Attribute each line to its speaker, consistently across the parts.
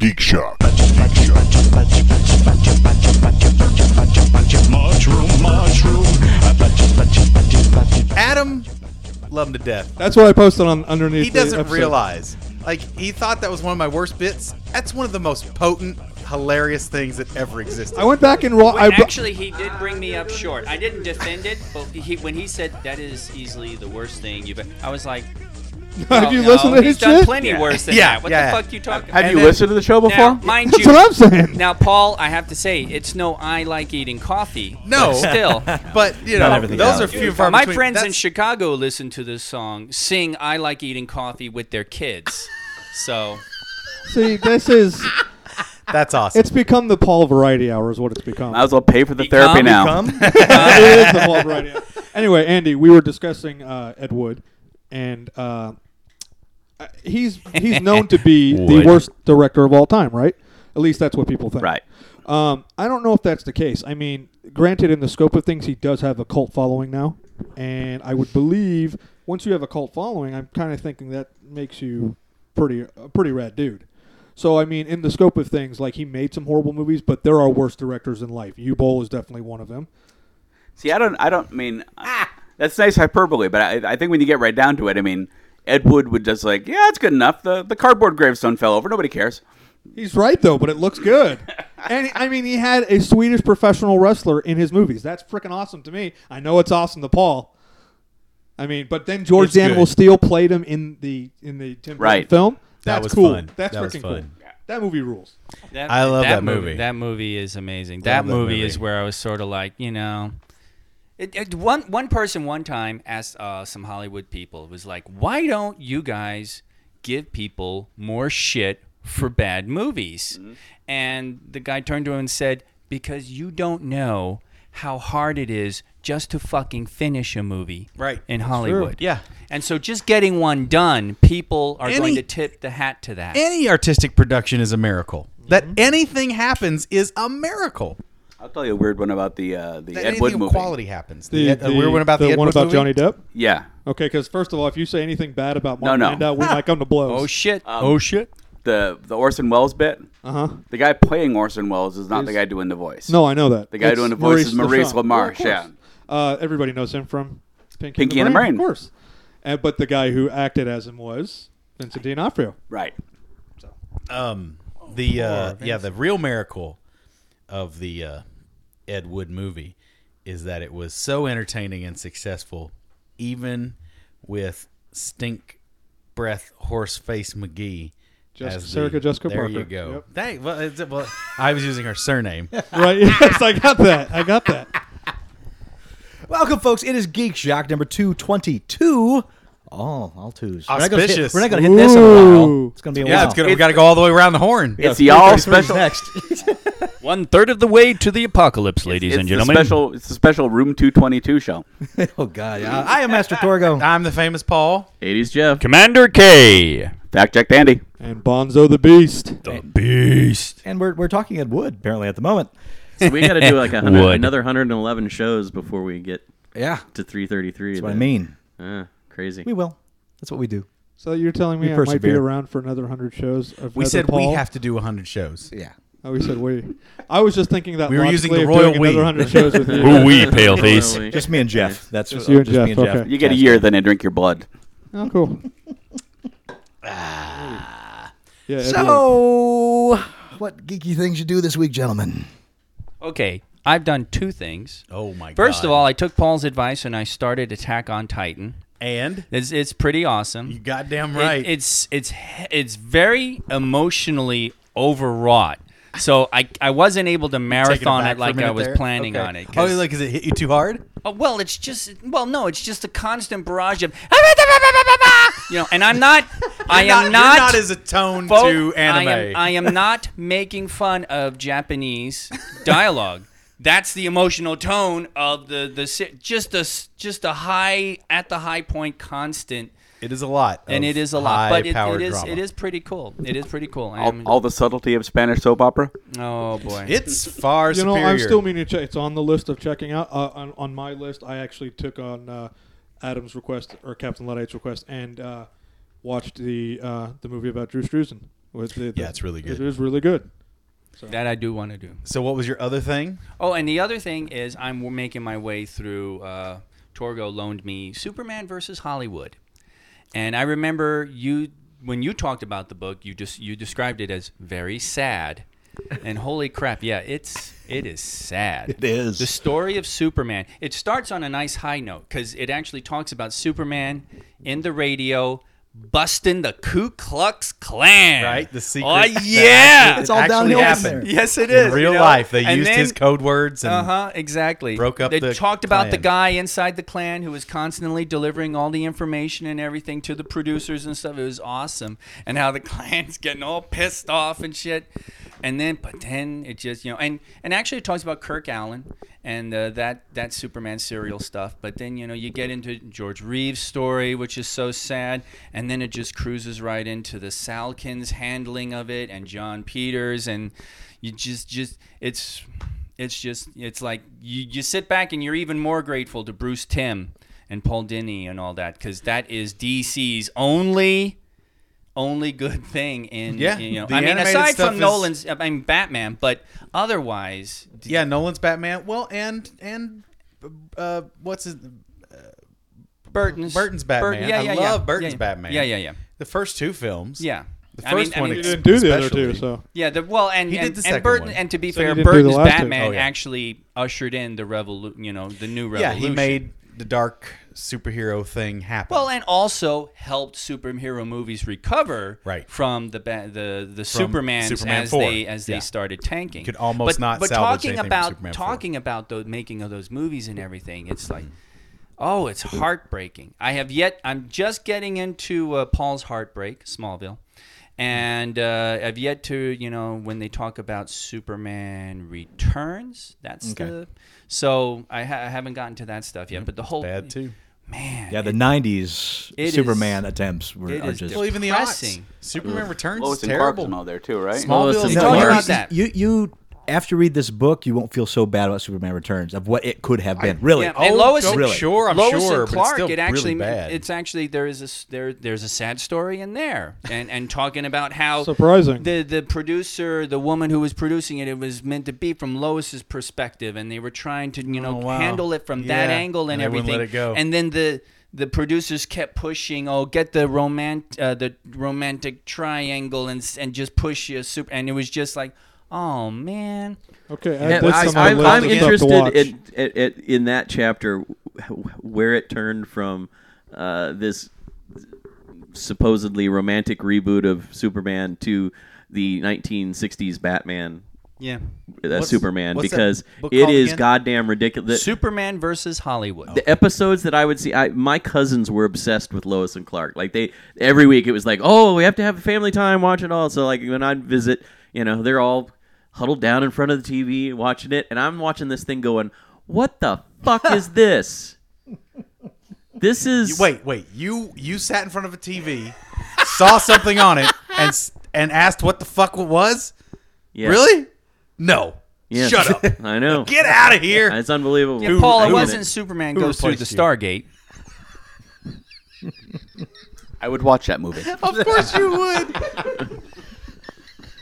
Speaker 1: Geek Shock.
Speaker 2: Adam, love him to death.
Speaker 3: That's what I posted on underneath.
Speaker 2: He
Speaker 3: the
Speaker 2: doesn't
Speaker 3: episode.
Speaker 2: realize. Like he thought that was one of my worst bits. That's one of the most potent, hilarious things that ever existed.
Speaker 3: I went back and raw. I,
Speaker 4: Wait, actually, he did bring me up short. I didn't defend it, but he, when he said that is easily the worst thing you've, e-," I was like,
Speaker 3: have
Speaker 4: "Oh,
Speaker 3: you
Speaker 4: no,
Speaker 3: listened to
Speaker 4: he's
Speaker 3: his
Speaker 4: done
Speaker 3: shit?
Speaker 4: plenty worse than
Speaker 2: Yeah,
Speaker 4: that. What
Speaker 2: yeah.
Speaker 4: the fuck you talking?
Speaker 5: Have
Speaker 4: about?
Speaker 5: you listened to the show
Speaker 4: Now,
Speaker 5: before?
Speaker 4: mind
Speaker 3: That's
Speaker 4: you,
Speaker 3: what I'm saying.
Speaker 4: Now, Paul, I have to say, it's no I like eating coffee.
Speaker 2: No.
Speaker 4: but still.
Speaker 2: but you
Speaker 5: Not
Speaker 2: know,
Speaker 5: everything
Speaker 2: those
Speaker 5: counts.
Speaker 2: are few and far
Speaker 4: my
Speaker 2: between.
Speaker 4: friends in
Speaker 2: That's-
Speaker 4: Chicago listen to this song, sing I like eating coffee with their kids. So,
Speaker 3: See, this is
Speaker 2: That's awesome.
Speaker 3: it's become the Paul Variety Hour is what it's become.
Speaker 5: Might as well pay for the
Speaker 4: Become-
Speaker 5: therapy now.
Speaker 3: it is the Paul Variety Hour. Anyway, Andy, we were discussing uh, Ed Wood, and uh, uh, he's he's known to be the
Speaker 5: Wood.
Speaker 3: worst director of all time, right? At least that's what people think.
Speaker 5: Right.
Speaker 3: Um, I don't know if that's the case. I mean, granted, in the scope of things, he does have a cult following now, and I would believe once you have a cult following, I'm kind of thinking that makes you pretty a pretty rad dude. So I mean, in the scope of things, like he made some horrible movies, but there are worse directors in life. U Bowl is definitely one of them.
Speaker 5: See, I don't, I don't I mean,
Speaker 4: Ah.
Speaker 5: that's nice hyperbole, but I, I think when you get right down to it, I mean, Ed Wood would just like, yeah, it's good enough. The the cardboard gravestone fell over. Nobody cares.
Speaker 3: He's right though, but it looks good. and I mean, he had a Swedish professional wrestler in his movies. That's freaking awesome to me. I know it's awesome to Paul. I mean, but then George
Speaker 6: It's
Speaker 3: the Animal
Speaker 6: good.
Speaker 3: Steel played him in the in the Tim Burton
Speaker 5: Right.
Speaker 3: film.
Speaker 6: That
Speaker 3: That's
Speaker 6: was
Speaker 3: cool.
Speaker 6: fun.
Speaker 3: That's
Speaker 6: That was
Speaker 3: freaking
Speaker 6: fun.
Speaker 3: cool. That movie rules.
Speaker 4: that,
Speaker 6: I love that movie.
Speaker 4: That movie is amazing.
Speaker 6: that
Speaker 4: That movie,
Speaker 6: movie.
Speaker 4: is where I was sort of like, you know, it, it- one one person one time asked uh, some Hollywood people was like, "Why don't you guys give people more shit for bad movies?"
Speaker 6: Mm-hmm.
Speaker 4: And the guy turned to him and said, "Because you don't know how hard it is just to fucking finish a movie,
Speaker 2: Right.
Speaker 4: In Hollywood,
Speaker 2: Yeah.
Speaker 4: And so just getting one done, people are going
Speaker 2: Any-
Speaker 4: to tip the hat to that.
Speaker 6: Any artistic production is a miracle.
Speaker 2: that
Speaker 4: Mm-hmm.
Speaker 2: anything happens is a miracle.
Speaker 5: I'll tell you a weird one about the uh, the
Speaker 2: That
Speaker 5: Ed
Speaker 2: anything
Speaker 5: Wood
Speaker 2: of
Speaker 5: movie.
Speaker 2: quality happens. The, Ed- uh, we were one about the, Ed
Speaker 3: one
Speaker 2: Wood
Speaker 3: about
Speaker 2: movie?
Speaker 3: Johnny Depp.
Speaker 5: Yeah.
Speaker 3: Okay, because first of all, if you say anything bad about
Speaker 5: No,
Speaker 3: Mark
Speaker 5: no.
Speaker 3: Landau, we might come to blows.
Speaker 4: oh shit!
Speaker 6: oh shit!
Speaker 5: The the Orson Welles bit.
Speaker 3: Uh huh.
Speaker 5: The guy playing Orson Welles is not the guy doing the voice.
Speaker 3: No, I know that.
Speaker 5: The guy doing the voice is Maurice LaMarche,
Speaker 3: Well, of course. Uh, everybody knows him from Pinky,
Speaker 5: Pinky
Speaker 3: and the Brain,
Speaker 5: Brain.
Speaker 3: of course. And, but the guy who acted as him was Vincent D'Onofrio.
Speaker 5: Right.
Speaker 6: Um, the uh, yeah, the real miracle of the uh, Ed Wood movie is that it was so entertaining and successful, even with stink breath horse face McGee.
Speaker 3: Jessica-
Speaker 6: as the-
Speaker 3: Sarah Jessica
Speaker 6: there you
Speaker 3: Parker.
Speaker 6: go.
Speaker 3: Yep.
Speaker 6: Thank- well, it's, well, I was using her surname.
Speaker 3: Right? yes, I got that. I got that.
Speaker 7: Welcome, folks. It is Geek Shock number 222. Oh, all twos. We're not gonna hit-
Speaker 6: Auspicious.
Speaker 7: We're not going to hit this in a while.
Speaker 3: Ooh.
Speaker 7: It's going to be a
Speaker 6: Yeah,
Speaker 7: while.
Speaker 6: it's good. We got to go all the way around the horn.
Speaker 5: It's the all
Speaker 7: 233 is
Speaker 5: special.
Speaker 7: next.
Speaker 4: One third of the way to the apocalypse, ladies
Speaker 5: It's
Speaker 4: and
Speaker 5: the
Speaker 4: gentlemen.
Speaker 5: special. It's the special Room Two Twenty Two show.
Speaker 7: oh, God. yeah. I am Master Torgo.
Speaker 6: I'm the famous Paul.
Speaker 5: Eighties Jeff.
Speaker 4: Commander K.
Speaker 5: Fact check, Andy.
Speaker 3: And Bonzo the Beast.
Speaker 4: Beast.
Speaker 7: And we're, we're talking at Wood, apparently, at the moment.
Speaker 8: So we got to do like a hundred,
Speaker 4: Wood.
Speaker 8: another 111 shows before we get
Speaker 7: Yeah.
Speaker 8: to 333.
Speaker 7: That's what I mean.
Speaker 8: Uh, crazy.
Speaker 7: We will. That's what we do.
Speaker 3: So you're telling me
Speaker 7: We
Speaker 3: I might be
Speaker 7: persevere.
Speaker 3: around for another 100 shows? Of
Speaker 6: We
Speaker 3: Heather
Speaker 6: said
Speaker 3: Paul?
Speaker 6: we have to do 100 shows.
Speaker 7: Yeah.
Speaker 3: Oh, we said we. I was just thinking that
Speaker 6: We were using
Speaker 3: logically
Speaker 6: the
Speaker 3: of
Speaker 6: royal
Speaker 3: doing
Speaker 6: we.
Speaker 3: another 100 shows with you.
Speaker 4: Ooh wee, pale face.
Speaker 8: Totally.
Speaker 7: Just me and Jeff. That's
Speaker 1: uh,
Speaker 3: Just you and
Speaker 7: just me
Speaker 3: Jeff,
Speaker 7: and Jeff.
Speaker 3: okay.
Speaker 5: You get a year, then they drink your blood.
Speaker 3: Oh, cool.
Speaker 5: Ah.
Speaker 3: yeah, Ed Wood.
Speaker 7: So, what geeky things you do this week, gentlemen?
Speaker 4: Okay, I've done two things.
Speaker 6: Oh my god.
Speaker 4: First of all, I took Paul's advice and I started Attack on Titan.
Speaker 6: and
Speaker 4: It's, it's pretty awesome.
Speaker 6: you goddamn
Speaker 4: It-
Speaker 6: right.
Speaker 4: it's it's he- it's very emotionally overwrought. So I, I wasn't able to
Speaker 6: Taking
Speaker 4: marathon
Speaker 6: back
Speaker 4: it
Speaker 6: for a
Speaker 4: like I
Speaker 6: minute
Speaker 4: was
Speaker 6: there.
Speaker 4: planning
Speaker 6: Okay.
Speaker 4: on it.
Speaker 6: Oh,
Speaker 4: 'cause-
Speaker 6: like, is it hit you too hard?
Speaker 4: Oh, well, it's just well, no, it's just a constant barrage of you know, and I'm not, I am
Speaker 6: you're
Speaker 4: not,
Speaker 6: not as attuned
Speaker 4: Folk,
Speaker 6: to anime.
Speaker 4: I am, I am not making fun of Japanese dialogue. That's the emotional tone of the the si- just a s- just a high at the high point constant,
Speaker 6: it is a lot,
Speaker 4: and
Speaker 6: of
Speaker 4: it is a lot, but it,
Speaker 6: high-powered
Speaker 4: it is
Speaker 6: drama.
Speaker 4: it is pretty cool. It is pretty cool. I
Speaker 5: All,
Speaker 4: am-
Speaker 5: all the subtlety of Spanish soap opera.
Speaker 4: oh boy,
Speaker 6: It's far
Speaker 3: You know,
Speaker 6: superior.
Speaker 3: I'm still meaning to check. It's on the list of checking out. Uh, on, on my list, I actually took on uh, Adam's request or Captain Luddite's request and uh, watched the uh, the movie about Drew Struzan, With the-
Speaker 2: Yeah, it's really
Speaker 3: It
Speaker 2: good.
Speaker 3: is really good.
Speaker 4: That I do want to do.
Speaker 2: So what was your other thing?
Speaker 4: Oh, and the other thing is I'm making my way through. Uh, Torgo loaned me Superman versus Hollywood, and I remember you when you talked about the book. You just you described it as very sad, and holy crap, yeah, it's it is sad. It
Speaker 1: is.
Speaker 4: the story of Superman. It starts on a nice high note because it actually talks about Superman in the radio. Busting the Ku Klux Klan,
Speaker 2: Right, the secret-
Speaker 4: Oh
Speaker 2: that
Speaker 4: yeah,
Speaker 1: It's all
Speaker 2: Actually
Speaker 1: downhill from
Speaker 2: happened.
Speaker 1: there.
Speaker 4: yes, it
Speaker 2: In
Speaker 4: is.
Speaker 2: real
Speaker 4: you know?
Speaker 2: life, they
Speaker 4: And
Speaker 2: used his
Speaker 4: then-
Speaker 2: code words and
Speaker 4: uh huh. Exactly.
Speaker 2: broke up
Speaker 4: They
Speaker 2: the
Speaker 4: talked about the
Speaker 2: clan.
Speaker 4: guy inside the clan who was constantly delivering all the information and everything to the producers and stuff. It was awesome, and how the clan's getting all pissed off and shit. And then, but then it just you know, and and actually it talks about Kirk Allen and uh, that that Superman serial stuff. But then you know you get into George Reeves' story, which is so sad, and then it just cruises right into the Salkins handling of it and John Peters, and you just just it's it's just it's like you, you sit back and you're even more grateful to Bruce Tim and Paul Dini and all that because that is DC's only only good thing in
Speaker 2: Yeah,
Speaker 4: you know
Speaker 2: the
Speaker 4: I mean
Speaker 2: animated
Speaker 4: aside
Speaker 2: stuff
Speaker 4: from
Speaker 2: is-
Speaker 4: Nolan's I mean Batman but otherwise
Speaker 2: yeah, Nolan's Batman. Well, and and uh, what's his
Speaker 4: Burton's
Speaker 2: Burton's Batman.
Speaker 4: Burton-
Speaker 2: I love Burton's Batman.
Speaker 4: yeah yeah yeah
Speaker 2: the first two films?
Speaker 4: yeah
Speaker 2: the
Speaker 4: I mean-
Speaker 2: first
Speaker 4: I
Speaker 2: one
Speaker 4: mean-
Speaker 3: You
Speaker 2: ex-
Speaker 3: didn't do the other
Speaker 2: especially.
Speaker 3: two, so
Speaker 4: yeah the, well and
Speaker 2: He did
Speaker 4: and,
Speaker 2: the
Speaker 4: and
Speaker 2: second
Speaker 4: Burton
Speaker 2: one.
Speaker 4: and to be
Speaker 3: he
Speaker 4: fair
Speaker 3: didn't do the
Speaker 4: Burton's
Speaker 3: last two.
Speaker 4: Batman
Speaker 2: Oh, yeah.
Speaker 4: actually ushered in the revolu- you know the new
Speaker 2: yeah,
Speaker 4: revolution
Speaker 2: he made the dark superhero thing happen.
Speaker 4: Well, and also helped superhero movies recover
Speaker 2: Right.
Speaker 4: from the ba- the the Supermans
Speaker 2: Superman
Speaker 4: as
Speaker 2: 4.
Speaker 4: they as they
Speaker 2: Yeah.
Speaker 4: started tanking.
Speaker 2: could almost
Speaker 4: but,
Speaker 2: not
Speaker 4: But
Speaker 2: salvage
Speaker 4: talking
Speaker 2: anything from
Speaker 4: about
Speaker 2: Superman Mm-hmm. 4.
Speaker 4: talking about the making of those movies and everything, it's like, oh, it's heartbreaking. I have yet. I'm just getting into uh, Paul's heartbreak, Smallville. And uh, I've yet to, you know, when they talk about Superman Returns, that's
Speaker 1: Okay.
Speaker 4: the. So I, ha- I haven't gotten to that stuff yet, but the whole
Speaker 2: Mm-hmm. bad too.
Speaker 4: man,
Speaker 1: Yeah, the '90s
Speaker 4: it is-
Speaker 1: Superman attempts were
Speaker 4: it
Speaker 1: are
Speaker 4: is
Speaker 1: just.
Speaker 2: Well, even the odds.
Speaker 4: Depressing.
Speaker 2: Superman Returns
Speaker 5: Lois
Speaker 2: is
Speaker 5: and Clark's and
Speaker 2: terrible.
Speaker 5: all there too, right?
Speaker 8: Lois
Speaker 2: Smallville
Speaker 8: and
Speaker 2: is
Speaker 8: Clark.
Speaker 4: Talk about
Speaker 1: you- you-
Speaker 2: terrible.
Speaker 4: that.
Speaker 1: You you after you read this book, you won't feel so bad about Superman Returns of what it could have been. really,
Speaker 4: Yeah, and Lois and
Speaker 1: really.
Speaker 2: Sure, I'm
Speaker 4: Lois
Speaker 2: sure,
Speaker 4: and
Speaker 2: but it's
Speaker 4: Clark.
Speaker 2: still
Speaker 4: it actually,
Speaker 2: really bad.
Speaker 4: it's actually there is a s- there there's a sad story in there, and and talking about how
Speaker 3: Surprising.
Speaker 4: the the producer, the woman who was producing it, it was meant to be from Lois's perspective, and they were trying to you know
Speaker 2: Oh, wow.
Speaker 4: handle it from that
Speaker 2: Yeah,
Speaker 4: angle and,
Speaker 2: and they wouldn't
Speaker 4: everything.
Speaker 2: let it go.
Speaker 4: And then the the producers kept pushing, oh, get the romant uh, the romantic triangle and s- and just push you super, and it was just like, oh man.
Speaker 3: okay.
Speaker 8: Yeah,
Speaker 3: add this
Speaker 8: I,
Speaker 3: to my
Speaker 8: am
Speaker 3: list
Speaker 8: I'm
Speaker 3: of stuff to watch.
Speaker 8: interested in, in, in- in that chapter wh- where it turned from uh, this supposedly romantic reboot of Superman to the 1960s Batman
Speaker 4: Yeah,
Speaker 8: uh,
Speaker 2: What's-
Speaker 8: Superman
Speaker 2: what's that
Speaker 8: because
Speaker 2: book
Speaker 8: it
Speaker 2: called
Speaker 8: is
Speaker 2: again?
Speaker 8: goddamn ridiculous. The,
Speaker 4: Superman versus Hollywood.
Speaker 8: the episodes that I would see, I, my cousins were obsessed with Lois and Clark. Like they every week it was like, oh, we have to have family time, watch it all. So like when I visit, you know, they're all huddled down in front of the TV watching it, and I'm watching this thing going, what the fuck is this? This is
Speaker 2: Wait, wait. You you sat in front of a TV, saw something on it, and s- and asked what the fuck it was.
Speaker 8: Yeah.
Speaker 2: Really? No.
Speaker 8: Yes.
Speaker 2: Shut up.
Speaker 8: I know.
Speaker 2: Get out of here.
Speaker 8: It's unbelievable.
Speaker 4: Yeah, Paul, it
Speaker 8: I mean
Speaker 4: wasn't Superman goes through the
Speaker 2: replaced you?
Speaker 4: Stargate.
Speaker 5: I would watch that movie.
Speaker 2: of course you would.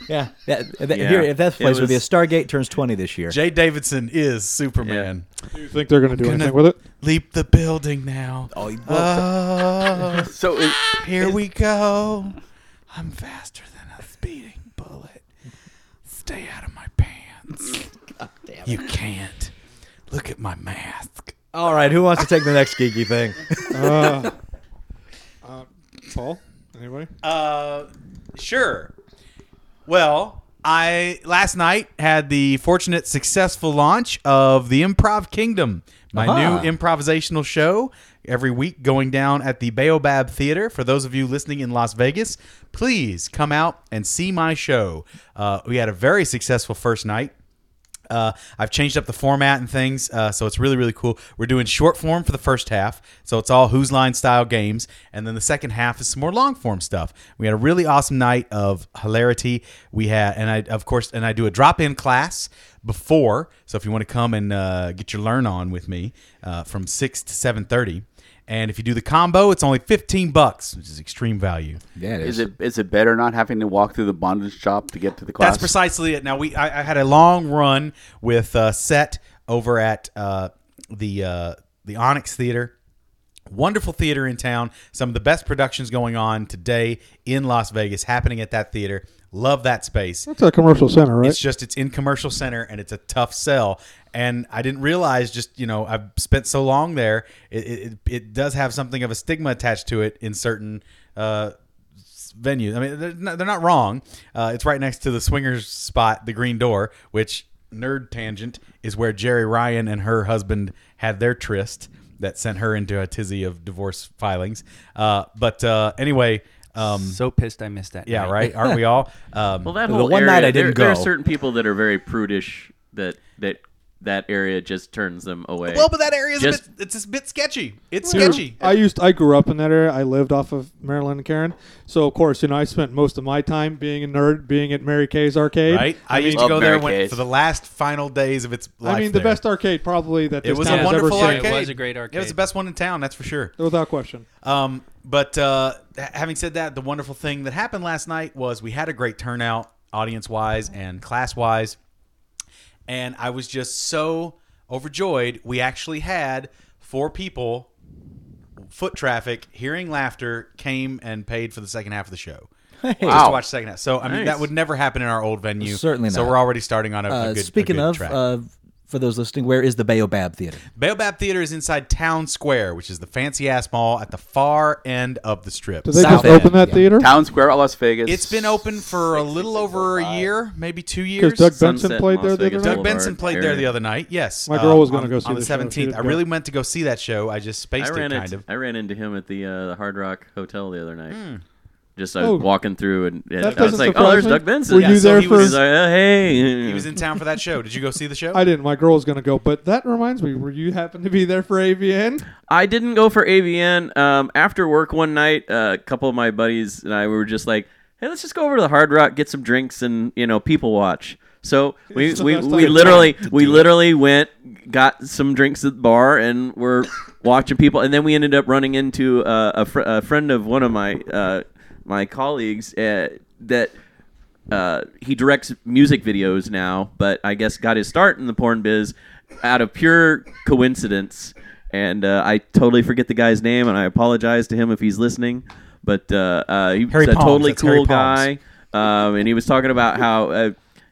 Speaker 1: Yeah, that, that-
Speaker 8: Yeah.
Speaker 1: here if that
Speaker 8: It
Speaker 1: place would be a
Speaker 8: was-
Speaker 1: Stargate turns 20 this year.
Speaker 2: Jay Davidson is Superman.
Speaker 3: Do you think they're going to do
Speaker 2: Gonna
Speaker 3: anything with it?
Speaker 2: Leap the building now.
Speaker 1: Oh, you-
Speaker 2: Oh,
Speaker 5: So it,
Speaker 2: here we go. I'm faster than a speeding bullet. Stay out of my pants. You can't. Look at my mask.
Speaker 1: All right, who wants to take the next geeky thing?
Speaker 3: Uh, uh, Paul, anyway.
Speaker 2: Uh, sure. Well, I last night had the fortunate successful launch of the Improv Kingdom, my
Speaker 1: Aha.
Speaker 2: new improvisational show every week going down at the Baobab Theater. For those of you listening in Las Vegas, please come out and see my show. Uh, we had a very successful first night. Uh, I've changed up the format and things, uh, so it's really really cool. We're doing short form for the first half, so it's all Who's Line style games, and then the second half is some more long form stuff. We had a really awesome night of hilarity. We had, and I of course, and I do a drop in class before, so if you want to come and uh, get your learn on with me uh, from six to seven thirty. And if you do the combo, it's only 15 bucks, which is extreme value.
Speaker 1: Yeah, it
Speaker 5: Is it is it better not having to walk through the bondage shop to get to the class?
Speaker 2: That's precisely it. Now we I, I had a long run with uh, Set over at uh, the uh, the Onyx Theater. Wonderful theater in town. Some of the best productions going on today in Las Vegas, happening at that theater. Love that space.
Speaker 3: That's a commercial center, right?
Speaker 2: It's just it's in commercial center and it's a tough sell. And I didn't realize just you know I've spent so long there. It it, it- it does have something of a stigma attached to it in certain uh, s- venues. I mean they're not, they're not wrong. Uh, it's right next to the swingers spot, the Green Door, which nerd tangent is where Jerry Ryan and her husband had their tryst that sent her into a tizzy of divorce filings. Uh, but uh, anyway. Um,
Speaker 4: So pissed I missed that.
Speaker 2: yeah,
Speaker 4: night.
Speaker 2: right. Aren't we all? Um,
Speaker 8: Well, that
Speaker 1: The
Speaker 8: whole
Speaker 1: one
Speaker 8: area,
Speaker 1: night I
Speaker 8: there,
Speaker 1: didn't
Speaker 8: there are
Speaker 1: go.
Speaker 8: certain people that are very prudish that that that area just turns them away.
Speaker 2: Well, but that area is a
Speaker 8: Just-
Speaker 2: bit, it's a bit sketchy. It's
Speaker 3: Dude,
Speaker 2: sketchy.
Speaker 3: I used I grew up in that area. I lived off of Maryland and Karen. So of course, you know, I spent most of my time being a nerd, being at Mary Kay's arcade.
Speaker 2: Right? I, used to
Speaker 5: love
Speaker 2: go there
Speaker 5: Mary
Speaker 2: when,
Speaker 5: Kay's.
Speaker 2: for the last final days of its life.
Speaker 3: I mean, the
Speaker 2: there.
Speaker 3: best arcade probably that
Speaker 2: It
Speaker 3: this
Speaker 2: was
Speaker 3: town
Speaker 2: a
Speaker 3: has
Speaker 2: wonderful
Speaker 3: ever seen,
Speaker 4: Yeah, it
Speaker 2: arcade.
Speaker 4: was a great
Speaker 2: It was the
Speaker 4: arcade.
Speaker 2: best one in town, that's for sure.
Speaker 3: without question.
Speaker 2: Um, but uh, ha- having said that, the wonderful thing that happened last night was we had a great turnout, audience wise and class wise, and I was just so overjoyed. We actually had four people, foot traffic, hearing laughter, came and paid for the second half of the show. Just to watch the second half. So I mean, that
Speaker 8: Nice.
Speaker 2: would never happen in our old venue.
Speaker 1: Certainly
Speaker 2: So
Speaker 1: not.
Speaker 2: we're already starting on a, a
Speaker 1: Uh,
Speaker 2: good. a
Speaker 1: speaking
Speaker 2: good
Speaker 1: of,
Speaker 2: track.
Speaker 1: uh, for those listening, where is the Baobab Theater?
Speaker 2: Baobab Theater is inside Town Square, which is the fancy ass mall at the far end of the strip.
Speaker 3: Did they
Speaker 1: South
Speaker 3: just
Speaker 1: End,
Speaker 3: open that
Speaker 1: yeah.
Speaker 3: theater?
Speaker 5: Town Square, Las Vegas.
Speaker 2: It's been open for a little over a year, maybe two years.
Speaker 3: Because Doug Benson
Speaker 8: Sunset,
Speaker 3: played
Speaker 8: Las
Speaker 3: there the other
Speaker 8: Vegas
Speaker 3: night.
Speaker 2: Doug Benson
Speaker 8: Boulevard
Speaker 2: played there
Speaker 8: area.
Speaker 2: the other night. Yes,
Speaker 3: My girl was
Speaker 2: um,
Speaker 3: gonna go see
Speaker 2: on the
Speaker 3: the show. She
Speaker 2: seventeenth. I
Speaker 3: didn't
Speaker 2: really
Speaker 3: go.
Speaker 2: went to go see that show. I just
Speaker 8: I
Speaker 2: spaced it
Speaker 8: ran
Speaker 2: kind
Speaker 8: into,
Speaker 2: of.
Speaker 8: I ran into him at the uh, the Hard Rock Hotel the other night. Just I
Speaker 3: Oh.
Speaker 8: was walking through and, and
Speaker 3: That
Speaker 8: I was
Speaker 3: doesn't
Speaker 8: like, "Oh,
Speaker 3: surprise
Speaker 8: there's
Speaker 3: me.
Speaker 8: Doug Benson."
Speaker 3: Were you
Speaker 2: Yeah, so
Speaker 3: there
Speaker 2: he
Speaker 3: for?
Speaker 2: was-
Speaker 8: He's like, "Oh, hey,
Speaker 2: He was in town for that show. Did you go see the show?
Speaker 3: I didn't. My girl was gonna go, but that reminds me. Were you happen to be there for AVN?
Speaker 8: I didn't go for AVN. Um, after work one night, uh, a couple of my buddies and I were just like, "Hey, let's just go over to the Hard Rock, get some drinks, and you know, people watch." So we
Speaker 3: It's the
Speaker 8: we,
Speaker 3: best
Speaker 8: we
Speaker 3: time
Speaker 8: literally we literally went, got some drinks at the bar, and we're watching people. And then we ended up running into uh, a, fr- a friend of one of my uh, my colleagues uh, that. Uh, he directs music videos now, but I guess got his start in the porn biz out of pure coincidence. And uh, I totally forget the guy's name, and I apologize to him if he's listening. But uh, uh, he
Speaker 2: Harry
Speaker 8: was a
Speaker 2: Palms,
Speaker 8: totally
Speaker 2: that's Harry
Speaker 8: cool
Speaker 2: Palms.
Speaker 8: guy, um, and he was talking about how, uh,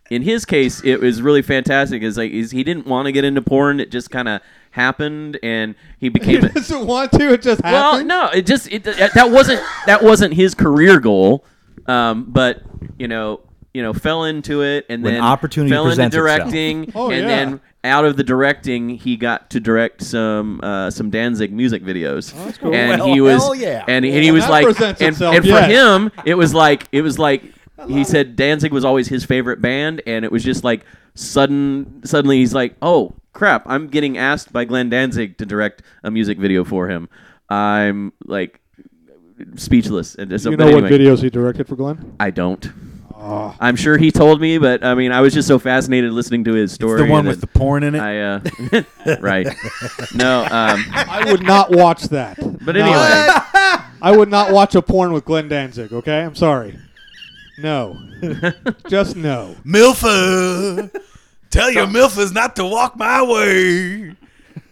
Speaker 8: in his case, it was really fantastic. Is like is he didn't want to get into porn; it just kind of happened, and he
Speaker 3: He
Speaker 8: became. a-
Speaker 3: doesn't want to. It just
Speaker 8: well,
Speaker 3: happened.
Speaker 8: no, it just it, that that wasn't that wasn't his career goal, um, but you know, you know, fell into it and
Speaker 1: When
Speaker 8: then
Speaker 1: opportunity
Speaker 8: fell into
Speaker 1: presents itself.
Speaker 8: directing,
Speaker 3: Oh,
Speaker 8: and
Speaker 3: yeah.
Speaker 8: then out of the directing, he got to direct some uh, some Danzig music videos,
Speaker 3: that's cool.
Speaker 8: and
Speaker 1: Well,
Speaker 8: he was
Speaker 1: hell yeah.
Speaker 8: and, and
Speaker 3: Yeah,
Speaker 8: he was
Speaker 3: that
Speaker 8: like,
Speaker 3: presents
Speaker 8: and,
Speaker 3: itself,
Speaker 8: and for
Speaker 3: yes.
Speaker 8: him, it was like it was like he said Danzig was always his favorite band, and it was just like sudden suddenly he's like, oh crap, I'm getting asked by Glenn Danzig to direct a music video for him. I'm like speechless. And so,
Speaker 3: you
Speaker 8: but
Speaker 3: know what Ah.
Speaker 8: anyway,
Speaker 3: videos he directed for Glenn?
Speaker 8: I don't. I'm sure he told me, but I mean, I was just so fascinated listening to his story.
Speaker 2: the one
Speaker 8: that
Speaker 2: with the porn in it.
Speaker 8: I uh, right. No, um,
Speaker 3: I would not watch that.
Speaker 8: but
Speaker 3: No.
Speaker 8: anyway,
Speaker 3: I would not watch a porn with Glenn Danzig. Okay, I'm sorry. No, just no.
Speaker 2: Milfa, tell your Milfas not to walk my way.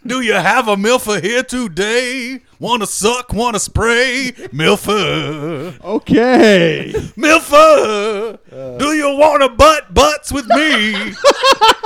Speaker 2: Do you have a Milfa here today? Wanna suck, wanna spray? Milfa,
Speaker 3: Okay.
Speaker 2: Milfa,
Speaker 3: Uh.
Speaker 2: do you wanna butt butts with me?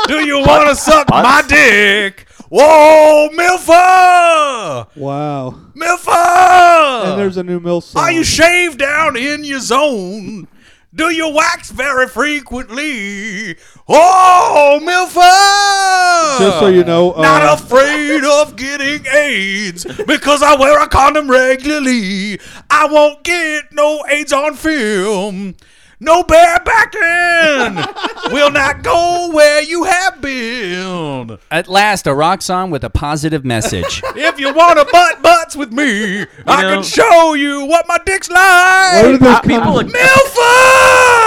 Speaker 2: do you wanna suck my dick? Whoa, Milfa,
Speaker 3: Wow.
Speaker 2: Milfa!
Speaker 3: and there's a new mill song.
Speaker 2: Uh. Are you shaved down in your zone? Do you wax very frequently? Oh, Milford!
Speaker 3: Just so you know, uh,
Speaker 2: Not afraid of getting AIDS because I wear a condom regularly. I won't get no AIDS on film. No barebacking will not go where you have been.
Speaker 4: At last, a rock song with a positive message.
Speaker 2: If you want to butt butts with me, I
Speaker 8: know-
Speaker 2: can show you what my dick's like.
Speaker 3: where did this
Speaker 8: people
Speaker 3: come?
Speaker 8: are-
Speaker 2: Milford!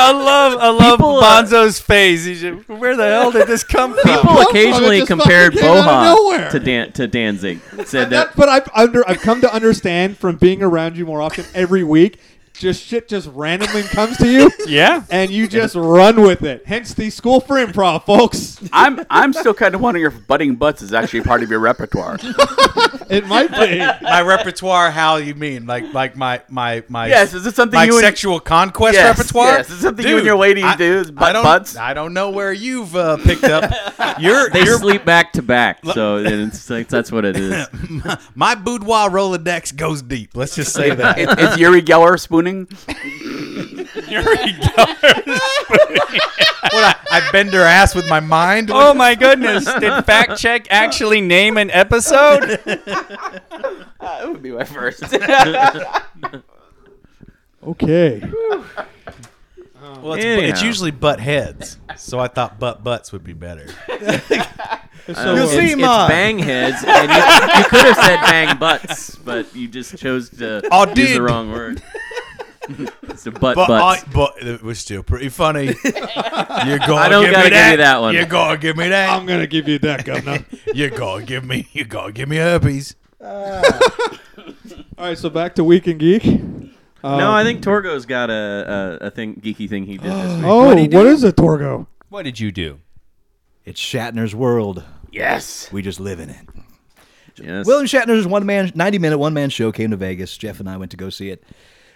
Speaker 4: I love I love
Speaker 8: People, uh,
Speaker 4: Bonzo's face. He's just, where the hell did this come from?
Speaker 8: People occasionally
Speaker 3: just
Speaker 8: compared
Speaker 3: fucking came out of
Speaker 8: Bohan
Speaker 3: nowhere.
Speaker 8: to Dan- to Danzig. Said that
Speaker 3: but I've under I've come to understand from being around you more often every week, just shit just randomly comes to you.
Speaker 4: Yeah.
Speaker 3: And you just run with it. Hence the school for improv, folks.
Speaker 5: I'm I'm still kind of wondering if butting butts is actually part of your repertoire.
Speaker 3: It might be.
Speaker 2: my repertoire. How you mean? Like like my my my
Speaker 5: Yes, is it something
Speaker 2: my
Speaker 5: you and-
Speaker 2: sexual conquest
Speaker 5: Yes,
Speaker 2: repertoire?
Speaker 5: yes, is it something you and your lady
Speaker 2: I-
Speaker 5: do is
Speaker 2: I
Speaker 5: butt
Speaker 2: don't
Speaker 5: butts?
Speaker 2: I don't know where you've uh, picked up your
Speaker 8: they
Speaker 2: your
Speaker 8: sleep back to back, so then it's like, that's what it is.
Speaker 2: my boudoir rolodex goes deep. Let's just say that.
Speaker 5: It- it's Yuri Geller spooning.
Speaker 2: what, I, I bend her ass with my mind.
Speaker 4: Oh my goodness! Did fact check actually name an episode?
Speaker 5: That would be my first.
Speaker 8: Uh,
Speaker 3: Okay.
Speaker 2: Well, it's, bu- it's
Speaker 8: Anyhow.
Speaker 2: usually butt heads, so I thought butt butts would be better.
Speaker 3: So,
Speaker 1: You'll
Speaker 3: uh,
Speaker 1: see,
Speaker 8: it's, it's
Speaker 1: Ma.
Speaker 8: bang heads, and you, you could have said bang butts, but you just chose to
Speaker 2: I
Speaker 8: use
Speaker 2: did.
Speaker 8: the wrong word. it's a butt
Speaker 2: But
Speaker 8: butts.
Speaker 2: I, but it was still pretty funny. You're gonna
Speaker 8: I don't
Speaker 2: give
Speaker 8: gotta
Speaker 2: me
Speaker 8: give
Speaker 2: that.
Speaker 8: you that one.
Speaker 2: You're gonna give me that.
Speaker 3: I'm gonna give you that, governor.
Speaker 2: you're gonna give me. You're gonna give me herpes.
Speaker 3: Ah. All right, so back to Week and Geek.
Speaker 8: no, I think Torgo's got a, a, a thing, geeky thing he did this week.
Speaker 3: Oh, what is it, Torgo?
Speaker 4: What did you do?
Speaker 1: It's Shatner's world.
Speaker 5: yes.
Speaker 1: We just live in it.
Speaker 8: Yes.
Speaker 1: William Shatner's one man, ninety minute one man show came to Vegas. Jeff and I went to go see it.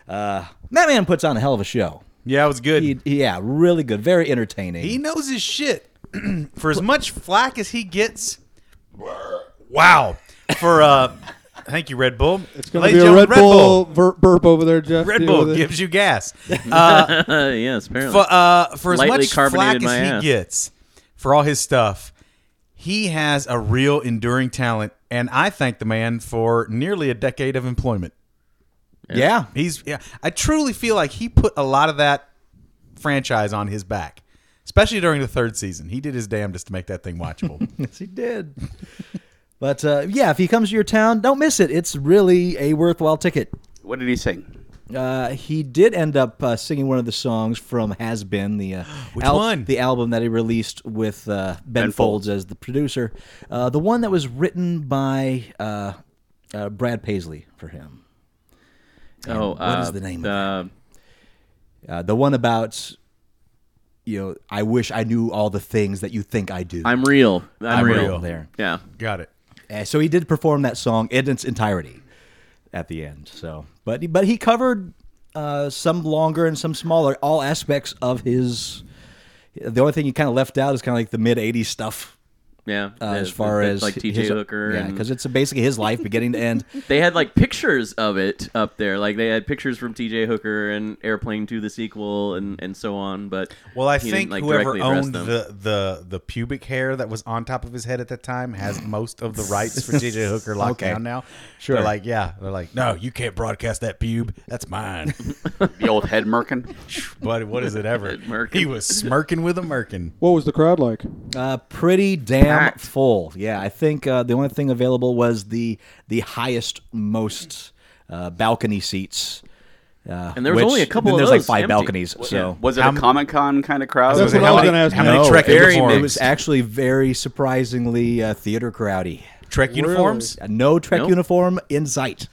Speaker 1: Uh, that man puts on a hell of a show.
Speaker 2: Yeah, it was good.
Speaker 1: He, yeah, really good, very entertaining.
Speaker 2: He knows his shit. for as much flack as he gets, wow. For uh, thank you, Red Bull. It's
Speaker 3: Gonna be a Red, Bull, Ver- burp over there, Jeff.
Speaker 2: Red
Speaker 3: Deal
Speaker 2: Bull
Speaker 3: with it.
Speaker 2: gives you gas. Uh,
Speaker 8: Uh, yes, apparently.
Speaker 2: for, uh, for as
Speaker 8: Lightly
Speaker 2: much flack
Speaker 8: carbonated
Speaker 2: as he
Speaker 8: my ass.
Speaker 2: gets for all his stuff, he has a real enduring talent, and I thank the man for nearly a decade of employment.
Speaker 1: yeah,
Speaker 2: He's yeah, I truly feel like he put a lot of that franchise on his back. Especially during the third season. He did his damnedest to make that thing watchable.
Speaker 1: yes, he did. but uh, yeah, if he comes to your town, don't miss it. It's really a worthwhile ticket.
Speaker 5: What did he sing?
Speaker 1: Uh, he did end up uh, singing one of the songs from Has Been the uh,
Speaker 2: Which one?
Speaker 1: the album that he released with uh, ben, Folds as the producer, uh, the one that was written by uh, uh, Brad Paisley for him,
Speaker 8: oh, what is
Speaker 1: what is the name of
Speaker 8: Uh,
Speaker 1: uh, the one about you know I wish I knew all the things that you think I do.
Speaker 8: I'm real. I'm, real.
Speaker 2: real.
Speaker 1: there,
Speaker 8: Yeah.
Speaker 2: Got it.
Speaker 1: Uh, so he did perform that song in its entirety at the end. So, but but he covered uh, some longer and some smaller, all aspects of his. The only thing he kind of left out is kind of like the mid '80s stuff,
Speaker 8: Yeah.
Speaker 1: uh,
Speaker 8: The-
Speaker 1: as far
Speaker 8: the-
Speaker 1: as
Speaker 8: like TJ
Speaker 1: his- uh,
Speaker 8: Hooker.
Speaker 1: yeah,
Speaker 8: and-
Speaker 1: because it's basically his life beginning to end.
Speaker 8: they had like pictures of it up there. Like they had pictures from TJ Hooker and Airplane to the sequel and, and so on. But
Speaker 2: Well, I
Speaker 8: he
Speaker 2: think
Speaker 8: didn't, like,
Speaker 2: whoever
Speaker 8: directly address
Speaker 2: owned
Speaker 8: them.
Speaker 2: the, the the pubic hair that was on top of his head at that time has most of the rights for JJ Hooker locked
Speaker 1: Okay.
Speaker 2: down now.
Speaker 1: Sure.
Speaker 2: They're like, yeah. They're like, no, you can't broadcast that pube. That's mine.
Speaker 5: The old head merkin.
Speaker 2: but what is it ever?
Speaker 8: Merkin.
Speaker 2: he was smirking with a merkin.
Speaker 3: What was the crowd like?
Speaker 1: Uh, pretty damn
Speaker 8: Packed.
Speaker 1: full. Yeah, I think uh, the only thing available was the the highest most uh, balcony seats. Uh,
Speaker 8: And there was
Speaker 1: which-
Speaker 8: only a couple
Speaker 1: then
Speaker 8: of
Speaker 1: there's
Speaker 8: those
Speaker 1: like five
Speaker 8: empty.
Speaker 1: balconies.
Speaker 8: Well,
Speaker 1: so
Speaker 5: Was it a
Speaker 2: How m-
Speaker 5: Comic Con kind of crowd?
Speaker 3: That's
Speaker 5: Was it
Speaker 3: what I
Speaker 2: how
Speaker 3: was
Speaker 2: many,
Speaker 3: gonna ask
Speaker 2: How
Speaker 3: you.
Speaker 2: many
Speaker 1: No,
Speaker 2: Trek
Speaker 8: very
Speaker 2: uniforms?
Speaker 1: It was actually very surprisingly uh, theater crowdy.
Speaker 2: Trek uniforms.
Speaker 1: Uh, No Trek
Speaker 8: Nope.
Speaker 1: uniform in sight.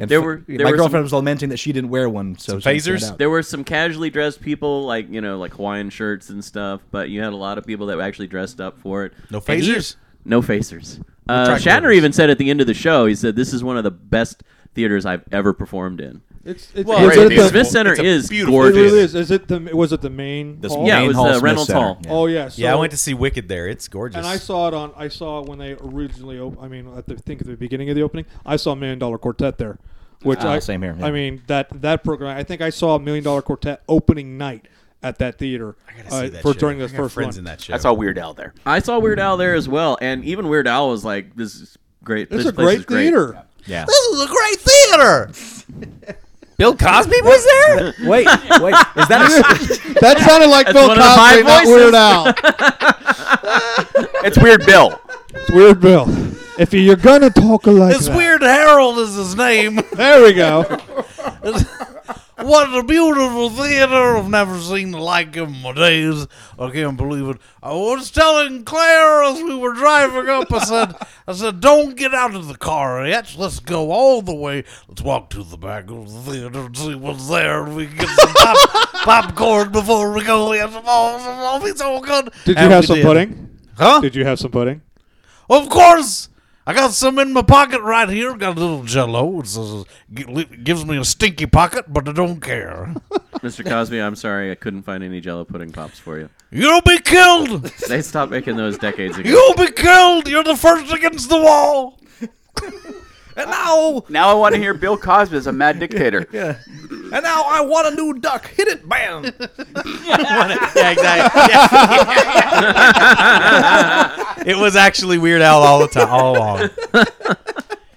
Speaker 1: And
Speaker 8: There
Speaker 1: f-
Speaker 8: were- there
Speaker 1: my
Speaker 8: were
Speaker 1: girlfriend
Speaker 8: some-
Speaker 1: was lamenting that she didn't wear one. So
Speaker 2: Some
Speaker 1: she stood
Speaker 7: "Oh,
Speaker 2: phasers?
Speaker 1: out.
Speaker 8: There were some casually dressed people, like you know, like Hawaiian shirts and stuff. But you had a lot of people that actually dressed up for it.
Speaker 2: No
Speaker 8: And he-
Speaker 2: phasers?
Speaker 8: no phasers. Uh,
Speaker 2: track
Speaker 8: Shatner
Speaker 2: radios.
Speaker 8: even said at the end of the show, he said, "This is one of the best theaters I've ever performed in."
Speaker 3: It's, it's
Speaker 2: Well,
Speaker 3: is
Speaker 2: right,
Speaker 3: it
Speaker 8: the
Speaker 2: beautiful.
Speaker 8: Smith Center
Speaker 2: It's a
Speaker 8: is
Speaker 2: beautiful
Speaker 3: it
Speaker 8: gorgeous.
Speaker 3: really is. Is it the? Was it the main?
Speaker 1: This
Speaker 3: hall?
Speaker 8: Yeah,
Speaker 1: main
Speaker 8: it was
Speaker 1: hall
Speaker 8: the
Speaker 1: Smith
Speaker 8: Reynolds
Speaker 1: Center.
Speaker 8: Hall.
Speaker 1: Yeah.
Speaker 3: Oh yeah.
Speaker 2: Yeah, I
Speaker 3: so-
Speaker 2: went to see Wicked there. It's gorgeous.
Speaker 3: And I saw it on. I saw it when they originally. Op- I mean, at the think at the beginning of the opening, I saw Million Dollar Quartet there, which
Speaker 1: Ah,
Speaker 8: uh,
Speaker 3: I
Speaker 1: same here,
Speaker 3: I
Speaker 1: yeah.
Speaker 3: mean that that program. I think I saw Million Dollar Quartet opening night at that theater
Speaker 2: I gotta see
Speaker 3: uh,
Speaker 2: that
Speaker 3: for
Speaker 2: show.
Speaker 3: during
Speaker 2: I
Speaker 3: this
Speaker 2: got
Speaker 3: first
Speaker 2: friends
Speaker 3: run.
Speaker 2: in that show.
Speaker 5: That's all Weird Al there.
Speaker 8: I saw Weird Al there as well, and even Weird Al was like, "This is great.
Speaker 3: It's
Speaker 8: this
Speaker 3: a great
Speaker 8: place is great."
Speaker 3: theater.
Speaker 1: Yeah.
Speaker 2: This is a great theater.
Speaker 4: Bill Cosby was there.
Speaker 1: Wait, wait. Is that
Speaker 3: That sounded like Bill
Speaker 8: one of my
Speaker 3: Cosby, not
Speaker 8: voices.
Speaker 3: Weird Al.
Speaker 5: It's Weird Bill.
Speaker 3: It's Weird Bill. If you're gonna talk like
Speaker 2: It's
Speaker 3: that-
Speaker 2: Weird Harold is his name.
Speaker 3: There we go.
Speaker 6: What a beautiful theater. I've never seen the like in my days. I can't believe it. I was telling Claire as we were driving up, I said, I said, don't get out of the car yet. Let's go all the way. Let's walk to the back of the theater and see what's there. We can get some pop- popcorn before we go in. Oh, it's all good.
Speaker 3: Did you
Speaker 6: And
Speaker 3: have
Speaker 6: we
Speaker 3: some pudding?
Speaker 6: Huh?
Speaker 3: Did you have some pudding?
Speaker 6: Of course. I got some in my pocket right here. Got a little jello. It's a, it gives me a stinky pocket, but I don't care.
Speaker 8: Mr. Cosby, I'm sorry I couldn't find any Jello pudding pops for you.
Speaker 6: You'll be killed.
Speaker 8: They stopped making those decades ago.
Speaker 6: You'll be killed. You're the first against the wall.
Speaker 7: And now,
Speaker 5: Now I want to hear Bill Cosby as a mad dictator.
Speaker 7: and now I want a new duck. Hit it, bam.
Speaker 2: Yeah, exactly. Yeah. it was actually Weird Al all the time, all along.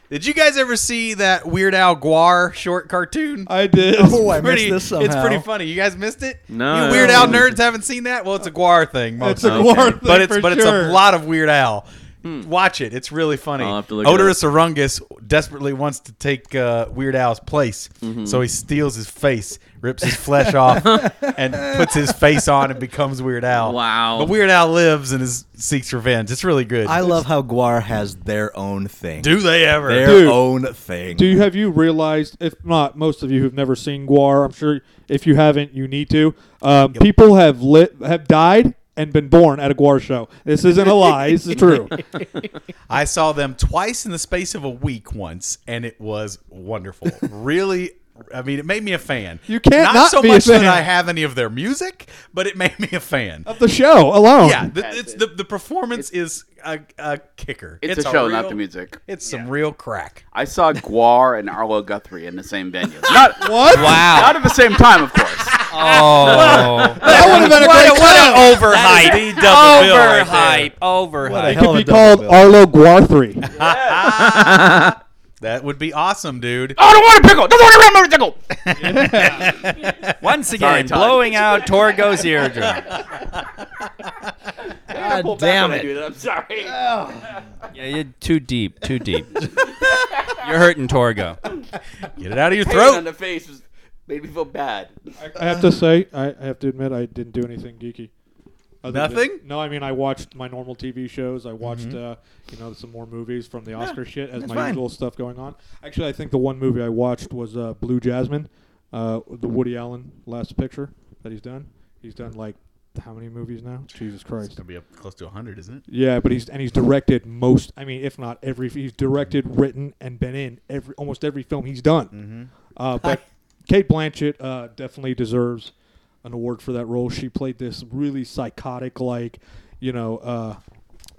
Speaker 2: Did you guys ever see that Weird Al Guar short cartoon?
Speaker 3: I did.
Speaker 7: Oh, I
Speaker 2: Pretty-
Speaker 7: missed this somehow.
Speaker 2: it's pretty funny. You guys missed it?
Speaker 8: No.
Speaker 2: You Weird Al nerds haven't seen that? Well, it's a Guar thing.
Speaker 3: It's
Speaker 2: Mostly.
Speaker 3: a
Speaker 8: Okay.
Speaker 3: war thing
Speaker 2: but it's
Speaker 3: for
Speaker 2: but
Speaker 3: sure.
Speaker 2: it's a lot of Weird Al. Watch it; it's really funny.
Speaker 8: Hmm. I'll have to look it up.
Speaker 2: Odorous Arungus desperately wants to take uh, Weird Al's place,
Speaker 8: Mm-hmm.
Speaker 2: so he steals his face, rips his flesh off, and puts his face on and becomes Weird Al.
Speaker 8: Wow.
Speaker 2: But Weird Al lives and is, seeks revenge. It's really good.
Speaker 7: I love how Guar has their own thing.
Speaker 2: Do they ever?
Speaker 7: Their
Speaker 3: Dude.
Speaker 7: own thing.
Speaker 3: Do you have you realized? If not, most of you who've never seen Guar, I'm sure if you haven't, you need to. Um, People have lit, have died and been born at a Guar show. This isn't a lie. this is true.
Speaker 2: I saw them twice in the space of a week once, and it was wonderful. really, I mean, it made me a fan.
Speaker 3: You can't
Speaker 2: not,
Speaker 3: not
Speaker 2: so
Speaker 3: be a
Speaker 2: much
Speaker 3: fan.
Speaker 2: that I have any of their music, but it made me a fan.
Speaker 3: the show alone.
Speaker 2: Yeah, the, it's the the performance is a, a kicker.
Speaker 5: It's, a show, not
Speaker 2: real-
Speaker 5: the music.
Speaker 2: It's some real crack.
Speaker 5: I saw Guar and Arlo Guthrie in the same venue. Not
Speaker 3: What?
Speaker 5: not at the same time, of course.
Speaker 4: Oh,
Speaker 3: That would have been a great.
Speaker 4: what overhype!
Speaker 6: right
Speaker 4: Overhype!
Speaker 3: It
Speaker 4: Overhype!
Speaker 7: hell
Speaker 3: could
Speaker 7: of
Speaker 3: be
Speaker 7: a double
Speaker 3: called
Speaker 7: bill.
Speaker 3: Arlo Guar three.
Speaker 2: That would be awesome, dude.
Speaker 5: I don't want a pickle. Don't want a pickle.
Speaker 4: Once again,
Speaker 5: Todd.
Speaker 4: blowing out Torgo's eardrum.
Speaker 7: God damn it.
Speaker 5: I'm sorry.
Speaker 4: Yeah, you're too deep. Too deep. you're hurting Torgo.
Speaker 2: Get it out of your
Speaker 5: Throat on
Speaker 2: throat.
Speaker 5: the face was, made me feel bad.
Speaker 3: I have to say, I, I have to admit, I didn't do anything geeky. Other than-
Speaker 2: Nothing?
Speaker 3: no, I mean, I watched my normal TV shows. I watched, uh, you know, some more movies from the Oscar shit as my usual stuff going on. Actually, I think the one movie I watched was uh, Blue Jasmine, uh, the Woody Allen last picture that he's done. He's done like how many movies now? Jesus Christ.
Speaker 2: It'll be up close to 100, isn't it?
Speaker 3: Yeah, but he's and he's directed most. I mean, if not every, he's directed, written, and been in every almost every film he's done.
Speaker 7: Mm-hmm.
Speaker 3: Uh, but Kate Blanchett uh, definitely deserves an award for that role. She played this really psychotic, like you know, uh,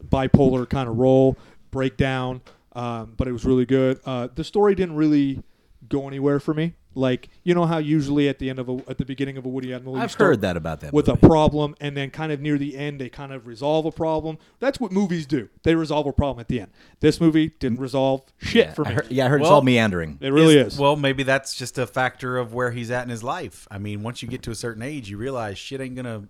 Speaker 3: bipolar kind of role, breakdown. Um, but it was really good. Uh, the story didn't really go anywhere for me. Like you know how usually at the end of a, at the beginning of a Woody Allen movie, you
Speaker 7: I've
Speaker 3: start
Speaker 7: heard that about that
Speaker 3: with a
Speaker 7: movie.
Speaker 3: problem and then kind of near the end they kind of resolve a problem that's what movies do they resolve a problem at the end this movie didn't resolve shit for
Speaker 7: I
Speaker 3: me
Speaker 7: heard, yeah, I heard it's
Speaker 2: Well-
Speaker 7: all meandering.
Speaker 3: it really is,
Speaker 2: Well, maybe that's just a factor of where he's at in his life. I mean, once you get to a certain age, you realize shit ain't gonna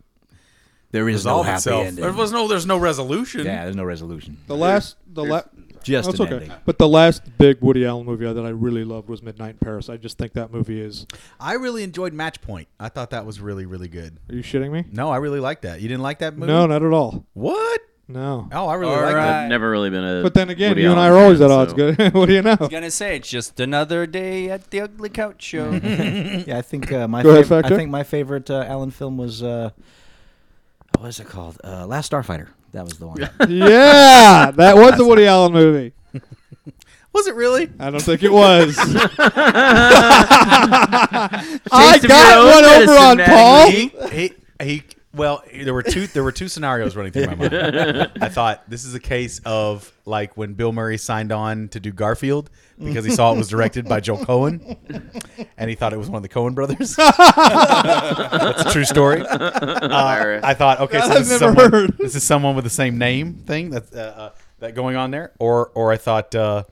Speaker 7: There is no
Speaker 2: resolve
Speaker 7: happy
Speaker 2: itself.
Speaker 7: ending.
Speaker 2: There was no, there's no resolution.
Speaker 7: yeah, there's no resolution.
Speaker 3: the last the last
Speaker 7: Just
Speaker 3: that's
Speaker 7: an
Speaker 3: okay
Speaker 7: ending.
Speaker 3: but the last big woody allen movie that i really loved was midnight in paris i just think that movie is
Speaker 2: I really enjoyed Match Point. I thought that was really, really good.
Speaker 3: are you shitting me
Speaker 2: No, I really liked that. You didn't like that movie?
Speaker 3: no not at all
Speaker 2: What?
Speaker 3: no
Speaker 2: Oh, I really
Speaker 4: All
Speaker 2: liked
Speaker 4: right.
Speaker 2: that.
Speaker 8: I've never really been a.
Speaker 3: but then again
Speaker 8: Woody
Speaker 3: you and i
Speaker 8: Allen
Speaker 3: are always
Speaker 8: fan,
Speaker 3: at odds
Speaker 8: so-
Speaker 3: good what do you know go
Speaker 4: Gonna say it's just another day at the Ugly Couch Show.
Speaker 7: Yeah, I think uh, my
Speaker 3: Go ahead,
Speaker 7: favorite, I
Speaker 3: Factor.
Speaker 7: think my favorite uh, Allen film was uh, what is it called? Uh, Last Starfighter. That was the one.
Speaker 3: yeah that was a woody allen movie
Speaker 2: Was it really?
Speaker 3: I don't think it was. I
Speaker 8: Taste of your own
Speaker 3: got one
Speaker 8: medicine,
Speaker 3: over on
Speaker 8: man.
Speaker 3: Paul.
Speaker 2: he, he, he, well, there were two there were two scenarios running through my mind. I thought this is a case of like when Bill Murray signed on to do Garfield because he saw it was directed by Joel Cohen, and he thought it was one of the Cohen brothers. That's a true story. Uh, I thought, okay, so
Speaker 3: That
Speaker 2: this is,
Speaker 3: I've never
Speaker 2: someone,
Speaker 3: heard.
Speaker 2: this is someone with the same name thing that's uh, uh, that going on there, or or I thought uh,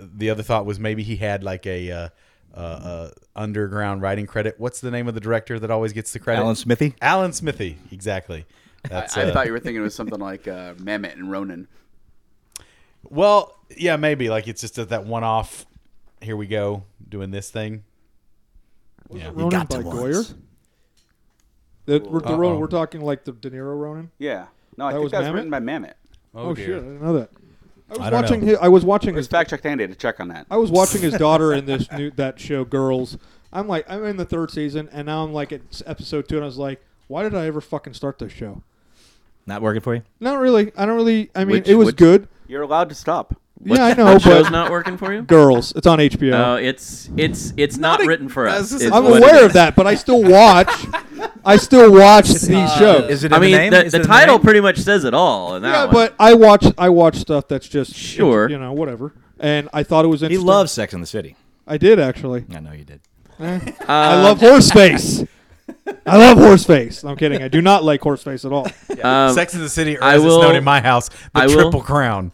Speaker 2: the other thought was maybe he had like a. Uh, uh, uh, underground writing credit. What's the name of the director that always gets the credit?
Speaker 7: Alan Smithy.
Speaker 2: Alan Smithy, exactly. That's,
Speaker 5: I
Speaker 2: uh,
Speaker 5: thought you were thinking it was something like uh, Mamet and Ronan.
Speaker 2: well, yeah, maybe like it's just that, that one-off. Here we go doing this thing.
Speaker 3: Was
Speaker 6: Yeah.
Speaker 3: it
Speaker 6: You
Speaker 3: Ronin
Speaker 7: got
Speaker 3: by
Speaker 7: to once.
Speaker 3: Goyer? The, the Ronin, we're talking like the De Niro Ronin.
Speaker 5: Yeah. No, I
Speaker 3: That
Speaker 5: think
Speaker 3: was
Speaker 5: that was
Speaker 3: Mamet?
Speaker 5: written by Mamet.
Speaker 4: Oh,
Speaker 3: oh
Speaker 4: dear.
Speaker 3: shit, I didn't know that. I was
Speaker 6: I don't
Speaker 3: watching.
Speaker 6: know.
Speaker 3: His, I was watching
Speaker 5: Where's
Speaker 3: his.
Speaker 5: fact check Andy to check on that?
Speaker 3: I was watching his daughter in this new that show Girls. I'm like I'm in the third season and now I'm like at s- episode 2 and I was like why did I ever fucking start this show?
Speaker 7: Not working for you?
Speaker 3: Not really. I don't really I mean
Speaker 8: Which-
Speaker 3: it was
Speaker 8: which-
Speaker 3: good.
Speaker 5: You're allowed to stop.
Speaker 3: yeah, I know,
Speaker 8: That show's
Speaker 3: but
Speaker 8: not working for you.
Speaker 3: Girls, it's on HBO.
Speaker 8: No, it's it's it's not, written for
Speaker 6: I was
Speaker 8: us.
Speaker 6: just
Speaker 8: is
Speaker 3: uh, I'm
Speaker 8: what it
Speaker 3: aware
Speaker 8: is.
Speaker 3: of that, but I still watch I still watch these shows.
Speaker 7: Is it
Speaker 8: I
Speaker 7: in
Speaker 8: mean,
Speaker 7: the name?
Speaker 8: the,
Speaker 7: Is
Speaker 8: the
Speaker 7: it in
Speaker 8: title
Speaker 7: name?
Speaker 8: pretty much says it all. In that
Speaker 3: yeah,
Speaker 8: one.
Speaker 3: but I watch I watch stuff that's just
Speaker 8: Sure.
Speaker 3: you know, whatever. And I thought it was
Speaker 7: He
Speaker 3: interesting.
Speaker 7: loves Sex in the City.
Speaker 3: I did actually.
Speaker 7: I know you did.
Speaker 8: Uh,
Speaker 3: I love horse face. I love horse face. I'm kidding. I do not like horse face at all.
Speaker 8: Um,
Speaker 2: Sex in the City, or
Speaker 8: I
Speaker 2: as it's
Speaker 8: will-
Speaker 2: known in my house, the
Speaker 8: I will-
Speaker 2: Triple Crown.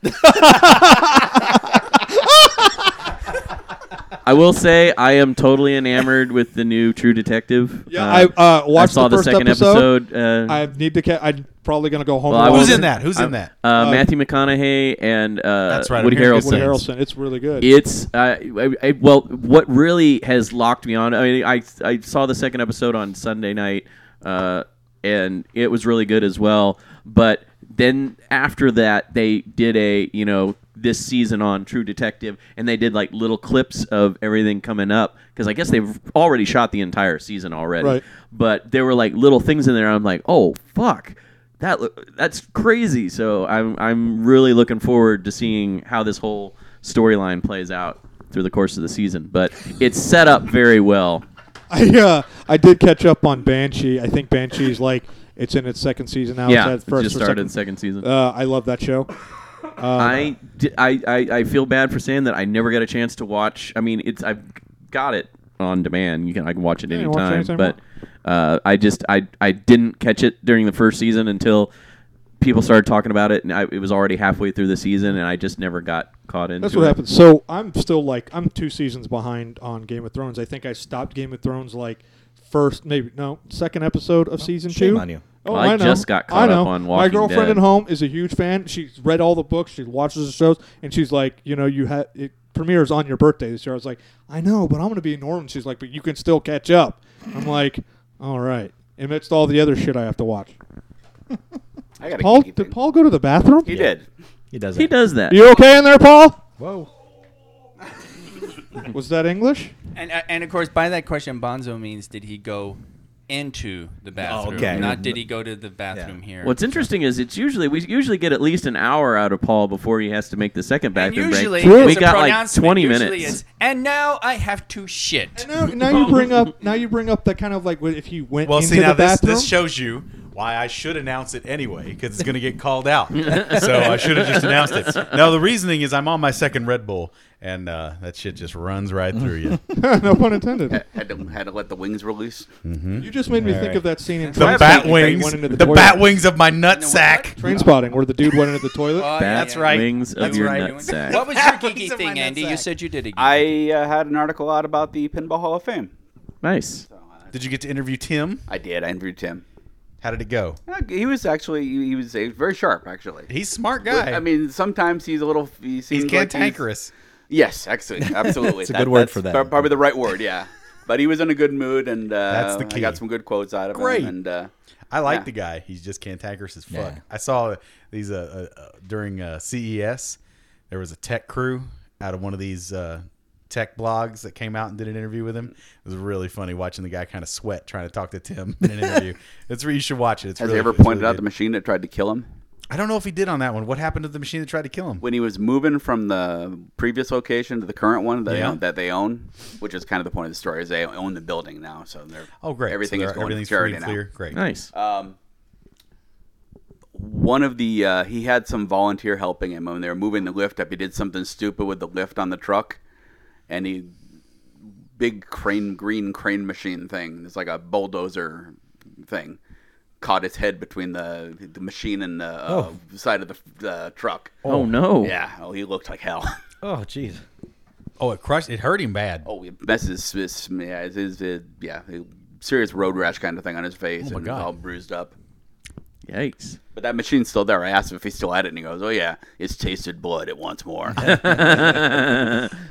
Speaker 8: I will say I am totally enamored with the new True Detective.
Speaker 3: Yeah,
Speaker 8: Uh,
Speaker 3: I uh, watched
Speaker 8: I saw the,
Speaker 3: first
Speaker 8: second
Speaker 3: episode.
Speaker 8: episode. uh,
Speaker 3: I need to. Ca- I'm probably gonna go home.
Speaker 8: Well,
Speaker 3: and
Speaker 8: I
Speaker 3: watch
Speaker 2: Who's
Speaker 8: was-
Speaker 2: in that? Who's in that?
Speaker 8: uh, Matthew McConaughey and uh,
Speaker 2: That's right, I'm
Speaker 8: Woody
Speaker 2: hearing good
Speaker 8: Harrelson.
Speaker 3: Woody
Speaker 2: Sense.
Speaker 3: Harrelson. It's really good.
Speaker 8: It's uh, I, I, well, what really has locked me on. I mean, I I saw the second episode on Sunday night, uh, and it was really good as well. But then after that, they did a you know this season on True Detective, and they did like little clips of everything coming up because I guess they've already shot the entire season already.
Speaker 3: Right.
Speaker 8: But there were like little things in there. I'm like, oh fuck. That lo- that's crazy. So I'm I'm really looking forward to seeing how this whole storyline plays out through the course of the season. But it's set up very well.
Speaker 3: I uh, I did catch up on Banshee. I think Banshee's like it's in its second season now.
Speaker 8: yeah,
Speaker 3: it's
Speaker 8: it
Speaker 3: at first
Speaker 8: just
Speaker 3: or
Speaker 8: started
Speaker 3: second.
Speaker 8: second, season.
Speaker 3: Uh, I love that show.
Speaker 8: I, di- I, I I feel bad for saying that I never got a chance to watch. I mean, it's I've got it on demand. You can I can watch it
Speaker 3: you can watch it
Speaker 8: anytime.
Speaker 3: anytime
Speaker 8: but uh, I just I I didn't catch it during the first season until people started talking about it, and I, it was already halfway through the season, and I just never got caught into
Speaker 3: That's
Speaker 8: it.
Speaker 3: what happens. So I'm still like I'm two seasons behind on Game of Thrones. I think I stopped Game of Thrones like first maybe no second episode of season
Speaker 7: shame
Speaker 3: two.
Speaker 7: on you.
Speaker 3: Oh,
Speaker 8: Well, I
Speaker 3: know.
Speaker 8: just got
Speaker 3: I
Speaker 8: caught
Speaker 3: know.
Speaker 8: up on
Speaker 3: My
Speaker 8: Walking
Speaker 3: girlfriend
Speaker 8: Dead.
Speaker 3: at home is a huge fan. She's read all the books. She watches the shows, and she's like, you know, you had it premieres on your birthday this year. I was like, I know, but I'm going to be in Norman. She's like, but you can still catch up. I'm like, all right. Amidst all the other shit I have to watch.
Speaker 5: I got a
Speaker 3: Paul,
Speaker 5: geeky thing.
Speaker 3: did Paul go to the bathroom?
Speaker 5: He did.
Speaker 7: He does.
Speaker 8: He
Speaker 7: that.
Speaker 8: does that.
Speaker 3: You okay in there, Paul?
Speaker 7: Whoa.
Speaker 3: Was that English?
Speaker 4: And uh, and of course, by that question, Bonzo means did he go into the bathroom?
Speaker 7: okay.
Speaker 4: Not did he go to the bathroom here?
Speaker 8: What's interesting is it's usually we usually get at least an hour out of Paul before he has to make the second
Speaker 4: and
Speaker 8: bathroom
Speaker 4: usually
Speaker 8: break.
Speaker 4: it's
Speaker 8: We
Speaker 4: a
Speaker 8: got like
Speaker 4: pronouncement.
Speaker 8: twenty
Speaker 4: Usually
Speaker 8: minutes.
Speaker 4: it's, and now I have to shit.
Speaker 3: Now, now you bring up now you bring up that kind of like if he went
Speaker 2: Well,
Speaker 3: into
Speaker 2: see, now
Speaker 3: the
Speaker 2: this,
Speaker 3: bathroom.
Speaker 2: this shows you why I should announce it anyway, because it's going to get called out. so I should have just announced it. Now, the reasoning is I'm on my second Red Bull, and uh, that shit just runs right through you.
Speaker 3: no pun intended.
Speaker 5: Had to, had to let the wings release.
Speaker 3: You just made me think of that scene in
Speaker 2: Hmm? The
Speaker 3: Train
Speaker 2: bat
Speaker 3: Spotting where he
Speaker 2: wings,
Speaker 3: went into
Speaker 2: the,
Speaker 3: toilet.
Speaker 2: bat wings of my nut
Speaker 4: what?
Speaker 2: sack.
Speaker 3: Train Spotting where the dude went into the toilet.
Speaker 4: Oh, yeah,
Speaker 8: That's
Speaker 4: yeah.
Speaker 2: right.
Speaker 8: Rings of
Speaker 2: That's
Speaker 8: your
Speaker 2: right.
Speaker 8: nutsack.
Speaker 4: What was your
Speaker 2: He's
Speaker 4: geeky
Speaker 2: in my
Speaker 4: thing, Andy? You
Speaker 2: nutsack.
Speaker 4: said you did a geeky.
Speaker 5: I uh, had an article out about the Pinball Hall of Fame.
Speaker 8: Nice.
Speaker 2: Did you get to interview Tim?
Speaker 5: I did. I interviewed Tim.
Speaker 2: How did it go?
Speaker 5: Uh, He was actually he was uh, very sharp actually.
Speaker 2: He's a smart guy.
Speaker 5: I mean, sometimes he's a little. He
Speaker 2: he's
Speaker 5: seems like he's-
Speaker 2: cantankerous.
Speaker 5: yes, excellent, absolutely.
Speaker 7: It's a good word
Speaker 5: that's
Speaker 7: for that.
Speaker 5: prob- Probably the right word. Yeah, but he was in a good mood, and uh,
Speaker 2: That's the
Speaker 5: I
Speaker 2: key.
Speaker 5: got some good quotes out of
Speaker 2: Great.
Speaker 5: him. And uh,
Speaker 2: I like
Speaker 5: Yeah.
Speaker 2: the guy. He's just cantankerous as fuck.
Speaker 7: Yeah.
Speaker 2: I saw these uh, uh, uh, during uh, CES. There was a tech crew out of one of these uh, tech blogs that came out and did an interview with him. It was really funny watching the guy kind of sweat trying to talk to Tim in an interview. It's re- you should watch it. It's
Speaker 5: has
Speaker 2: really,
Speaker 5: he ever
Speaker 2: it's really
Speaker 5: pointed out
Speaker 2: good.
Speaker 5: the machine that tried to kill him
Speaker 2: I don't know if he did on that one. What happened to the machine that tried to kill him?
Speaker 5: when he was moving from the previous location to the current one that, they
Speaker 2: Yeah.
Speaker 5: own, that they own? Which is kind of the point of the story is they own the building now, so they're
Speaker 2: Oh, great! So
Speaker 5: everything
Speaker 2: there-
Speaker 5: is going to
Speaker 2: everything's free
Speaker 5: charity
Speaker 2: and
Speaker 5: now.
Speaker 2: clear. Great.
Speaker 8: Nice.
Speaker 5: Um, one of the uh, he had some volunteer helping him when they were moving the lift up. He did something stupid with the lift on the truck, and he big crane green crane machine thing. It's like a bulldozer thing. Caught his head between the the machine and the uh, side of the the truck.
Speaker 8: oh no.
Speaker 5: Yeah, oh, he looked like hell.
Speaker 7: Oh, jeez.
Speaker 2: Oh, it crushed. It hurt him bad.
Speaker 5: Oh, it messes his, his yeah, his, his, his- yeah, serious road rash kind of thing on his face, and he was
Speaker 2: God.
Speaker 5: all bruised up.
Speaker 8: Yikes.
Speaker 5: But that machine's still there. I asked him if he still had it, and he goes, "Oh yeah, it's tasted blood. It wants more."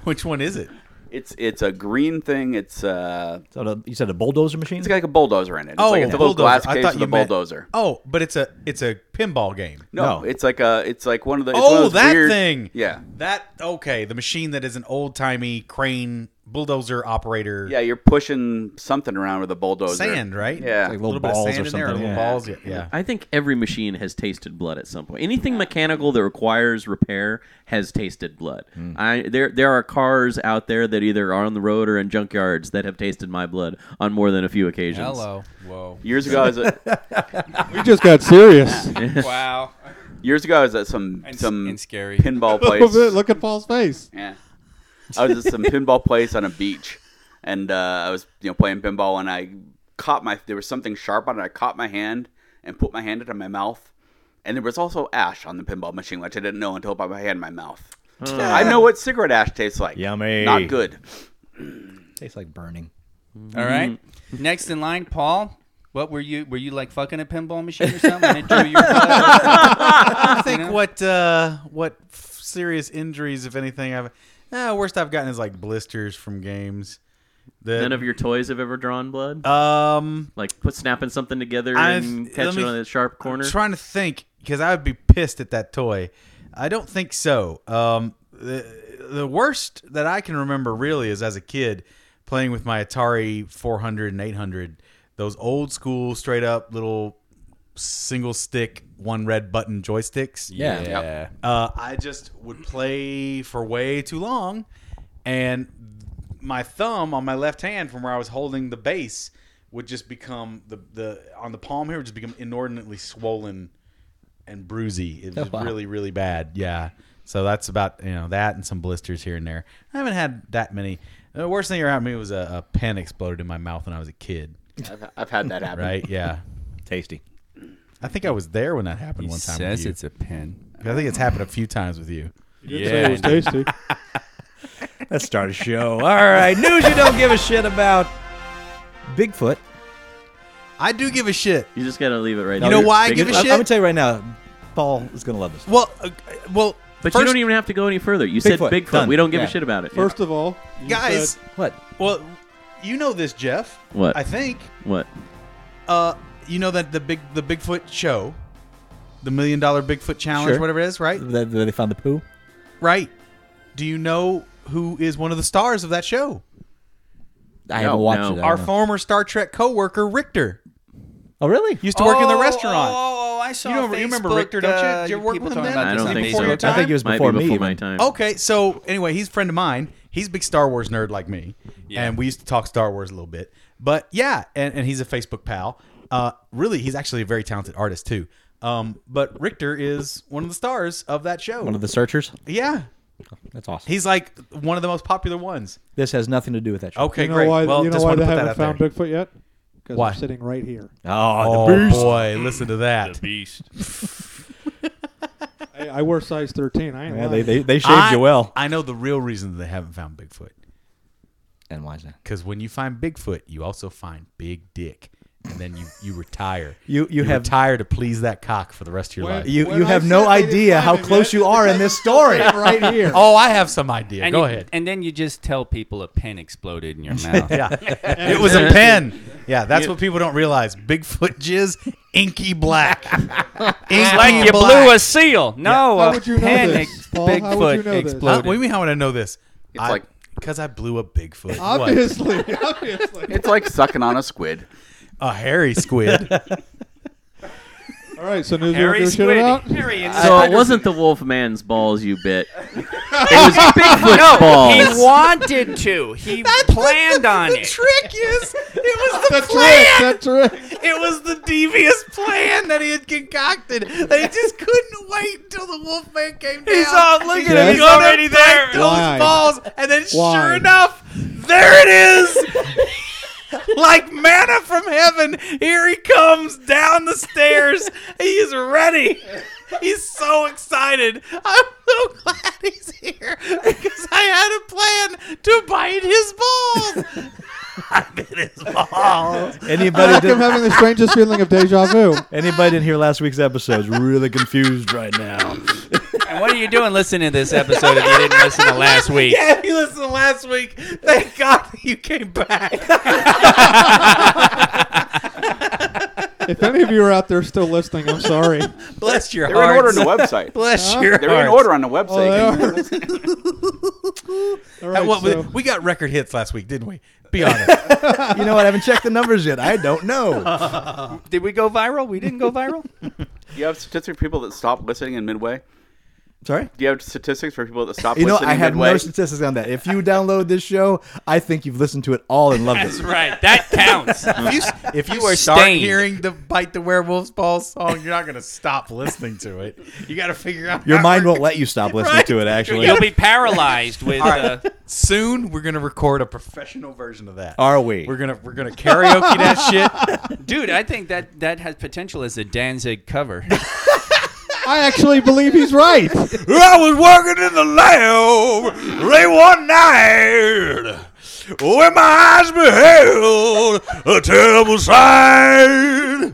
Speaker 2: Which one is it?
Speaker 5: It's it's a green thing. It's uh,
Speaker 7: So the- you said a bulldozer machine?
Speaker 5: it's got like a bulldozer in it. It's
Speaker 2: Oh,
Speaker 5: like it's a little glass case with a
Speaker 2: meant-
Speaker 5: bulldozer.
Speaker 2: oh, but it's a it's a pinball game.
Speaker 5: No,
Speaker 7: No.
Speaker 5: it's like a it's like one of the it's one of
Speaker 2: oh,
Speaker 5: those
Speaker 2: that
Speaker 5: weird-
Speaker 2: thing.
Speaker 5: Yeah,
Speaker 2: That okay, the machine that is an old timey crane bulldozer operator.
Speaker 5: yeah, you're pushing something around with a bulldozer.
Speaker 2: Sand, right?
Speaker 5: Yeah,
Speaker 7: Like
Speaker 2: A little bit of
Speaker 7: balls
Speaker 2: sand
Speaker 7: or
Speaker 2: in there,
Speaker 7: something,
Speaker 2: little
Speaker 7: yeah.
Speaker 2: balls. Yeah. yeah.
Speaker 8: I think every machine has tasted blood at some point. Anything mechanical that requires repair has tasted blood.
Speaker 7: Hmm.
Speaker 8: I there there are cars out there that either are on the road or in junkyards that have tasted my blood on more than a few occasions.
Speaker 4: Hello. Whoa.
Speaker 5: years ago, I was at,
Speaker 3: We just got serious.
Speaker 4: wow.
Speaker 5: years ago I was at some
Speaker 4: And s-
Speaker 5: some
Speaker 4: and scary.
Speaker 5: pinball place.
Speaker 3: Look at Paul's face.
Speaker 5: Yeah. I was at some pinball place on a beach, and uh, I was you know playing pinball, and I caught my there was something sharp on it. I caught my hand and put my hand into my mouth, and there was also ash on the pinball machine, which I didn't know until I put my hand in my mouth. I know what cigarette ash tastes like.
Speaker 7: Yummy.
Speaker 5: Not good.
Speaker 7: Tastes like burning.
Speaker 8: Mm-hmm.
Speaker 4: All right. Next in line, Paul. What were you? Were you like fucking a pinball machine or something? and it drew uh, your blood?
Speaker 2: I think what uh, what f- serious injuries, if anything, I've eh, worst I've gotten is like blisters from games. The,
Speaker 8: None of your toys have ever drawn blood.
Speaker 2: um,
Speaker 8: like put snapping something together
Speaker 2: I've-
Speaker 8: and
Speaker 2: let
Speaker 8: catching
Speaker 2: me-
Speaker 8: on a sharp corner.
Speaker 2: I'm trying to think because I would be pissed at that toy. I don't think so. Um, the, the worst that I can remember really is as a kid playing with my Atari 400 and 800, those old school, straight up little single stick, one red button joysticks.
Speaker 7: Yeah.
Speaker 4: Yeah.
Speaker 2: Uh, I just would play for way too long, and my thumb on my left hand, from where I was holding the base, would just become the the on the palm here would just become inordinately swollen and bruisy. It was
Speaker 7: wow.
Speaker 2: really really bad. Yeah. So that's about you know that and some blisters here and there. I haven't had that many. The worst thing that happened to me was a, a pen exploded in my mouth when I was a kid.
Speaker 5: I've, I've had that happen.
Speaker 2: Right? Yeah.
Speaker 7: Tasty.
Speaker 2: I think I was there when that happened one time. with you.
Speaker 4: a pin.
Speaker 2: I think it's happened a few times with you.
Speaker 3: It was tasty.
Speaker 7: Let's start a show. All right. News you don't give a shit about. Bigfoot.
Speaker 2: I do give a shit.
Speaker 8: you just gotta leave it right.
Speaker 2: You
Speaker 8: there.
Speaker 2: know why I
Speaker 8: Big-
Speaker 2: give a
Speaker 7: I'm, I'm
Speaker 2: shit?
Speaker 7: going to tell you right now, Paul is going to love this.
Speaker 2: Well, uh, well,
Speaker 8: But
Speaker 2: first,
Speaker 8: you don't even have to go any further. You said
Speaker 7: Bigfoot.
Speaker 8: Bigfoot.
Speaker 7: Done.
Speaker 8: We don't give
Speaker 7: Yeah.
Speaker 8: a shit about it.
Speaker 3: First of all, you
Speaker 2: guys.
Speaker 3: said-
Speaker 7: What?
Speaker 2: well, you know this, Jeff.
Speaker 8: What?
Speaker 2: I think.
Speaker 8: what?
Speaker 2: Uh, you know that the big the Bigfoot show, the million dollar Bigfoot challenge,
Speaker 7: Sure.
Speaker 2: whatever it is, right?
Speaker 7: That that they found the poo?
Speaker 2: Right. Do you know who is one of the stars of that show?
Speaker 7: I haven't watched
Speaker 8: no.
Speaker 7: it. I
Speaker 2: Our
Speaker 7: don't know.
Speaker 2: former Star Trek coworker Richter
Speaker 7: Oh, really?
Speaker 2: used to work in the restaurant.
Speaker 4: Oh, oh, I saw. uh,
Speaker 2: You remember- you remember Richter, don't you? Did uh, you work with him then?
Speaker 8: I
Speaker 2: Is
Speaker 8: don't
Speaker 2: it
Speaker 8: think
Speaker 2: before
Speaker 8: so.
Speaker 2: your
Speaker 7: I think it was
Speaker 8: Might
Speaker 7: before
Speaker 8: be
Speaker 7: me
Speaker 8: before my
Speaker 7: even.
Speaker 8: time.
Speaker 2: Okay, so anyway, he's a friend of mine. He's a big Star Wars nerd like me, and we used to talk Star Wars a little bit. But yeah, and, and he's a Facebook pal. Uh, really, he's actually a very talented artist too. Um, but Richter is one of the stars of that show.
Speaker 7: One of the searchers?
Speaker 2: yeah,
Speaker 7: That's awesome.
Speaker 2: he's like one of the most popular ones.
Speaker 7: this has nothing to do with that show.
Speaker 2: Okay,
Speaker 3: you know
Speaker 2: great.
Speaker 3: why?
Speaker 2: well,
Speaker 3: you know
Speaker 2: just
Speaker 3: why
Speaker 2: want
Speaker 3: they
Speaker 2: to put that
Speaker 3: haven't
Speaker 2: out
Speaker 3: found
Speaker 2: there.
Speaker 3: Bigfoot yet? Because
Speaker 2: Why?
Speaker 3: I'm sitting right here.
Speaker 7: Oh, the
Speaker 2: Oh
Speaker 7: beast.
Speaker 2: boy, listen to that.
Speaker 4: beast.
Speaker 3: I, I wear size 13. I ain't
Speaker 7: Yeah, they,
Speaker 3: lying.
Speaker 7: they, they shaved
Speaker 2: I,
Speaker 7: you well.
Speaker 2: I know the real reason they haven't found Bigfoot.
Speaker 7: And why is that?
Speaker 2: Because when you find Bigfoot, you also find Big Dick, and then you you retire.
Speaker 7: You- you have-
Speaker 2: retire to please that cock for the rest of your life.
Speaker 7: You,
Speaker 3: When
Speaker 7: you
Speaker 3: I
Speaker 7: have
Speaker 3: said
Speaker 7: no
Speaker 3: they didn't
Speaker 7: idea
Speaker 3: find
Speaker 7: how
Speaker 3: him
Speaker 7: close
Speaker 3: yet,
Speaker 7: you are in this story.
Speaker 3: I'm right here.
Speaker 2: oh, I have some idea.
Speaker 4: And
Speaker 2: Go
Speaker 4: you-
Speaker 2: ahead.
Speaker 4: And then you just tell people a pin exploded in your mouth.
Speaker 2: yeah, it was a pen. Yeah, that's what people don't realize. Bigfoot jizz, inky black. inky
Speaker 4: Like you blew a seal. No,
Speaker 3: How
Speaker 4: a
Speaker 3: would you know
Speaker 4: pen
Speaker 3: this,
Speaker 4: ex-
Speaker 3: Paul? How would you know this?
Speaker 4: Bigfoot
Speaker 2: Huh? What
Speaker 4: exploded.
Speaker 2: do you mean? How would I know this?
Speaker 5: It's like-
Speaker 2: because I blew a Bigfoot. What?
Speaker 3: obviously, obviously.
Speaker 5: It's like sucking on a squid.
Speaker 2: A hairy squid.
Speaker 3: All right, so news
Speaker 4: Harry
Speaker 3: you want to shit about?
Speaker 4: Squid. Harry and
Speaker 8: So it wasn't the wolf man's balls you bit. It was Bigfoot's balls.
Speaker 4: He wanted to. He planned on it.
Speaker 2: trick is, it was the
Speaker 3: That's right. That's right.
Speaker 2: It was the devious plan that he had concocted. They just couldn't wait until the Wolfman came down.
Speaker 4: He's all, look at
Speaker 3: him, he's
Speaker 2: gonna
Speaker 4: already
Speaker 2: break
Speaker 4: there.
Speaker 2: Those
Speaker 3: Why?
Speaker 2: balls, and then sure
Speaker 3: Why?
Speaker 2: enough, there it is. like manna from heaven, here he comes down the stairs. he is ready. He's so excited. I'm so glad he's here because I had a plan to bite his balls. I bit his balls.
Speaker 3: I
Speaker 7: Anybody,
Speaker 3: am
Speaker 7: did,
Speaker 3: having the strangest feeling of deja vu.
Speaker 7: anybody in here last week's episode is really confused right now.
Speaker 4: What are you doing listening to this episode if you didn't listen to last week?
Speaker 2: Yeah, you listened to last week. Thank God you came back.
Speaker 3: if any of you are out there still listening, I'm sorry.
Speaker 2: Bless your
Speaker 5: They're in order on
Speaker 2: hearts.
Speaker 5: the website.
Speaker 2: Bless your
Speaker 5: They're in
Speaker 2: hearts.
Speaker 5: order on the website.
Speaker 3: All right,
Speaker 2: Well, we-
Speaker 3: so-
Speaker 2: we got record hits last week, didn't we? Be honest.
Speaker 1: You know what? I haven't checked the numbers yet. I don't know.
Speaker 4: Did we go viral? We didn't go viral.
Speaker 5: Do you have statistics for people that stop listening in midway?
Speaker 1: Sorry.
Speaker 5: Do you have statistics for people that stop
Speaker 1: You know,
Speaker 5: listening
Speaker 1: I have
Speaker 5: midway?
Speaker 1: no statistics on that. If you download this show, I think you've listened to it all and loved
Speaker 4: That's
Speaker 1: it.
Speaker 4: right. That counts.
Speaker 2: If you, if you
Speaker 4: are
Speaker 2: start
Speaker 4: stained.
Speaker 2: hearing the bite the werewolf's ball song, you're not going to stop listening to it. You got to figure out
Speaker 1: Your
Speaker 2: how
Speaker 1: mind
Speaker 2: we're-
Speaker 1: won't let you stop listening to it. Actually,
Speaker 4: You'll be paralyzed with. Uh,
Speaker 2: Soon we're going to record a professional version of that.
Speaker 1: are we?
Speaker 2: We're gonna we're gonna karaoke that shit.
Speaker 4: dude, I think that that has potential as a Danzig cover.
Speaker 3: I actually believe he's right.
Speaker 2: I was working in the lab late one night when my eyes beheld a terrible sight.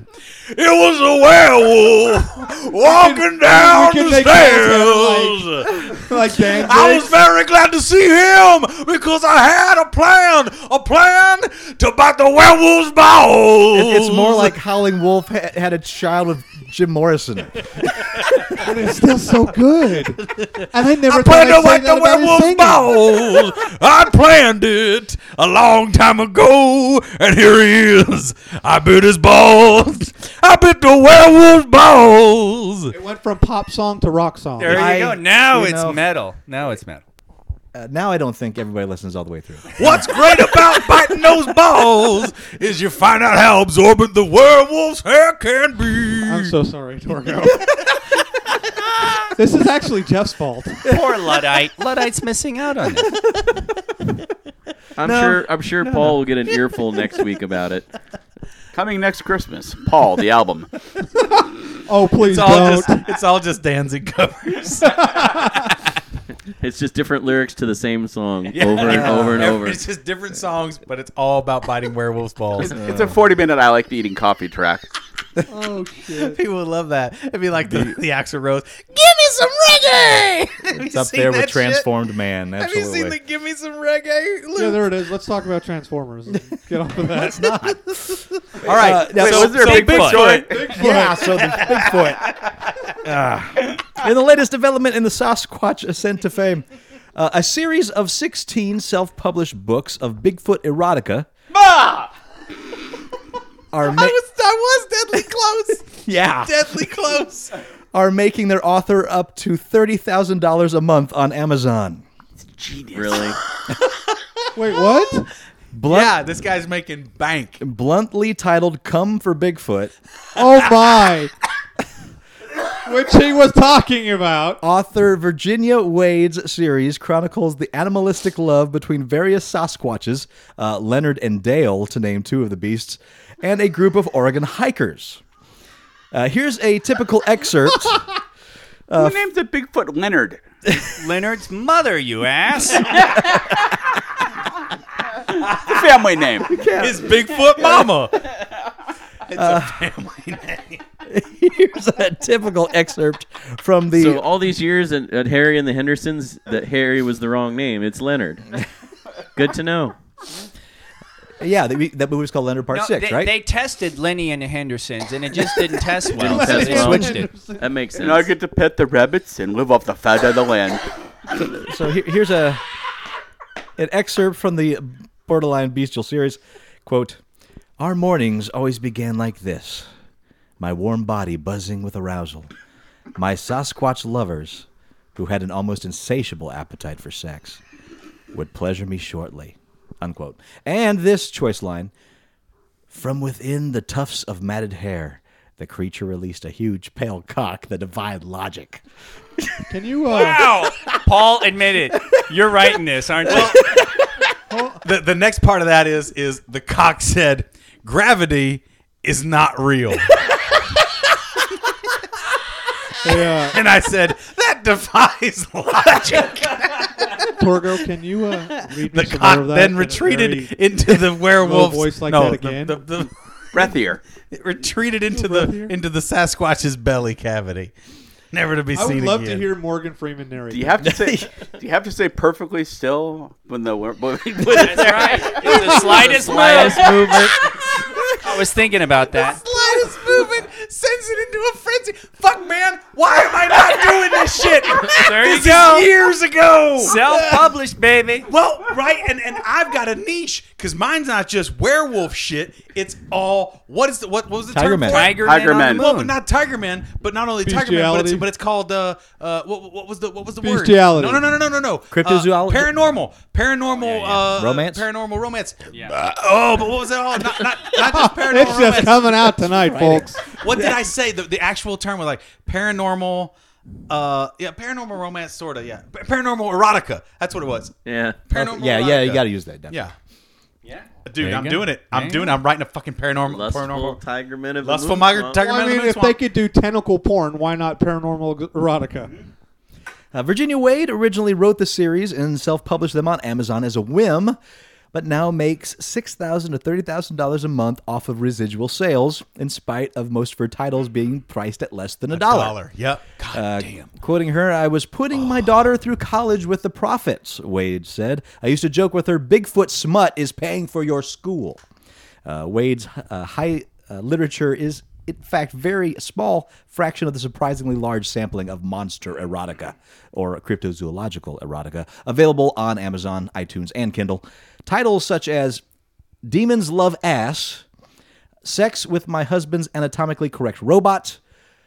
Speaker 2: It was a werewolf walking down
Speaker 3: can
Speaker 2: the
Speaker 3: make those
Speaker 2: stairs.
Speaker 3: like Dan.
Speaker 2: I was very glad to see him because I had a plan, a plan to bite the werewolf's balls.
Speaker 1: It- it's more like Howling Wolf ha- had a child with Jim Morrison.
Speaker 3: but it's still so good. And I never
Speaker 2: I
Speaker 3: thought
Speaker 2: planned
Speaker 3: I'd
Speaker 2: to
Speaker 3: say
Speaker 2: wait
Speaker 3: that
Speaker 2: the
Speaker 3: about his
Speaker 2: werewolf's
Speaker 3: singing.
Speaker 2: balls. I planned it a long time ago, and here he is. I bit his balls. I bit the werewolf's balls.
Speaker 3: It went from pop song to rock song.
Speaker 4: There you
Speaker 1: I-
Speaker 4: go. Now
Speaker 1: you
Speaker 4: it's
Speaker 1: know-
Speaker 4: metal. Now it's metal.
Speaker 1: Uh, now I don't think everybody listens all the way through.
Speaker 2: What's great about biting those balls is you find out how absorbent the werewolf's hair can be.
Speaker 3: I'm so sorry, Torgo. this is actually Jeff's fault.
Speaker 4: Poor Luddite. Luddite's missing out on this.
Speaker 8: I'm sure. I'm sure Paul will get an earful next week about it.
Speaker 5: Coming next Christmas, Paul, the album.
Speaker 3: Oh, please don't.
Speaker 2: it's all just Danzig covers.
Speaker 8: It's just different lyrics to the same song over and over and over.
Speaker 2: It's just different songs, but it's all about biting werewolf's balls.
Speaker 5: It's a 40 minute I liked eating coffee track.
Speaker 3: Oh shit.
Speaker 2: People would love that. It'd be like the, the Axl Rose. Give me some reggae. Have
Speaker 1: It's
Speaker 2: you
Speaker 1: up
Speaker 2: seen
Speaker 1: there with
Speaker 2: that shit?
Speaker 1: Transformed Man.
Speaker 2: Have you
Speaker 1: Absolutely.
Speaker 2: seen the Give Me Some Reggae?
Speaker 3: Yeah,
Speaker 2: Loop?
Speaker 3: there it is. Let's talk about Transformers. Get off of that.
Speaker 2: All right.
Speaker 1: Uh, now,
Speaker 5: Wait,
Speaker 1: so-
Speaker 5: was there
Speaker 2: so
Speaker 5: a big
Speaker 2: Bigfoot.
Speaker 5: story?
Speaker 1: yeah, so the Bigfoot. Ah. In the latest development in the Sasquatch ascent to fame, uh, a series of 16 self published books of Bigfoot erotica.
Speaker 2: ah!
Speaker 1: Are ma-
Speaker 2: I was deadly close.
Speaker 1: yeah,
Speaker 2: deadly close.
Speaker 1: are making their author up to thirty thousand dollars a month on Amazon.
Speaker 8: Really?
Speaker 3: Wait, what?
Speaker 1: Blunt,
Speaker 2: Yeah, this guy's making bank.
Speaker 1: bluntly titled "Come for Bigfoot,"
Speaker 3: Oh my. Which he was talking about.
Speaker 1: author Virginia Wade's series chronicles the animalistic love between various Sasquatches, uh, Leonard and Dale, to name two of the beasts, and a group of Oregon hikers. Uh, here's a typical excerpt.
Speaker 2: Uh,
Speaker 5: Who named the Bigfoot Leonard?
Speaker 4: Leonard's mother, you ass.
Speaker 5: The family name.
Speaker 2: His Bigfoot mama.
Speaker 1: here's a typical excerpt from the.
Speaker 8: So all these years at, at Harry and the Hendersons, that Harry was the wrong name. It's Leonard. Good to know.
Speaker 1: yeah, the, that movie was called Leonard Part
Speaker 4: No,
Speaker 1: Six,
Speaker 4: they,
Speaker 1: right?
Speaker 4: they tested Lenny and the Hendersons, and it just didn't test well.
Speaker 8: Didn't
Speaker 4: so
Speaker 8: test
Speaker 4: they
Speaker 8: well.
Speaker 4: switched it.
Speaker 8: That makes sense.
Speaker 5: And I get to pet the rabbits and live off the fat of the land.
Speaker 1: So here, here's a an excerpt from the borderline bestial series. Quote: Our mornings always began like this: my warm body buzzing with arousal, my Sasquatch lovers, who had an almost insatiable appetite for sex, would pleasure me shortly. Unquote. And this choice line: From within the tufts of matted hair. The creature released a huge pale cock that defied logic.
Speaker 3: Can you uh
Speaker 4: Ow! Paul admitted, you're writing this, aren't you?
Speaker 2: The, the next part of that is is the cock said gravity is not real.
Speaker 3: yeah,
Speaker 2: and I said, that defies logic.
Speaker 3: Torgo, can you uh read me
Speaker 2: The
Speaker 3: some
Speaker 2: cock
Speaker 3: more of that?
Speaker 2: then
Speaker 3: in a
Speaker 2: retreated
Speaker 3: very-
Speaker 2: into the werewolf's
Speaker 3: voice like
Speaker 2: no,
Speaker 3: that
Speaker 2: the-
Speaker 3: again?
Speaker 2: the- the-
Speaker 5: Breathier.
Speaker 2: it retreated into
Speaker 3: breath
Speaker 2: the
Speaker 3: here?
Speaker 2: into the Sasquatch's belly cavity. never to be
Speaker 3: I
Speaker 2: seen
Speaker 3: would love
Speaker 2: again.
Speaker 3: to hear Morgan Freeman narrate.
Speaker 5: Do you have to say? do you have to say perfectly still when the when, when,
Speaker 4: That's right. It's the slightest
Speaker 8: Slightest
Speaker 4: move.
Speaker 8: movement.
Speaker 4: I was thinking about that.
Speaker 2: slightest movement sends it into a frenzy. Fuck, man, why am I not doing this shit?
Speaker 4: There you
Speaker 2: this
Speaker 4: go.
Speaker 2: is years ago.
Speaker 4: Self-published, baby.
Speaker 2: well, right, and, and I've got a niche because mine's not just werewolf shit. It's all what is the what, what was the
Speaker 1: Tiger
Speaker 2: term
Speaker 1: Man.
Speaker 2: for it?
Speaker 4: Tiger, Man.
Speaker 5: Tiger
Speaker 4: on
Speaker 5: Man.
Speaker 4: the
Speaker 2: Well,
Speaker 4: moon.
Speaker 2: but not Tiger Man, but not only Tiger Man, but it's,
Speaker 3: Bestiality.
Speaker 2: but it's called uh, uh what, what was the what was the
Speaker 3: Bestiality.
Speaker 2: word? No, no, no, no, no, no, no.
Speaker 1: Cryptozoology?
Speaker 2: Uh, paranormal, paranormal
Speaker 4: yeah.
Speaker 2: Uh,
Speaker 1: Romance?
Speaker 2: paranormal romance.
Speaker 4: Yeah.
Speaker 2: Uh, oh, but what was it all? Not not, not just paranormal
Speaker 3: It's
Speaker 2: romance.
Speaker 3: just coming out tonight, folks.
Speaker 2: What did I say? The, the actual term was like paranormal. Uh, yeah, paranormal romance, sort of. Yeah, Pa- paranormal erotica. That's what it was.
Speaker 8: Yeah.
Speaker 2: Paranormal.
Speaker 1: yeah, yeah, you
Speaker 2: erotica.
Speaker 1: got to use that. definitely.
Speaker 2: Yeah,
Speaker 4: Yeah.
Speaker 2: dude,
Speaker 4: you
Speaker 2: I'm
Speaker 4: go.
Speaker 2: doing it.
Speaker 4: There
Speaker 2: I'm
Speaker 4: you
Speaker 2: doing. it. I'm writing a fucking paranormal.
Speaker 8: Lustful
Speaker 2: paranormal.
Speaker 8: Tiger Man of
Speaker 2: Lustful
Speaker 8: the
Speaker 2: Tiger-
Speaker 8: Moon Swamp.
Speaker 2: Tiger-
Speaker 3: Well, I
Speaker 2: Remember
Speaker 3: mean,
Speaker 2: the
Speaker 3: if
Speaker 2: swamp?
Speaker 3: they could do tentacle porn, why not paranormal erotica?
Speaker 1: Uh, Virginia Wade originally wrote the series and self-published them on Amazon as a whim, but now makes six thousand to thirty thousand dollars a month off of residual sales, in spite of most of her titles being priced at less than a dollar.
Speaker 2: Dollar. Yep. God
Speaker 1: Uh,
Speaker 2: damn.
Speaker 1: Quoting her, I was putting my daughter through college with the profits, Wade said. I used to joke with her, Bigfoot smut is paying for your school. Uh, Wade's uh, high uh, literature is, in fact, very small fraction of the surprisingly large sampling of monster erotica or cryptozoological erotica available on Amazon, iTunes, and Kindle. Titles such as Demons Love Ass, Sex with My Husband's Anatomically Correct Robot,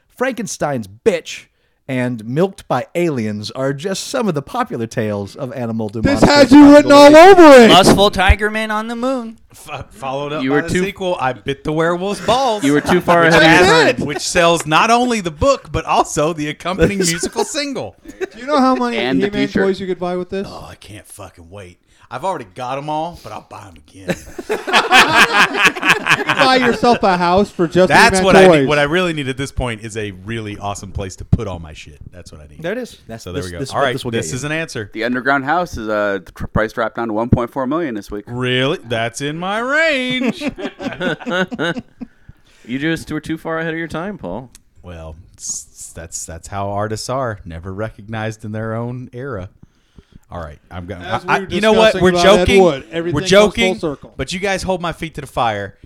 Speaker 1: Frankenstein's Bitch, and Milked by Aliens are just some of the popular tales of animal
Speaker 3: This
Speaker 1: demonic.
Speaker 3: has you written all over it.
Speaker 4: Lustful Tiger Man on the moon.
Speaker 2: F- followed up
Speaker 8: You
Speaker 2: you by
Speaker 8: were
Speaker 2: the
Speaker 8: too-
Speaker 2: sequel. I bit the werewolf's balls.
Speaker 8: You were too far
Speaker 2: which,
Speaker 8: ahead of your
Speaker 2: has-
Speaker 3: time.
Speaker 2: which sells not only the book but also the accompanying musical single.
Speaker 3: Do you know how many
Speaker 5: And the
Speaker 3: He-Man
Speaker 5: t-shirt.
Speaker 3: toys you could buy with this?
Speaker 2: Oh, I can't fucking wait. I've already got them all, but I'll buy them again.
Speaker 3: You could buy yourself a house for just
Speaker 2: That's
Speaker 3: He-Man
Speaker 2: what
Speaker 3: toys.
Speaker 2: I need. What I really need at this point is a really awesome place to put all my shit. That's what I need.
Speaker 1: There it is. That's
Speaker 2: So there
Speaker 1: this-
Speaker 2: we go.
Speaker 1: This,
Speaker 2: all right, this,
Speaker 1: will get you.
Speaker 2: is an answer.
Speaker 5: the underground house is uh tr- price dropped down to 1.4 million this week.
Speaker 2: Really, that's in my range.
Speaker 8: You just were too far ahead of your time, Paul.
Speaker 2: well, it's- it's- that's that's how artists are, never recognized in their own era. All right, I'm going.
Speaker 3: As we
Speaker 2: I,
Speaker 3: were
Speaker 2: you know what?
Speaker 3: discussing
Speaker 2: We're
Speaker 3: about Ed
Speaker 2: joking.
Speaker 3: Wood, everything
Speaker 2: we're
Speaker 3: goes full
Speaker 2: joking.
Speaker 3: circle.
Speaker 2: But you guys hold my feet to the fire.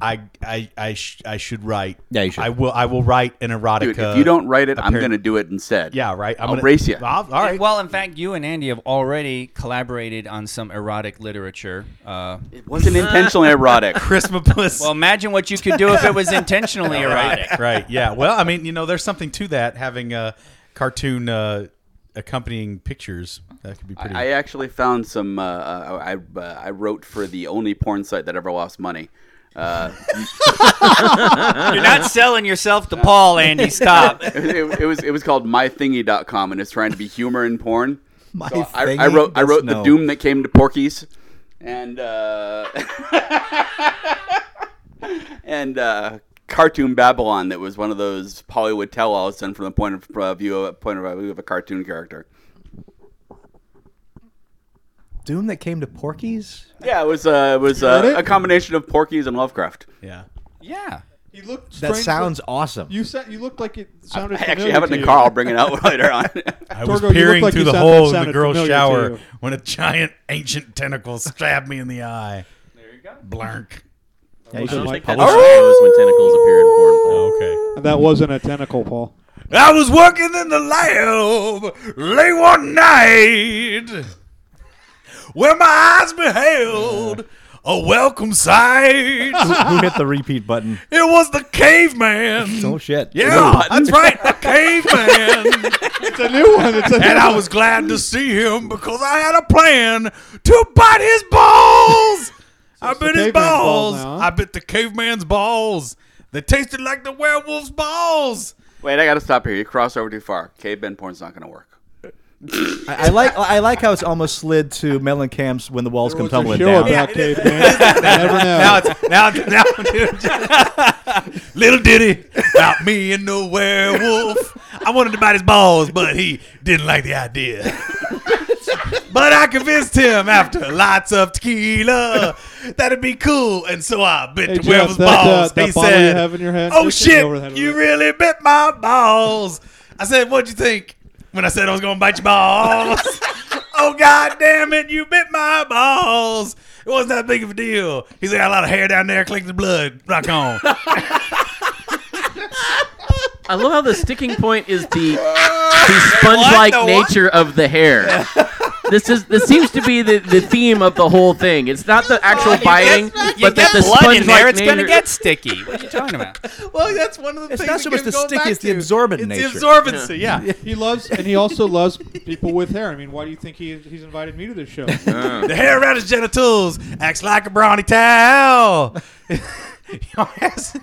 Speaker 2: I I I, sh- I should write.
Speaker 1: Yeah, you should.
Speaker 2: I will. I will write an erotica.
Speaker 5: Dude, if you don't write it,
Speaker 2: a
Speaker 5: I'm
Speaker 2: par-
Speaker 5: going to do it instead.
Speaker 2: uh, Yeah, right. I'm
Speaker 5: I'll race ya.
Speaker 2: I'll- all right.
Speaker 4: Well, in fact, you and Andy have already collaborated on some erotic literature. Uh,
Speaker 5: It wasn't intentionally erotic.
Speaker 2: Christmas.
Speaker 4: well, imagine what you could do if it was intentionally erotic.
Speaker 2: right. Yeah. Well, I mean, you know, there's something to that having uh, cartoon uh, accompanying pictures. That could be pretty.
Speaker 5: I actually found some. Uh, uh, I uh, I wrote for the only porn site that ever lost money. Uh,
Speaker 4: You're not selling yourself to Paul, Andy. Stop.
Speaker 5: it, it was it was called mythingy.com and it's trying to be humor in porn.
Speaker 1: My
Speaker 5: So I, I
Speaker 1: thingy
Speaker 5: wrote I
Speaker 1: does
Speaker 5: wrote the
Speaker 1: know.
Speaker 5: doom that came to Porky's, and uh, and uh, cartoon Babylon that was one of those Hollywood tell-alls done from the point of uh, view of, point of view of a cartoon character.
Speaker 1: Doom that came to Porky's.
Speaker 5: Yeah, it was uh, it was
Speaker 3: Heard
Speaker 5: uh,
Speaker 3: it?
Speaker 5: a combination of Porky's and Lovecraft.
Speaker 2: yeah.
Speaker 4: Yeah.
Speaker 3: You looked
Speaker 1: That
Speaker 3: strangely-
Speaker 1: sounds awesome.
Speaker 3: You said you looked like it sounded.
Speaker 5: I actually
Speaker 3: familiar
Speaker 5: have it
Speaker 3: to
Speaker 5: in the
Speaker 3: you.
Speaker 5: car. I'll bring it out later on.
Speaker 2: I was
Speaker 3: Torgo, you look
Speaker 2: peering
Speaker 3: like
Speaker 2: through
Speaker 3: you
Speaker 2: the
Speaker 3: sound-
Speaker 2: hole in the
Speaker 3: sounded
Speaker 2: girl's
Speaker 3: familiar to
Speaker 2: shower
Speaker 3: you.
Speaker 2: when a giant ancient tentacle stabbed me in the eye. There you go. Blank.
Speaker 1: Yeah, you
Speaker 8: I don't
Speaker 1: should-
Speaker 8: think
Speaker 3: Mike
Speaker 2: Oh.
Speaker 8: that's how it goes when tentacles
Speaker 2: Okay.
Speaker 8: appear in porn. Paul.
Speaker 3: That wasn't a tentacle, Paul.
Speaker 2: I was working in the lab late one night when my eyes beheld a welcome sight.
Speaker 1: Who hit the repeat button?
Speaker 2: It was the caveman.
Speaker 1: Oh shit!
Speaker 2: Yeah, that's right, the caveman.
Speaker 3: It's a new one. It's a new
Speaker 2: and I was glad to see him because I had a plan to bite his balls. I
Speaker 3: it's the
Speaker 2: bit his
Speaker 3: caveman's balls
Speaker 2: balls.
Speaker 3: now, huh?
Speaker 2: I bit the caveman's balls. They tasted like the werewolf's balls.
Speaker 5: Wait, I got to stop here. You cross over too far. Caveman porn's not going to work.
Speaker 1: I, I like I like how it's almost slid to Mellencamp's when the walls come
Speaker 3: There was
Speaker 1: tumbling
Speaker 3: a show
Speaker 1: down.
Speaker 3: about caveman. You never know.
Speaker 2: Now it's now now little ditty about me and the werewolf. I wanted to bite his balls, but he didn't like the idea. But I convinced him after lots of tequila that it'd be cool, and so I bit
Speaker 3: Hey,
Speaker 2: the
Speaker 3: Jeff,
Speaker 2: werewolf's
Speaker 3: that, uh,
Speaker 2: balls.
Speaker 3: that
Speaker 2: he
Speaker 3: bottle you
Speaker 2: said,
Speaker 3: have in your hand,
Speaker 2: "Oh
Speaker 3: just get
Speaker 2: shit,
Speaker 3: over that a
Speaker 2: you
Speaker 3: little
Speaker 2: really bit my balls." I said, "What'd you think?" When I said I was gonna bite your balls. oh God damn it! You bit my balls. It wasn't that big of a deal. He's got a lot of hair down there, collecting the blood. Rock on.
Speaker 8: I love how the sticking point is the, the sponge-like
Speaker 2: What? The what?
Speaker 8: nature of the hair. This is this seems to be the, the theme of the whole thing. It's not the actual biting,
Speaker 4: You
Speaker 8: but
Speaker 4: get
Speaker 8: that the
Speaker 4: blood in
Speaker 8: sponge-like
Speaker 4: there, it's going to
Speaker 8: nature-
Speaker 4: get sticky. What are you talking about?
Speaker 2: well, that's one of the
Speaker 1: It's
Speaker 2: things.
Speaker 1: not so
Speaker 2: we
Speaker 1: much
Speaker 2: keep
Speaker 1: the
Speaker 2: going
Speaker 1: stick;
Speaker 2: back
Speaker 1: it's the
Speaker 2: to.
Speaker 1: absorbent
Speaker 2: It's
Speaker 1: nature.
Speaker 2: the absorbency. Yeah.
Speaker 3: He loves, and he also loves people with hair. I mean, why do you think he he's invited me to this show?
Speaker 2: The hair around his genitals acts like a brawny towel. it's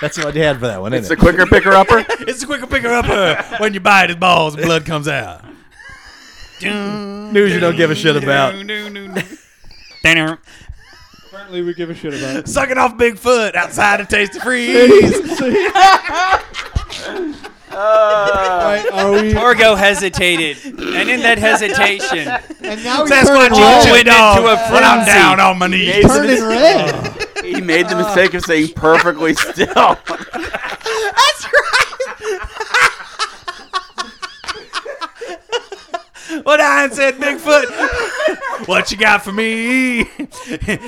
Speaker 1: That's what they had for that one,
Speaker 5: It's
Speaker 1: isn't
Speaker 5: a
Speaker 1: it?
Speaker 5: quicker picker upper.
Speaker 2: a quicker picker upper when you bite his balls, blood comes out.
Speaker 1: News you don't give a shit about.
Speaker 4: Dinner.
Speaker 3: Apparently, we give a shit about. It.
Speaker 2: Sucking off Bigfoot outside of Tasty Freeze.
Speaker 3: See? Right, are we-
Speaker 4: Torgo hesitated, and in that hesitation,
Speaker 3: and
Speaker 4: Oh,
Speaker 3: now he's
Speaker 2: Sasquatch
Speaker 3: turning
Speaker 2: you
Speaker 3: red.
Speaker 2: chewed dog
Speaker 4: into a
Speaker 2: when I'm
Speaker 4: frenzy.
Speaker 2: down on my knees.
Speaker 3: Turning red.
Speaker 5: He made the mistake of saying perfectly still.
Speaker 2: What I said, Bigfoot. what you got for me?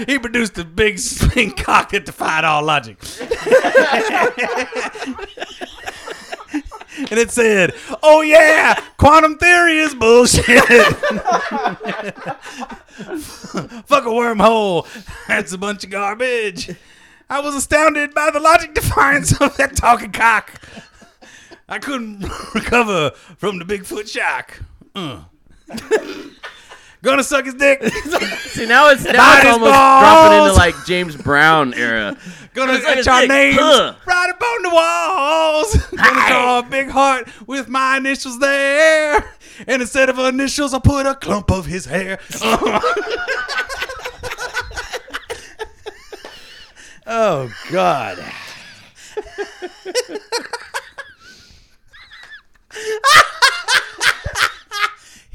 Speaker 2: he produced a big swing cock that defied all logic. and it said, "Oh yeah, quantum theory is bullshit. Fuck a wormhole. That's a bunch of garbage." I was astounded by the logic defiance of that talking cock. I couldn't recover from the Bigfoot shock. Uh. Gonna suck his dick.
Speaker 8: See, now it's now
Speaker 2: Bite
Speaker 8: it's
Speaker 2: his
Speaker 8: almost dropping into
Speaker 2: balls.
Speaker 8: like James Brown era.
Speaker 2: Gonna
Speaker 8: Suck his
Speaker 2: etch our
Speaker 8: dick.
Speaker 2: names
Speaker 8: Huh.
Speaker 2: right up on the walls. Gonna draw a big heart with my initials there. And instead of initials, I put a clump of his hair. oh God.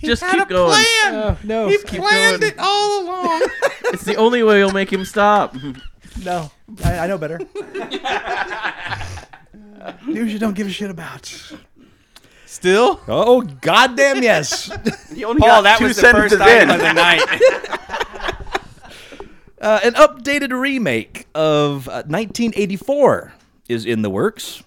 Speaker 8: Just keep going.
Speaker 1: no,
Speaker 2: Planned it all along.
Speaker 8: It's the only way you'll make him stop.
Speaker 1: no. I, I know better. News you don't give a shit about.
Speaker 2: Still,
Speaker 1: Oh, goddamn yes.
Speaker 5: He only
Speaker 4: Paul,
Speaker 5: got
Speaker 4: that
Speaker 5: two
Speaker 4: was the first
Speaker 5: sentences
Speaker 4: item
Speaker 5: in.
Speaker 4: of the night.
Speaker 1: Uh, an updated remake of uh, 1984 is in the works.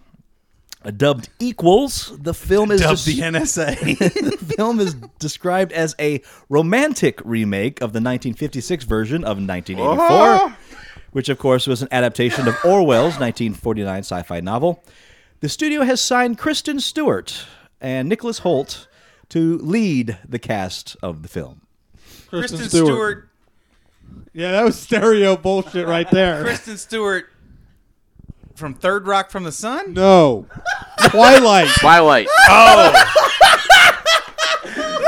Speaker 1: Uh, dubbed Equals, the film is
Speaker 2: dubbed
Speaker 1: des-
Speaker 2: the NSA.
Speaker 1: the film is described as a romantic remake of the 1956 version of 1984,
Speaker 2: Oh.
Speaker 1: which of course was an adaptation of Orwell's 1949 sci-fi novel. The studio has signed Kristen Stewart and Nicholas Holt to lead the cast of the film.
Speaker 3: Kristen Yeah, that was stereo bullshit right there.
Speaker 2: Kristen Stewart from Third Rock from the Sun.
Speaker 3: No. Twilight.
Speaker 5: Twilight.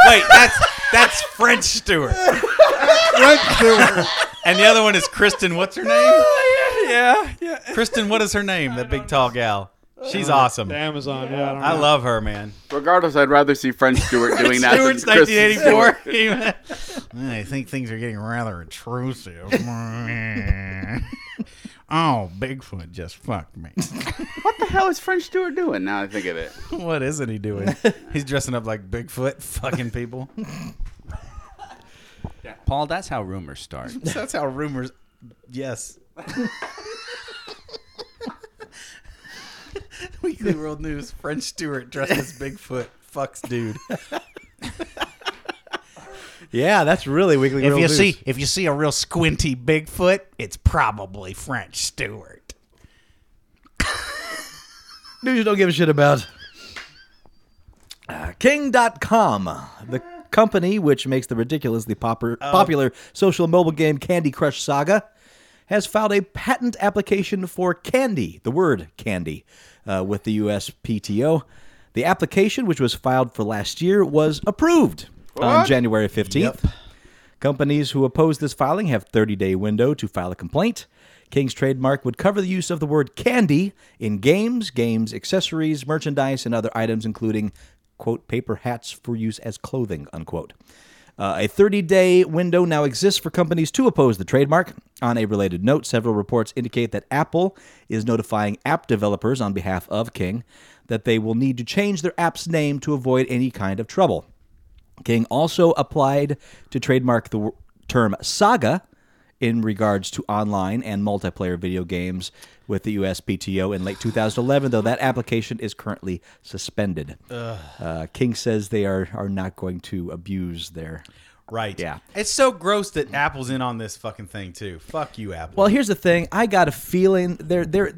Speaker 2: Wait, that's that's French Stewart,
Speaker 3: Fred Stewart.
Speaker 2: and the other one is Kristen. What's her name? Oh,
Speaker 4: yeah, yeah.
Speaker 2: Kristen, what is her name? That big tall gal. She's awesome.
Speaker 3: The Amazon. Yeah, I, don't
Speaker 2: I
Speaker 3: know.
Speaker 2: love her, man.
Speaker 5: Regardless, I'd rather see French Stewart doing that than
Speaker 2: Stewart's
Speaker 5: Kristen Stewart.
Speaker 2: 1984. I think things are getting rather intrusive. oh, Bigfoot just fucked me.
Speaker 5: What the hell is French Stewart doing? Now I think of it.
Speaker 2: What isn't he doing? He's dressing up like Bigfoot, fucking people.
Speaker 4: Paul, that's how rumors start.
Speaker 2: That's how rumors. Yes. Weekly World News: French Stewart dressed as Bigfoot fucks dude.
Speaker 1: Yeah, that's really Wiggly
Speaker 2: If you see if you see a real squinty Bigfoot, it's probably French Stewart.
Speaker 1: News you don't give a shit about. Uh, King.com, the company which makes the ridiculously popper, popular social mobile game Candy Crush Saga, has filed a patent application for candy, the word candy, uh, with the USPTO. The application, which was filed for last year, was approved on January 15th. Companies who oppose this filing have 30-day window to file a complaint. King's trademark would cover the use of the word candy in games, games accessories, merchandise, and other items, including quote paper hats for use as clothing unquote. Uh, a 30 day window now exists for companies to oppose the trademark. On a related note, several reports indicate that Apple is notifying app developers on behalf of King that they will need to change their app's name to avoid any kind of trouble. King also applied to trademark the w- term saga in regards to online and multiplayer video games with the USPTO in late 2011, though that application is currently suspended. Uh, King says they are, are not going to abuse their.
Speaker 2: Right.
Speaker 1: Yeah.
Speaker 2: It's so gross that Apple's in on this fucking thing too. Fuck you, Apple.
Speaker 1: Well, here's the thing. I got a feeling they're they're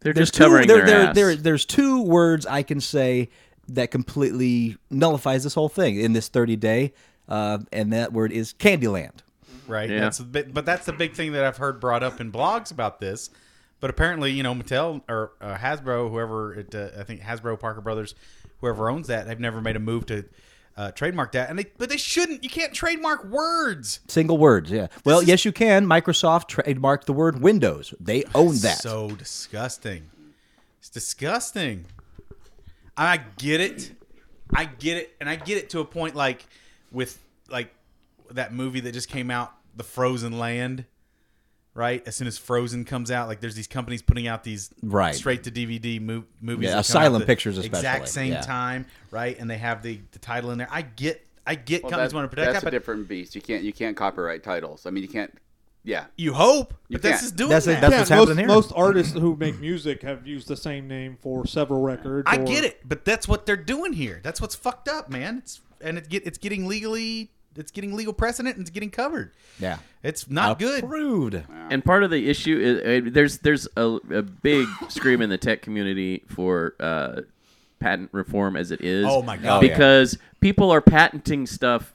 Speaker 8: They're
Speaker 1: there's
Speaker 8: just covering
Speaker 1: two, there,
Speaker 8: their
Speaker 1: there-
Speaker 8: ass.
Speaker 1: there- there's two words I can say that completely nullifies this whole thing in this 30 day, uh, and that word is Candyland.
Speaker 2: right?
Speaker 8: Yeah.
Speaker 2: That's a bit, but that's the big thing that I've heard brought up in blogs about this. But apparently, you know, Mattel or uh, Hasbro, whoever it, uh, I think Hasbro, Parker Brothers, whoever owns that, have never made a move to uh, trademark that. And they, but they shouldn't. You can't trademark words.
Speaker 1: Single words, yeah. Well, yes, you can. Microsoft trademarked the word Windows. They own that.
Speaker 2: So disgusting. It's disgusting. I get it. I get it, and I get it to a point like with like that movie that just came out, The Frozen Land. Right as soon as Frozen comes out, like there's these companies putting out these
Speaker 1: Right.
Speaker 2: straight to DVD mo- movies, that
Speaker 1: Yeah,
Speaker 2: come out
Speaker 1: Asylum
Speaker 2: the
Speaker 1: Pictures
Speaker 2: exact
Speaker 1: especially,
Speaker 2: same
Speaker 1: yeah.
Speaker 2: time, right? And they have the, the title in there. I get, I get
Speaker 5: Well,
Speaker 2: companies
Speaker 5: that-
Speaker 2: want to protect
Speaker 5: that's
Speaker 2: that,
Speaker 5: a
Speaker 2: but
Speaker 5: different beast. You can't you can't copyright titles. I mean, you can't. Yeah,
Speaker 2: you hope.
Speaker 5: You
Speaker 2: but this
Speaker 5: can't.
Speaker 2: is doing
Speaker 1: That's it.
Speaker 2: that.
Speaker 1: That's what's
Speaker 3: yeah, most,
Speaker 1: happening here.
Speaker 3: most artists who make music have used the same name for several records.
Speaker 2: I
Speaker 3: or-
Speaker 2: get it, but that's what they're doing here. That's what's fucked up, man. It's and it get it's getting legally it's getting legal precedent and it's getting covered.
Speaker 1: yeah.
Speaker 2: It's not good.
Speaker 1: Approved.
Speaker 8: And part of the issue is uh, there's there's a, a big scream in the tech community for uh, patent reform as it is.
Speaker 2: Oh my God.
Speaker 8: Because people are patenting stuff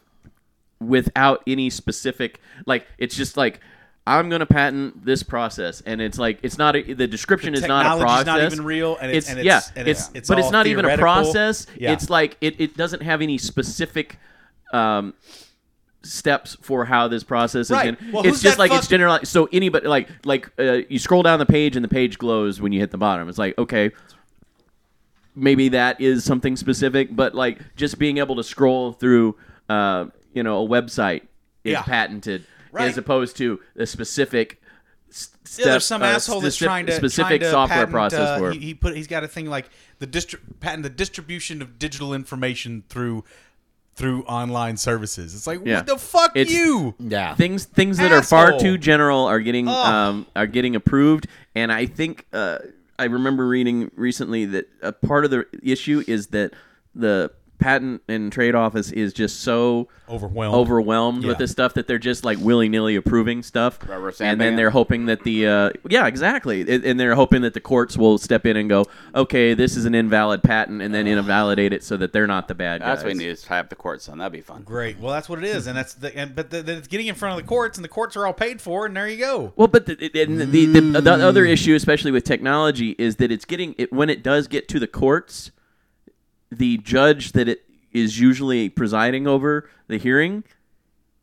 Speaker 8: without any specific like it's just like I'm gonna patent this process, and it's like it's not a, the description
Speaker 2: The
Speaker 8: is not a
Speaker 2: technology's
Speaker 8: process.
Speaker 2: not even real, and it's-
Speaker 8: it's,
Speaker 2: and
Speaker 8: yeah,
Speaker 2: it's- and
Speaker 8: it's,
Speaker 2: it's- it's
Speaker 8: but it's
Speaker 2: all
Speaker 8: not even a
Speaker 2: theoretical.
Speaker 8: process.
Speaker 2: Yeah.
Speaker 8: It's like it, it doesn't have any specific. Um, steps for how this process
Speaker 2: Right.
Speaker 8: is gonna-
Speaker 2: Well,
Speaker 8: it's
Speaker 2: who's
Speaker 8: just
Speaker 2: that
Speaker 8: like it's
Speaker 2: fuck-
Speaker 8: general so anybody like like uh, you scroll down the page and the page glows when you hit the bottom it's like okay maybe that is something specific but like just being able to scroll through uh, you know a website is
Speaker 2: Yeah.
Speaker 8: patented
Speaker 2: Right.
Speaker 8: as opposed to a specific s-
Speaker 2: Yeah,
Speaker 8: step,
Speaker 2: there's some
Speaker 8: uh,
Speaker 2: asshole that's
Speaker 8: specific-
Speaker 2: trying to
Speaker 8: specific
Speaker 2: trying to
Speaker 8: software
Speaker 2: patent,
Speaker 8: process
Speaker 2: uh,
Speaker 8: for
Speaker 2: he, he put he's got a thing like the distri- patent the distribution of digital information through through online services. It's like
Speaker 8: Yeah.
Speaker 2: what the fuck
Speaker 8: It's-
Speaker 2: you?
Speaker 1: Yeah.
Speaker 8: things things that are far
Speaker 2: Asshole.
Speaker 8: too general are getting um, are getting approved, and I think uh, I remember reading recently that a part of the issue is that the patent and trade office is just so
Speaker 2: Overwhelmed.
Speaker 8: overwhelmed
Speaker 2: Yeah.
Speaker 8: with this stuff that they're just like willy-nilly approving stuff
Speaker 5: Rubber
Speaker 8: and
Speaker 5: stamping
Speaker 8: then
Speaker 5: it.
Speaker 8: they're hoping that the uh, yeah exactly and and they're hoping that the courts will step in and go okay this is an invalid patent and then invalidate it so that they're not the bad guys
Speaker 5: that's what we need is to have the courts on. That'd be fun.
Speaker 2: Great. Well, that's what it is, and that's the and but the, the, it's getting in front of the courts, and the courts are all paid for, and there you go.
Speaker 8: Well, but the the, and the, the, the, the other
Speaker 2: Mm.
Speaker 8: issue, especially with technology, is that it's getting it when it does get to the courts, the judge that it is usually presiding over the hearing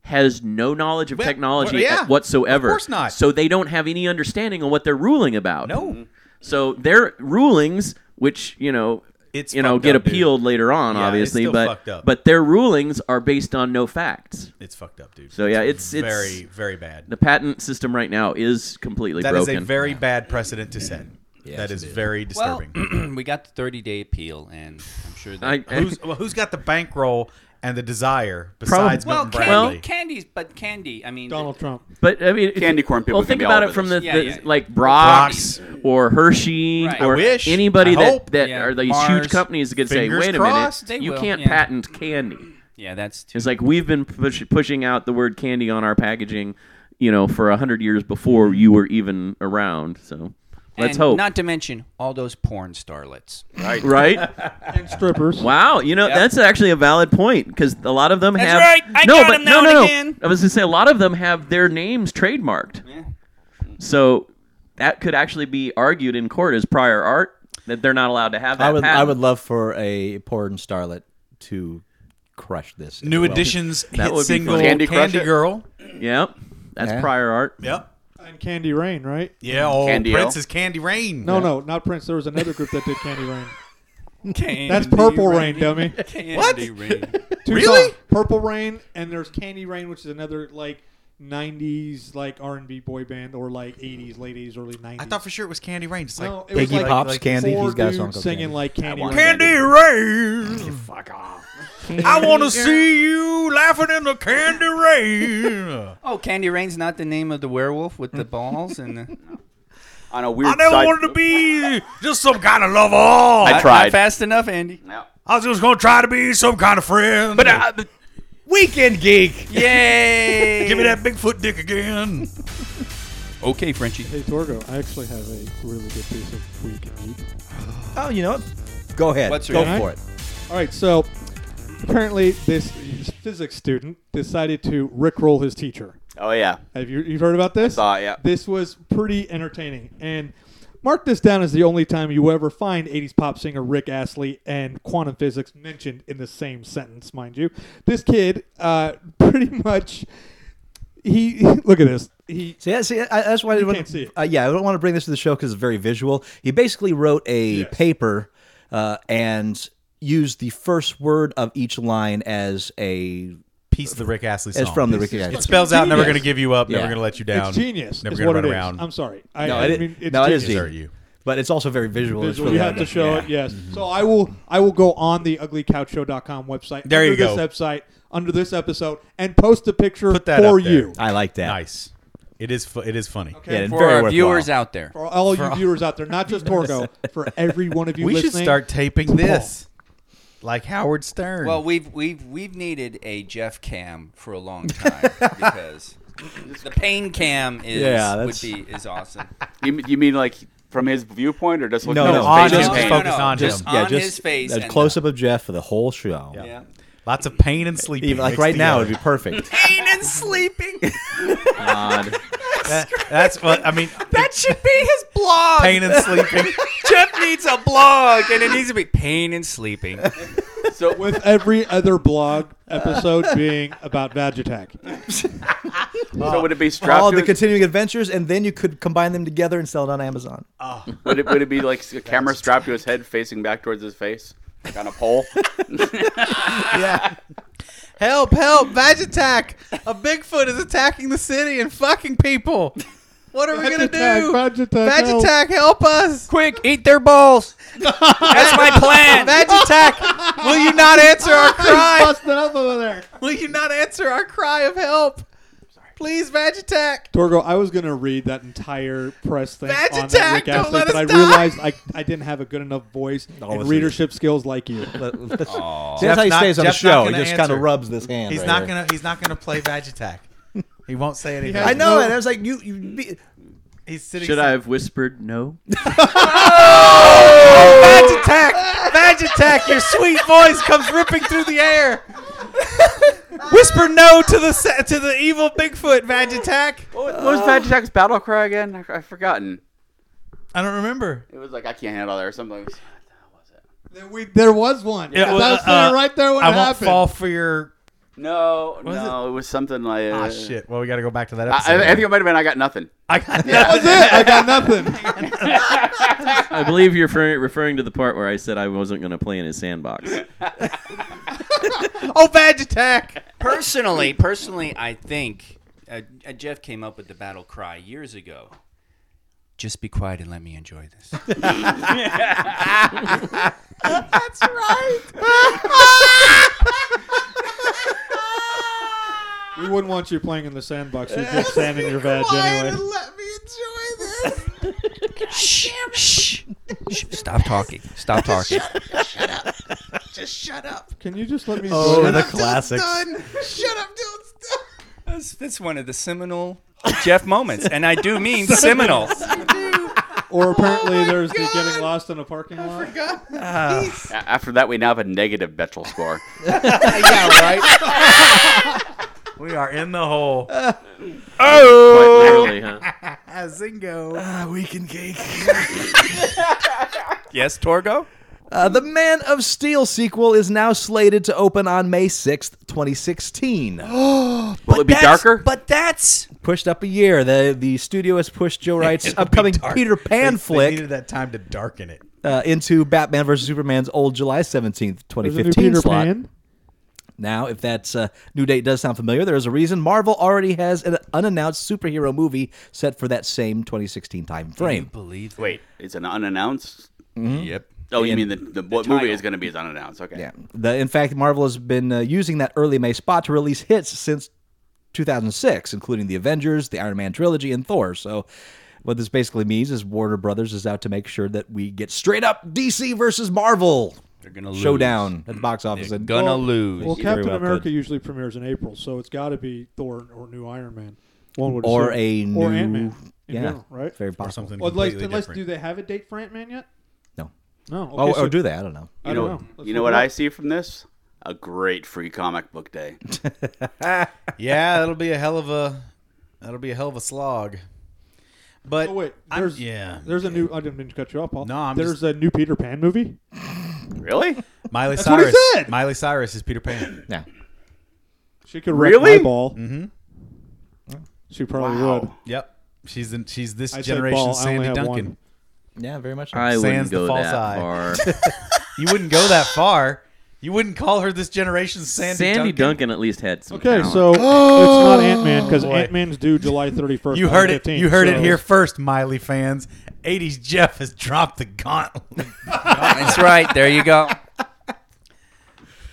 Speaker 8: has no knowledge of
Speaker 2: Well,
Speaker 8: technology
Speaker 2: well, yeah.
Speaker 8: at- whatsoever.
Speaker 2: Of course not.
Speaker 8: So they don't have any understanding on what they're ruling about.
Speaker 2: No.
Speaker 8: So their rulings, which you know,
Speaker 2: It's
Speaker 8: you know,
Speaker 2: fucked
Speaker 8: get
Speaker 2: up, dude.
Speaker 8: appealed later on,
Speaker 2: Yeah, it's
Speaker 8: obviously,
Speaker 2: still
Speaker 8: but
Speaker 2: fucked up.
Speaker 8: but their rulings are based on no facts.
Speaker 2: It's fucked up, dude.
Speaker 8: So yeah, it's it's
Speaker 2: very very bad.
Speaker 8: the patent system right now is completely
Speaker 2: That is
Speaker 8: broken.
Speaker 2: a very bad precedent to set. that is very
Speaker 4: Well,
Speaker 2: disturbing.
Speaker 4: we got the 30 day appeal, and I'm sure that.
Speaker 8: I,
Speaker 2: who's well, who's got the bankroll and the desire
Speaker 8: Probably-
Speaker 2: besides
Speaker 4: well,
Speaker 2: Milton
Speaker 4: candy,
Speaker 2: Bradley?
Speaker 4: candies, but candy. I mean,
Speaker 3: Donald Trump.
Speaker 8: but I mean, if-
Speaker 5: Candy corn people
Speaker 8: Well,
Speaker 5: can
Speaker 8: think
Speaker 5: be
Speaker 8: about
Speaker 5: all
Speaker 8: it from
Speaker 5: over
Speaker 8: the,
Speaker 4: this.
Speaker 8: the-
Speaker 4: Yeah, yeah.
Speaker 8: like Brock's,
Speaker 2: Brock's.
Speaker 8: or Hershey
Speaker 4: Right. I
Speaker 8: or
Speaker 2: wish.
Speaker 8: anybody
Speaker 2: I
Speaker 8: that
Speaker 2: hope.
Speaker 8: that
Speaker 4: Yeah.
Speaker 8: are these
Speaker 4: Mars.
Speaker 8: huge companies that could say,
Speaker 2: Fingers
Speaker 8: "Wait a
Speaker 2: crossed.
Speaker 8: minute,
Speaker 4: They
Speaker 8: you
Speaker 4: will,
Speaker 8: can't
Speaker 4: yeah.
Speaker 8: patent candy."
Speaker 4: yeah, that's too.
Speaker 8: It's like we've been push, pushing out the word candy on our packaging, you know, for a hundred years before
Speaker 2: Mm-hmm.
Speaker 8: you were even around. So let's
Speaker 4: and
Speaker 8: hope,
Speaker 4: Not to mention all those porn starlets.
Speaker 8: right?
Speaker 3: And strippers.
Speaker 8: Wow, you know that's actually a valid point because a lot of them
Speaker 4: That's
Speaker 8: have.
Speaker 4: right, I
Speaker 8: no,
Speaker 4: got
Speaker 8: but
Speaker 4: 'em now
Speaker 8: no,
Speaker 4: and
Speaker 8: no, no.
Speaker 4: again.
Speaker 8: I was gonna say a lot of them have their names trademarked. So that could actually be argued in court as prior art that they're not allowed to have that.
Speaker 1: I would
Speaker 8: patent.
Speaker 1: I would love for a porn starlet to crush this. as
Speaker 2: New
Speaker 1: well.
Speaker 2: Editions
Speaker 8: That
Speaker 2: hit
Speaker 8: would be
Speaker 2: single
Speaker 8: fun.
Speaker 2: Candy,
Speaker 5: Candy Crush it?
Speaker 2: Girl.
Speaker 8: Yep, that's
Speaker 1: Yeah.
Speaker 8: prior art.
Speaker 2: Yep.
Speaker 3: And Candy Rain, right?
Speaker 2: Yeah. Oh,
Speaker 5: Candy
Speaker 2: Prince
Speaker 5: O.
Speaker 2: is Candy Rain.
Speaker 3: No, no, not Prince. There was another group that did Candy Rain.
Speaker 4: Candy
Speaker 3: That's Purple Rain,
Speaker 4: rain.
Speaker 3: dummy.
Speaker 4: Candy
Speaker 2: What?
Speaker 4: Rain.
Speaker 3: Two
Speaker 2: Really?
Speaker 3: songs, Purple Rain and there's Candy Rain, which is another like '90s like R&B boy band or like '80s, late '80s, early '90s.
Speaker 2: I thought for sure it was Candy Rain. Just like
Speaker 3: no, it was
Speaker 1: Iggy
Speaker 3: like,
Speaker 1: Pop's
Speaker 3: like
Speaker 1: Candy.
Speaker 3: four
Speaker 1: He's got a
Speaker 3: dudes
Speaker 1: song called
Speaker 3: singing
Speaker 1: Candy.
Speaker 3: like Candy
Speaker 5: want
Speaker 3: Rain.
Speaker 2: Candy Rain.
Speaker 5: Fuck off.
Speaker 2: I want to see you laughing in the Candy Rain.
Speaker 4: Oh, Candy Rain's not the name of the werewolf with the balls and the.
Speaker 5: On a weird
Speaker 2: I never
Speaker 5: side-
Speaker 2: wanted to be just some kind of lover.
Speaker 5: I
Speaker 4: Not-
Speaker 5: tried.
Speaker 4: Not fast enough, Andy.
Speaker 5: Yeah.
Speaker 2: I was just gonna try to be some kind of friend. But
Speaker 5: Uh, but-
Speaker 2: weekend geek,
Speaker 4: Yay!
Speaker 2: give me that Bigfoot dick again.
Speaker 4: Okay, Frenchie.
Speaker 3: Hey Torgo, I actually have a really good piece of week and geek.
Speaker 1: Oh, you know what? Go ahead.
Speaker 4: What's
Speaker 1: Go
Speaker 4: your name?
Speaker 1: for it.
Speaker 3: All right, so apparently this physics student decided to rickroll his teacher.
Speaker 5: oh yeah.
Speaker 3: Have you you've heard about this?
Speaker 5: Saw it, yeah.
Speaker 3: This was pretty entertaining. And mark this down as the only time you ever find 80s pop singer Rick Astley and quantum physics mentioned in the same sentence, mind you. This kid, uh, pretty much, he look at this. He
Speaker 1: See, that's- see, I- that's why I
Speaker 3: You
Speaker 1: didn't
Speaker 3: can't see it.
Speaker 1: Uh, yeah, I don't want to bring this to the show because it's very visual. He basically wrote a paper uh, and used the first word of each line as a
Speaker 2: Piece of the Rick Astley song.
Speaker 1: as from the Ricky.
Speaker 2: It spells out never
Speaker 3: Genius.
Speaker 2: gonna give you up,
Speaker 1: Yeah.
Speaker 2: never gonna let you down.
Speaker 3: it's genius.
Speaker 2: Never
Speaker 3: is
Speaker 2: gonna
Speaker 3: what
Speaker 2: run
Speaker 3: it is.
Speaker 2: around.
Speaker 3: I'm sorry. I,
Speaker 1: No,
Speaker 3: I
Speaker 1: it is-
Speaker 3: mean, it's
Speaker 1: no, it
Speaker 3: genius.
Speaker 1: is
Speaker 2: Desert you.
Speaker 1: But it's also very visual. It's
Speaker 3: Visual.
Speaker 1: really
Speaker 3: you have to
Speaker 1: hard
Speaker 3: show it, yes.
Speaker 2: Mm-hmm.
Speaker 3: So I will I will go on the uglycouchshow.com website
Speaker 2: There
Speaker 3: under
Speaker 2: you
Speaker 3: this
Speaker 2: go.
Speaker 3: website under this episode and post a picture
Speaker 2: Put that
Speaker 3: for
Speaker 2: up there.
Speaker 3: you.
Speaker 1: I like that.
Speaker 2: Nice. It is. Fu- it is funny.
Speaker 1: Yeah, it's
Speaker 4: For
Speaker 1: very
Speaker 4: our
Speaker 1: worthwhile.
Speaker 4: viewers out there.
Speaker 3: For all you viewers out there, not just Torgo, for every one of you
Speaker 2: We
Speaker 3: listening.
Speaker 2: should start taping
Speaker 3: Paul.
Speaker 2: this, like Howard Stern.
Speaker 4: Well, we've we've we've needed a Jeff Cam for a long time because the pain cam is
Speaker 1: Yeah,
Speaker 4: would
Speaker 1: that's-
Speaker 4: be is awesome.
Speaker 5: You, mean- you mean like from his viewpoint or just looking
Speaker 1: No,
Speaker 5: at
Speaker 1: no,
Speaker 5: his
Speaker 2: on
Speaker 5: face
Speaker 2: his
Speaker 5: and
Speaker 2: face.
Speaker 5: pain?
Speaker 2: focus on
Speaker 4: just
Speaker 2: him.
Speaker 4: On
Speaker 1: Yeah, just
Speaker 4: his face.
Speaker 1: a
Speaker 4: and
Speaker 1: close up of Jeff for the whole show.
Speaker 4: the- Yeah.
Speaker 2: lots of pain and sleeping.
Speaker 1: Even like
Speaker 2: mixed
Speaker 1: right now,
Speaker 2: together.
Speaker 1: it'd be perfect.
Speaker 4: Pain and sleeping.
Speaker 5: God.
Speaker 2: That- that's what I mean.
Speaker 4: That should be his blog.
Speaker 2: Pain and sleeping.
Speaker 4: Jeff needs a blog, and it needs to be pain and sleeping.
Speaker 5: So
Speaker 3: with every other blog episode being about Vagitech.
Speaker 5: So would it be strapped
Speaker 1: All
Speaker 5: to
Speaker 1: the
Speaker 5: his,
Speaker 1: continuing adventures, and then you could combine them together and sell it on Amazon.
Speaker 5: would it would it be like a camera strapped to his head facing back towards his face? Like on a pole?
Speaker 2: yeah. Help! Help! Badge attack! A Bigfoot is attacking the city and fucking people. What are we gonna do?
Speaker 3: Badge attack,
Speaker 2: Badge
Speaker 3: help.
Speaker 2: attack! Help us!
Speaker 4: Quick, eat their balls. That's my plan.
Speaker 2: Badge attack! Will you not answer our cry?
Speaker 3: Busting up over there.
Speaker 2: Will you not answer our cry of help? Please, badge attack!
Speaker 3: Torgo, I was going to read that entire press thing
Speaker 2: Badge
Speaker 3: on that
Speaker 2: attack,
Speaker 3: Rick
Speaker 2: don't
Speaker 3: Astley,
Speaker 2: let
Speaker 3: but
Speaker 2: us
Speaker 3: I
Speaker 2: die.
Speaker 3: realized I, I didn't have a good enough voice and
Speaker 1: listen.
Speaker 3: readership skills like you.
Speaker 1: Let- let's- See,
Speaker 2: Jeff's
Speaker 1: that's how he
Speaker 2: not-
Speaker 1: stays on
Speaker 2: Jeff's
Speaker 1: the
Speaker 2: not
Speaker 1: show. He
Speaker 2: gonna
Speaker 1: just kind
Speaker 2: answer.
Speaker 1: of rubs this hand.
Speaker 2: He's
Speaker 1: right
Speaker 2: not
Speaker 1: here.
Speaker 2: gonna. He's not gonna play badge attack. He won't say anything.
Speaker 1: I know
Speaker 3: No.
Speaker 1: it. I was like, you. you be,
Speaker 2: He's sitting.
Speaker 8: Should I have whispered no?
Speaker 2: Badge attack! Badge attack! Your sweet voice comes ripping through the air. Whisper no to the se- to the evil Bigfoot. Badge attack.
Speaker 5: what was Badge Attack's battle cry again? I, I've forgotten.
Speaker 2: I don't remember.
Speaker 5: It was like I can't handle that or something.
Speaker 3: There, we, there was one.
Speaker 2: It was,
Speaker 3: I was standing
Speaker 2: uh,
Speaker 3: right there when
Speaker 2: I
Speaker 3: it
Speaker 2: won't
Speaker 3: happened.
Speaker 2: fall for your.
Speaker 5: No,
Speaker 2: is
Speaker 5: no, it? was something like
Speaker 2: Ah,
Speaker 5: uh,
Speaker 2: shit. Well, we got to go back to that
Speaker 5: I, I
Speaker 2: episode.
Speaker 5: think it might have been I got nothing.
Speaker 2: I got
Speaker 3: That was it. I got nothing.
Speaker 8: I believe you're referring, referring to the part where I said I wasn't going to play in his sandbox.
Speaker 2: Oh, badge attack!
Speaker 4: personally, personally, I think uh, uh, Jeff came up with the battle cry years ago. Just be quiet and let me enjoy this.
Speaker 2: That's right.
Speaker 3: We wouldn't want you playing in the sandbox. You'd get sand in your vag anyway.
Speaker 2: let me enjoy this.
Speaker 4: shh, shh, shh, stop talking. Stop talking.
Speaker 2: Just shut up.
Speaker 3: Can you just let me?
Speaker 1: oh, the
Speaker 2: Till it's
Speaker 1: classics.
Speaker 2: done. Shut up till it's done.
Speaker 4: That's, that's one of the seminal Jeff moments, and I do mean seminal.
Speaker 3: Or apparently
Speaker 2: Oh my
Speaker 3: there's the
Speaker 2: God.
Speaker 3: getting lost in a parking lot.
Speaker 5: A- After that, we now have a negative Betchel score.
Speaker 2: yeah, right. we are in the hole.
Speaker 5: Quite literally.
Speaker 8: Really, huh?
Speaker 2: Zingo.
Speaker 1: Ah, weekend cake.
Speaker 4: Yes, Torgo?
Speaker 1: Uh, the Man of Steel sequel is now slated to open on May 6th, 2016.
Speaker 5: Will it be darker?
Speaker 4: But that's
Speaker 1: pushed up a year. The the studio has pushed Joe Wright's
Speaker 2: It'll be
Speaker 1: upcoming
Speaker 2: dark.
Speaker 1: Peter Pan
Speaker 2: They- they
Speaker 1: flick.
Speaker 2: needed that time to darken it.
Speaker 1: uh, into Batman versus Superman's old July 17th,
Speaker 3: There's a new
Speaker 1: 2015
Speaker 3: Peter
Speaker 1: slot.
Speaker 3: Pan.
Speaker 1: Now, if that uh, new date does sound familiar, there is a reason Marvel already has an unannounced superhero movie set for that same 2016 time frame.
Speaker 4: Believe
Speaker 5: Wait, it's an unannounced.
Speaker 4: Yep.
Speaker 5: Oh, you
Speaker 1: And
Speaker 5: mean the, the, what movie is going to be is unannounced? Okay.
Speaker 1: Yeah. The, in fact, Marvel has been uh, using that early May spot to release hits since 2006, including the Avengers, the Iron Man trilogy, and Thor. So, what this basically means is Warner Brothers is out to make sure that we get straight up DC versus Marvel
Speaker 4: They're gonna lose.
Speaker 1: showdown at the box office.
Speaker 4: They're
Speaker 1: And
Speaker 4: gonna
Speaker 3: Well-
Speaker 4: lose.
Speaker 3: Well,
Speaker 1: Very
Speaker 3: Captain
Speaker 1: well
Speaker 3: America
Speaker 1: could.
Speaker 3: usually premieres in April, so it's got to be Thor or new Iron Man. One would
Speaker 1: Or
Speaker 3: assume.
Speaker 1: a
Speaker 3: or
Speaker 1: new-
Speaker 3: Ant Man in
Speaker 1: yeah,
Speaker 3: general, right?
Speaker 1: very possible.
Speaker 2: something
Speaker 3: Well, unless,
Speaker 2: completely
Speaker 3: unless
Speaker 2: different.
Speaker 3: do they have a date for Ant Man yet?
Speaker 1: No.
Speaker 3: No. Okay,
Speaker 1: Oh,
Speaker 3: so
Speaker 1: or do they? I don't know.
Speaker 3: I
Speaker 5: You
Speaker 3: don't
Speaker 5: know,
Speaker 3: know. Let's
Speaker 5: you know
Speaker 3: look
Speaker 5: what
Speaker 3: it
Speaker 5: I
Speaker 3: up.
Speaker 5: see from this? A great free comic book day.
Speaker 2: Yeah, that'll be a hell of a that'll be a hell of a slog. But
Speaker 3: Oh wait,
Speaker 2: I'm-
Speaker 3: there's
Speaker 2: yeah.
Speaker 3: there's a new. I didn't mean to cut you off, Paul.
Speaker 2: No, I'm
Speaker 3: there's a new Peter Pan movie.
Speaker 5: Really?
Speaker 2: Miley
Speaker 3: what he
Speaker 2: Cyrus,
Speaker 3: said!
Speaker 2: Miley Cyrus is Peter Pan.
Speaker 1: Yeah.
Speaker 3: She could wreck
Speaker 5: Really?
Speaker 3: my ball. Mm-hmm. She probably would.
Speaker 5: Wow.
Speaker 2: yep, she's in, she's this
Speaker 3: I said
Speaker 2: generation
Speaker 3: ball, I only
Speaker 2: Sandy
Speaker 3: have
Speaker 2: Duncan.
Speaker 3: one.
Speaker 1: Yeah, very much. So.
Speaker 8: I
Speaker 2: Sans
Speaker 8: wouldn't
Speaker 2: the
Speaker 8: go
Speaker 2: false
Speaker 8: that
Speaker 2: eye.
Speaker 8: far.
Speaker 2: You wouldn't go that far. You wouldn't call her this generation Sandy,
Speaker 8: Sandy
Speaker 2: Duncan.
Speaker 8: Duncan at least had some.
Speaker 3: Okay,
Speaker 8: talent.
Speaker 3: so it's not Ant Man because Ant Man's due July 31st.
Speaker 2: Oh, You heard it.
Speaker 3: 2015,
Speaker 2: You heard
Speaker 3: so-
Speaker 2: it here first, Miley fans. 80s Jeff has dropped the gauntlet.
Speaker 4: That's right. There you go.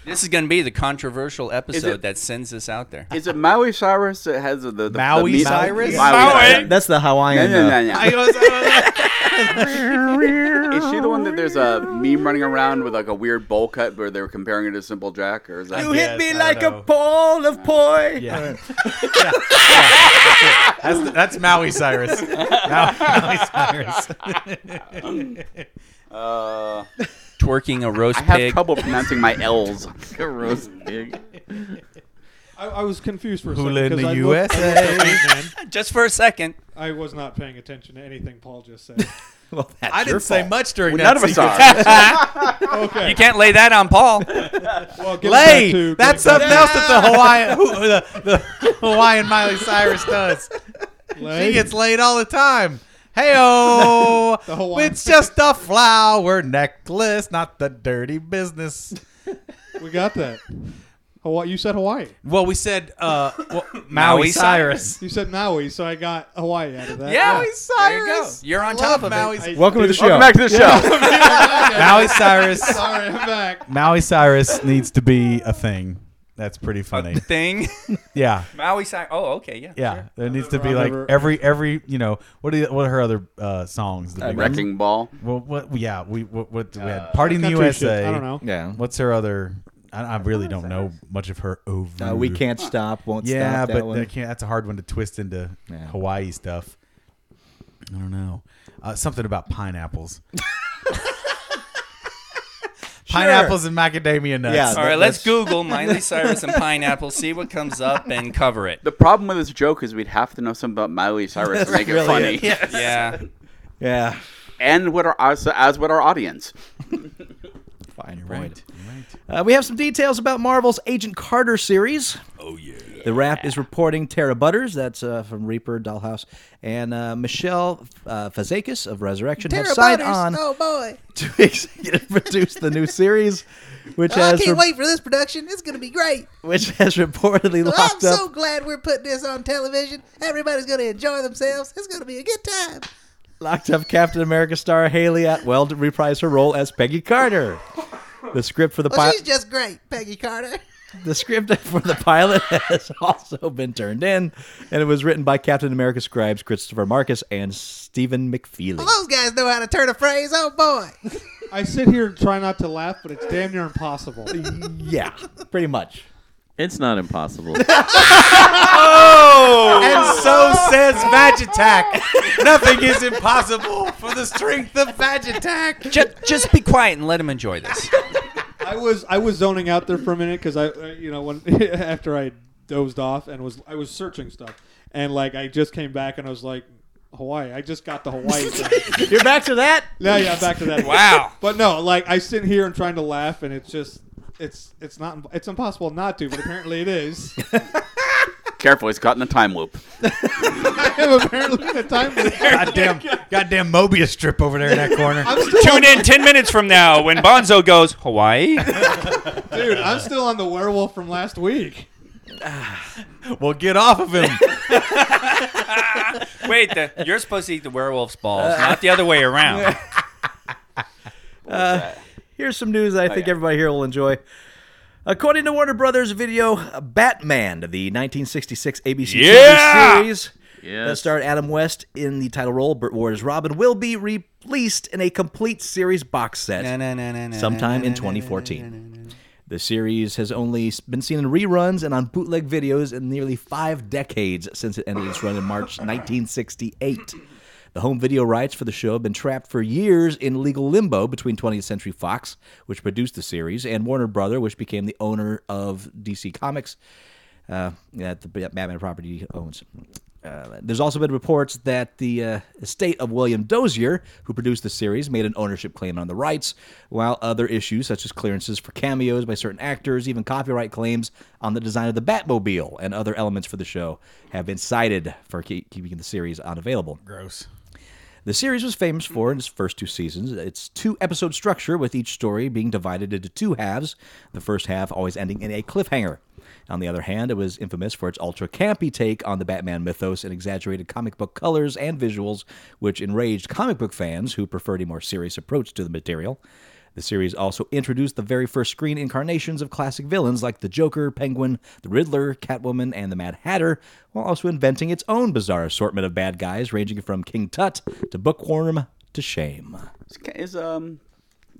Speaker 4: This is going to be the controversial episode
Speaker 5: it-
Speaker 4: that sends us out there.
Speaker 5: Is it Maui Cyrus that has the, the the
Speaker 2: Maui
Speaker 5: the meme-
Speaker 2: Cyrus?
Speaker 5: Maui.
Speaker 1: That's the
Speaker 5: No,
Speaker 1: Hawaiian.
Speaker 5: no,
Speaker 1: uh,
Speaker 5: no, no.
Speaker 3: uh,
Speaker 5: Is she the one that there's a meme running around with like a weird bowl cut where they're comparing it to Simple Jack, or is that?
Speaker 2: You hit me like a
Speaker 1: ball of poi.
Speaker 2: Yeah. Yeah. Yeah. That's, the- that's Maui Cyrus. Maui, Maui Cyrus.
Speaker 5: Uh,
Speaker 4: Twerking a roast
Speaker 5: I have
Speaker 4: pig.
Speaker 5: trouble pronouncing my L's.
Speaker 8: a roast pig.
Speaker 3: I, I was confused for a
Speaker 2: Who
Speaker 3: second.
Speaker 2: led
Speaker 3: 'cause
Speaker 2: the
Speaker 3: I looked- I looked up Ant-Man.
Speaker 4: Just for a second.
Speaker 3: I was not paying attention to anything Paul just said.
Speaker 1: Well, that's
Speaker 2: I
Speaker 1: your
Speaker 2: didn't say
Speaker 1: fault.
Speaker 2: much during that.
Speaker 5: None of us
Speaker 2: sequence.
Speaker 5: are.
Speaker 3: Okay.
Speaker 4: You can't lay that on Paul.
Speaker 3: well, getting
Speaker 2: Lay.
Speaker 3: back to-
Speaker 2: that's something
Speaker 3: getting
Speaker 2: else that the Hawaiian who, the, the Hawaiian Miley Cyrus does.
Speaker 3: back- Lay.
Speaker 2: She gets laid all the time. Hey oh,
Speaker 3: The Hawaiian-
Speaker 2: it's just a flower necklace, not the dirty business.
Speaker 3: We got that. Hawaii. You said Hawaii.
Speaker 2: Well, we said uh, well, Maui,
Speaker 4: Maui
Speaker 2: Cyrus.
Speaker 3: You said Maui, so I got Hawaii out of that.
Speaker 4: Yeah.
Speaker 2: Maui
Speaker 4: There you go.
Speaker 2: Cyrus.
Speaker 4: You're on
Speaker 2: Love
Speaker 4: top of
Speaker 2: Maui.
Speaker 4: it.
Speaker 3: I-
Speaker 1: Welcome to the
Speaker 3: dude,
Speaker 1: show.
Speaker 5: Welcome back to the show.
Speaker 2: Maui Cyrus.
Speaker 3: Sorry, I'm back.
Speaker 2: Maui Cyrus needs to be a thing. That's pretty funny.
Speaker 4: Thing.
Speaker 2: Yeah.
Speaker 4: Maui side. Oh, okay. Yeah.
Speaker 2: Yeah, there needs to be
Speaker 3: I've
Speaker 2: like
Speaker 3: never-
Speaker 2: every every you know what are the, what are her other uh, songs? The big ones?
Speaker 5: Wrecking Ball.
Speaker 2: Well, what? Yeah, we what, what we had Party in the
Speaker 3: Country shit,
Speaker 2: USA.
Speaker 3: Uh, I don't know.
Speaker 1: Yeah.
Speaker 2: What's her other? I, I really don't know much of her over.
Speaker 1: Uh, we can't stop. Won't
Speaker 2: Yeah,
Speaker 1: stop. that
Speaker 2: but
Speaker 1: one.
Speaker 2: that can't, that's a hard one to twist into
Speaker 1: Yeah.
Speaker 2: Hawaii stuff. I don't know. Uh, something about pineapples. Pineapples and macadamia nuts.
Speaker 1: Yeah.
Speaker 4: All right. Let's Google Miley Cyrus and pineapple. See what comes up and cover it.
Speaker 5: The problem with this joke is we'd have to know something about Miley Cyrus to make it
Speaker 1: really
Speaker 5: funny,
Speaker 1: it.
Speaker 4: Yeah.
Speaker 1: yeah.
Speaker 5: and what our as, as what our audience.
Speaker 1: Fine. You're
Speaker 2: Right.
Speaker 1: Uh, we have some details about Marvel's Agent Carter series. Oh yeah. The rap is reporting Tara Butters, that's uh, from Reaper, Dollhouse, and uh, Michelle uh, Fazakis of Resurrection have signed on
Speaker 6: oh.
Speaker 2: boy.
Speaker 1: to executive produce the new series,
Speaker 2: Oh,
Speaker 1: which
Speaker 8: Oh,
Speaker 1: has re-
Speaker 2: for this production. It's going to be great.
Speaker 1: which has reportedly
Speaker 8: Oh,
Speaker 1: locked up.
Speaker 2: glad we're putting this on television. Everybody's going to enjoy themselves. It's going to be a good time.
Speaker 1: locked up Captain America star Haley Atwell to reprise her role as Peggy Carter. The script for the pilot,
Speaker 2: just great, Peggy Carter.
Speaker 1: the script for the pilot has also been turned in, and it was written by Captain America scribes Christopher Marcus and Stephen McFeely.
Speaker 2: guys know how to turn a phrase. Oh boy.
Speaker 3: I sit here and try not to laugh, but it's damn near impossible.
Speaker 1: Yeah, pretty much.
Speaker 8: It's not impossible.
Speaker 2: And so says Vagitac. Nothing is impossible for the strength of Vagitac.
Speaker 4: Just, just be quiet and let him enjoy this.
Speaker 3: I was I was zoning out there for a minute because I uh, you know when after I dozed off and was I was searching stuff and like I just came back and I was like Hawaii. I just got the Hawaii. thing.
Speaker 1: You're back to that.
Speaker 3: now yeah, I'm back to that.
Speaker 4: Wow.
Speaker 3: But no, like I sit here and trying to laugh and it's just it's it's not it's impossible not to, but apparently it is.
Speaker 5: Careful, he's caught in a time loop.
Speaker 3: apparently the time
Speaker 2: goddamn, goddamn Mobius strip over there in that corner.
Speaker 4: Tune in 10 minutes from now when Bonzo goes, Hawaii?
Speaker 3: dude. I'm still on the werewolf from last week.
Speaker 2: well, get off of him.
Speaker 4: Wait, the, you're supposed to eat the werewolf's balls, not the other way around.
Speaker 1: Here's some news that I think everybody here will enjoy. According to Warner Brothers video, Batman, the 1966 ABC
Speaker 4: Yeah!
Speaker 1: TV series that
Speaker 8: Yes.
Speaker 1: starred Adam West in the title role, Burt Ward as Robin, will be released in a complete series box set sometime in 2014. The series has only been seen in reruns and on bootleg videos in nearly five decades since it ended its run in March 1968. The home video rights for the show have been trapped for years in legal limbo between 20th Century Fox, which produced the series, and Warner Brother, which became the owner of DC Comics uh, that the Batman property owns. Uh, there's also been reports that the uh, estate of William Dozier, who produced the series, made an ownership claim on the rights, while other issues such as clearances for cameos by certain actors, even copyright claims on the design of the Batmobile and other elements for the show, have been cited for keep- keeping the series unavailable.
Speaker 2: Gross.
Speaker 1: The series was famous for in its first two seasons its two episode structure, with each story being divided into two halves, the first half always ending in a cliffhanger. On the other hand, it was infamous for its ultra campy take on the Batman mythos and exaggerated comic book colors and visuals, which enraged comic book fans who preferred a more serious approach to the material. The series also introduced the very first screen incarnations of classic villains like the Joker, Penguin, the Riddler, Catwoman, and the Mad Hatter, while also inventing its own bizarre assortment of bad guys, ranging from King Tut to Bookworm to Shame.
Speaker 5: Is, is um,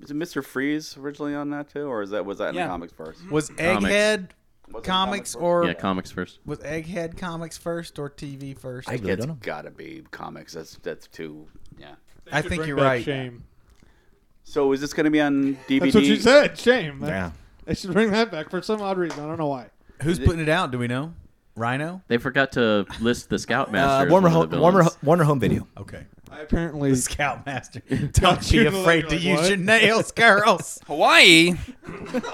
Speaker 5: is it Mister Freeze originally on that too, or is that was that in
Speaker 4: Yeah.
Speaker 5: the comics first?
Speaker 2: Was Egghead comics,
Speaker 5: comics
Speaker 2: or
Speaker 8: yeah, comics first.
Speaker 2: was Egghead comics first or TV first?
Speaker 1: I
Speaker 2: I,
Speaker 1: really
Speaker 5: It's
Speaker 1: don't know.
Speaker 5: gotta be comics. That's that's too. Yeah.
Speaker 2: think you're
Speaker 3: Back
Speaker 2: right.
Speaker 3: Shame.
Speaker 5: So is this gonna be on DVD?
Speaker 3: That's what you said. Shame. That-
Speaker 1: Yeah.
Speaker 3: They should bring that back for some odd reason. I don't know why.
Speaker 2: Who's putting it out? Do we know? Rhino.
Speaker 8: They forgot to list the Scoutmaster.
Speaker 1: Uh,
Speaker 8: as
Speaker 1: Warner,
Speaker 8: one
Speaker 1: Ho-
Speaker 8: of the
Speaker 1: Warner,
Speaker 8: villains. Um,
Speaker 1: Ho- Warner Home Video.
Speaker 2: Okay.
Speaker 3: I apparently
Speaker 2: Scoutmaster. Don't
Speaker 3: you
Speaker 2: be
Speaker 3: look
Speaker 2: afraid to
Speaker 3: like
Speaker 2: use
Speaker 3: what?
Speaker 2: your nails, girls.
Speaker 4: Hawaii?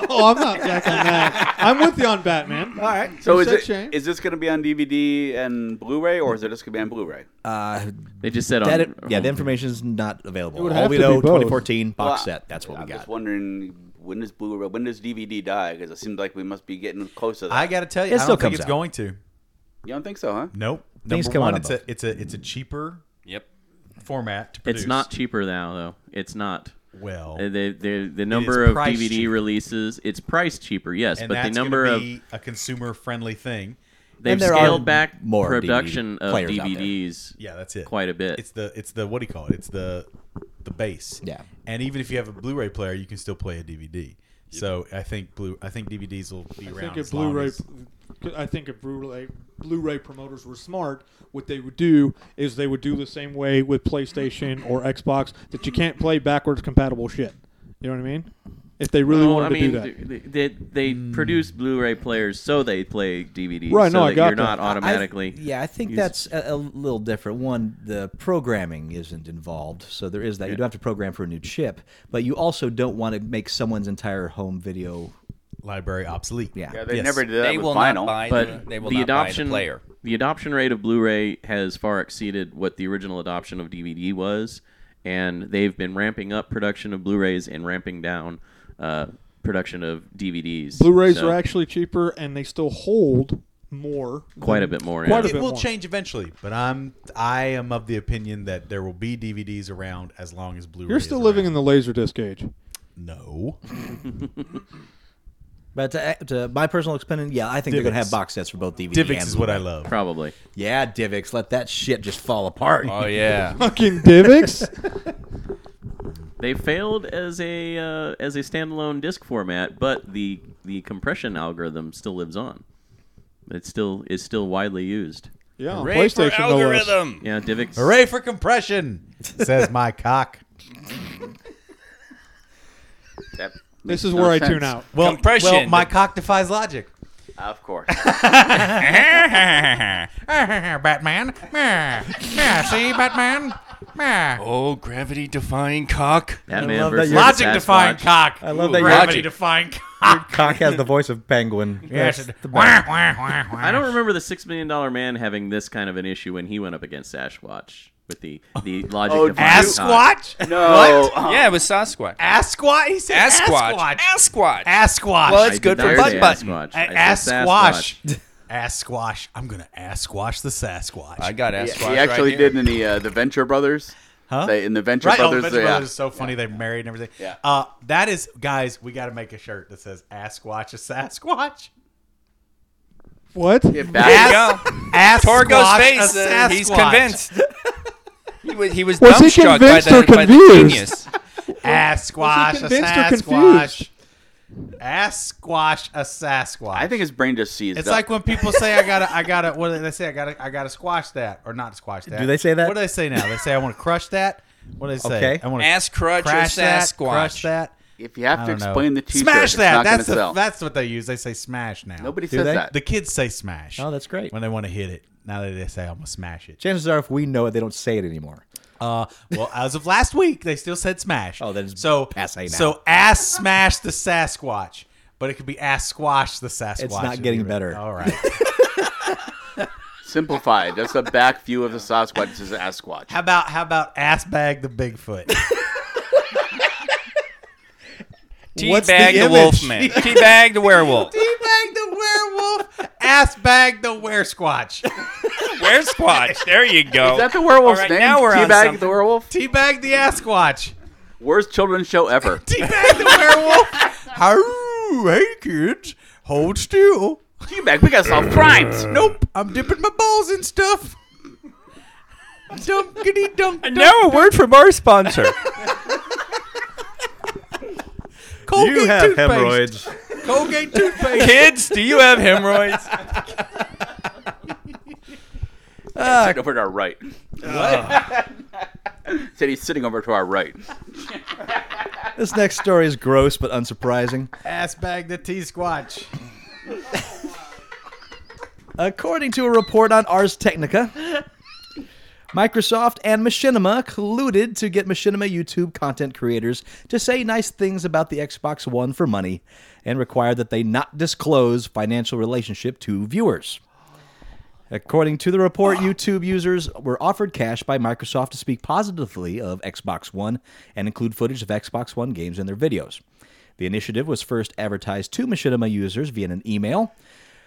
Speaker 3: Oh, I'm not back on that. I'm with you on Batman. All right.
Speaker 5: So is
Speaker 3: said
Speaker 5: it
Speaker 3: shame.
Speaker 5: is this gonna be on DVD and Blu-ray, or is it just gonna be on Blu-ray?
Speaker 1: Uh,
Speaker 8: They just said on.
Speaker 1: that yeah, the information is not available.
Speaker 3: It would
Speaker 1: All
Speaker 3: have
Speaker 1: we
Speaker 3: to be
Speaker 1: know,
Speaker 3: both.
Speaker 1: 2014 box
Speaker 5: Well,
Speaker 1: set. That's what
Speaker 5: I'm
Speaker 1: we
Speaker 5: just
Speaker 1: got.
Speaker 5: wondering when does Blu-ray, when does DVD die? Because it seems like we must be getting close to that.
Speaker 2: I gotta tell you,
Speaker 1: It
Speaker 2: I
Speaker 1: still
Speaker 2: don't think
Speaker 1: comes
Speaker 2: it's
Speaker 1: out.
Speaker 2: going to.
Speaker 5: you don't think so, huh?
Speaker 2: Nope.
Speaker 1: Things
Speaker 2: Number
Speaker 1: come out
Speaker 2: one,
Speaker 1: on
Speaker 2: it's
Speaker 1: both.
Speaker 2: a it's a it's a cheaper
Speaker 4: Yep.
Speaker 2: format to produce.
Speaker 8: It's not cheaper now, though. It's not.
Speaker 1: Oh.
Speaker 2: well.
Speaker 8: Uh, The, the, the number
Speaker 2: is
Speaker 8: of
Speaker 2: priced
Speaker 8: DVD
Speaker 2: cheaper.
Speaker 8: releases, it's priced cheaper, yes,
Speaker 2: and
Speaker 8: but the
Speaker 2: that's
Speaker 8: number
Speaker 2: gonna
Speaker 8: of
Speaker 2: be a consumer friendly thing.
Speaker 8: they've
Speaker 1: And there
Speaker 8: scaled
Speaker 1: are
Speaker 8: back
Speaker 1: more DVD
Speaker 8: production of
Speaker 1: players out there.
Speaker 8: DVDs.
Speaker 2: Yeah, that's it.
Speaker 8: Quite a bit.
Speaker 2: It's the it's the what do you call it? It's the the base.
Speaker 1: Yeah.
Speaker 2: And even if you have a Blu-ray player, you can still play a DVD. So I think blue I think DVDs will be
Speaker 3: I
Speaker 2: around.
Speaker 3: think
Speaker 2: as
Speaker 3: if
Speaker 2: long
Speaker 3: Blu-ray,
Speaker 2: as-
Speaker 3: I think if Blu-ray, Blu-ray promoters were smart, what they would do is they would do the same way with PlayStation or Xbox that you can't play backwards compatible shit. You know what I mean? If they really
Speaker 8: No,
Speaker 3: wanted
Speaker 8: I mean,
Speaker 3: to do that.
Speaker 8: th- They, they
Speaker 4: Hmm.
Speaker 8: produce Blu-ray players so they play DVDs.
Speaker 3: Right,
Speaker 8: so
Speaker 3: no, I
Speaker 8: that
Speaker 3: got
Speaker 8: You're
Speaker 3: that.
Speaker 8: not
Speaker 3: I-
Speaker 8: automatically.
Speaker 1: I, yeah, I think
Speaker 8: use-
Speaker 1: that's a, a little different. One, the programming isn't involved, so there is that. You don't have to program for a new chip, but you also don't want to make someone's entire home video.
Speaker 2: library obsolete.
Speaker 1: Yeah.
Speaker 5: Yeah, they
Speaker 2: Yes.
Speaker 5: never did that
Speaker 4: They
Speaker 5: with
Speaker 4: will
Speaker 5: vinyl.
Speaker 4: not buy
Speaker 8: but
Speaker 4: the, they will
Speaker 8: the
Speaker 4: not
Speaker 8: adoption
Speaker 4: buy the player.
Speaker 8: the adoption rate of Blu-ray has far exceeded what the original adoption of DVD was, and they've been ramping up production of Blu-rays and ramping down uh, production of DVDs.
Speaker 3: Blu-rays
Speaker 8: So,
Speaker 3: are actually cheaper and they still hold more.
Speaker 8: quite a
Speaker 3: than-
Speaker 8: bit more.
Speaker 3: Quite
Speaker 8: yeah.
Speaker 3: a
Speaker 2: It
Speaker 3: bit
Speaker 2: will
Speaker 3: more.
Speaker 2: change eventually, but I'm I am of the opinion that there will be DVDs around as long as Blu-ray.
Speaker 3: You're still living in the laserdisc age.
Speaker 2: in no.
Speaker 1: But to, eh, to my personal opinion, yeah, I think they're going to have
Speaker 2: Divx.
Speaker 1: box sets for both DVD.
Speaker 2: DivX
Speaker 1: and
Speaker 2: is what I
Speaker 1: Blu-ray.
Speaker 2: love.
Speaker 8: probably.
Speaker 1: Yeah, Divx, let that shit just fall apart.
Speaker 4: Oh, yeah.
Speaker 3: Fucking Divx.
Speaker 8: They failed as a uh, as a standalone disc format, but the the compression algorithm still lives on. It still is still widely used.
Speaker 3: yeah, on
Speaker 4: Hooray for
Speaker 3: PlayStation. no less.
Speaker 4: algorithm.
Speaker 8: Yeah, Divx.
Speaker 2: Hooray for compression, says my cock.
Speaker 5: That
Speaker 3: This
Speaker 5: makes
Speaker 3: is
Speaker 5: no
Speaker 3: where I
Speaker 5: sense.
Speaker 3: tune out.
Speaker 2: Well,
Speaker 4: Compression.
Speaker 2: well, my cock defies logic.
Speaker 5: Of course.
Speaker 2: Batman. Yeah, see, Batman.
Speaker 4: Oh, gravity defying cock.
Speaker 8: Batman
Speaker 1: love that
Speaker 8: versus
Speaker 1: you're-
Speaker 2: Logic defying
Speaker 8: Sasquatch.
Speaker 2: cock.
Speaker 1: I love that you're-
Speaker 2: Gravity defying cock.
Speaker 1: Cock has the voice of Penguin. Yes.
Speaker 8: I don't remember the Six Million Dollar Man having this kind of an issue when he went up against Sasquatch with the the logic.
Speaker 5: Oh,
Speaker 8: of Viacom.
Speaker 5: No. uh,
Speaker 4: yeah, it was Sasquatch.
Speaker 2: Asquatch? He said
Speaker 4: Asquatch.
Speaker 2: Asquatch.
Speaker 4: Asquatch.
Speaker 2: Asquatch.
Speaker 4: Well,
Speaker 8: I
Speaker 4: it's
Speaker 8: did
Speaker 4: good
Speaker 8: not
Speaker 4: for butt
Speaker 8: say
Speaker 4: button.
Speaker 8: Sasquatch. I said Sasquatch.
Speaker 2: Asquatch. Asquatch. I'm going to Asquatch the Sasquatch.
Speaker 4: I got Asquatch.
Speaker 5: He actually
Speaker 4: right here.
Speaker 5: did in the uh, the Venture Brothers.
Speaker 2: Huh?
Speaker 5: They, in the Venture
Speaker 2: Right,
Speaker 5: Brothers,
Speaker 2: oh, Venture
Speaker 5: they, uh,
Speaker 2: Brothers is so funny. They're married and everything.
Speaker 5: Yeah.
Speaker 2: Uh, that is, guys, we got to make a shirt that says Asquatch a Sasquatch.
Speaker 3: What?
Speaker 5: get back.
Speaker 4: There you go.
Speaker 2: Ass
Speaker 4: Torgo's face.
Speaker 2: a
Speaker 4: uh, he's
Speaker 2: Sasquatch.
Speaker 4: convinced. he was, he was,
Speaker 3: Was he
Speaker 4: dumbstruck by
Speaker 3: convinced
Speaker 4: the,
Speaker 3: or
Speaker 4: by the
Speaker 3: confused?
Speaker 4: genius.
Speaker 2: Asquatch a
Speaker 3: convinced or
Speaker 2: Sasquatch. Asquatch a Sasquatch.
Speaker 5: I think his brain just seized
Speaker 2: It's
Speaker 5: up.
Speaker 2: like when people say I gotta, I gotta. What do they say? I gotta, I gotta squash that or not squash that.
Speaker 1: Do they say that?
Speaker 2: What do they say now? They say I want to crush that. What do they say?
Speaker 1: Okay.
Speaker 2: I want to
Speaker 4: Ass crutch or
Speaker 2: crash that,
Speaker 4: Sasquatch.
Speaker 2: crush that.
Speaker 5: if you have
Speaker 2: I
Speaker 5: to
Speaker 2: don't know.
Speaker 5: explain the T-shirt,
Speaker 2: smash
Speaker 5: it's
Speaker 2: that.
Speaker 5: not
Speaker 2: That's
Speaker 5: gonna
Speaker 2: the,
Speaker 5: sell.
Speaker 2: that's what they use. They say smash now.
Speaker 5: Nobody
Speaker 1: Do
Speaker 5: says
Speaker 1: they?
Speaker 5: that.
Speaker 2: The kids say smash.
Speaker 1: Oh, that's great.
Speaker 2: when they want to hit it. Now that they say I'm gonna smash it.
Speaker 1: Chances are, if we know it, they don't say it anymore.
Speaker 2: Uh, well, as of last week, they still said smash.
Speaker 1: Oh, then it's
Speaker 2: so
Speaker 1: passe now.
Speaker 2: So ass smash the Sasquatch, but it could be ass squash the Sasquatch.
Speaker 1: not
Speaker 2: It'd
Speaker 1: getting
Speaker 2: be-
Speaker 1: better.
Speaker 2: All right.
Speaker 5: Simplified. That's the back view of the Sasquatch. This is Asquatch.
Speaker 2: How about how about ass bag the Bigfoot?
Speaker 4: Teabag the, wolfman. Teabag the werewolf.
Speaker 2: Teabag the werewolf, ass bag the weresquatch.
Speaker 4: Where's Squatch? There you go.
Speaker 5: Is that the werewolf's
Speaker 4: All right,
Speaker 5: name?
Speaker 4: now we're on
Speaker 5: Teabag
Speaker 4: something.
Speaker 5: the werewolf.
Speaker 2: Teabag the assquatch.
Speaker 5: Worst children's show ever.
Speaker 2: Teabag the werewolf. How hey kids, hold still.
Speaker 5: Teabag, we gotta solve crimes.
Speaker 2: Nope, I'm dipping my balls in stuff. Dunkity dunk.
Speaker 4: And now a word from our sponsor.
Speaker 2: Colgate
Speaker 1: You have
Speaker 2: toothpaste.
Speaker 1: hemorrhoids.
Speaker 2: Colgate toothpaste.
Speaker 4: Kids, do you have hemorrhoids?
Speaker 2: Uh,
Speaker 5: Sit over to our right. What? Said he's sitting over to our right.
Speaker 1: This next story is gross but unsurprising.
Speaker 2: ass bag the T squatch.
Speaker 1: According to a report on Ars Technica, Microsoft and Machinima colluded to get Machinima YouTube content creators to say nice things about the Xbox One for money and require that they not disclose financial relationship to viewers. According to the report, YouTube users were offered cash by Microsoft to speak positively of Xbox One and include footage of Xbox One games in their videos. The initiative was first advertised to Machinima users via an email.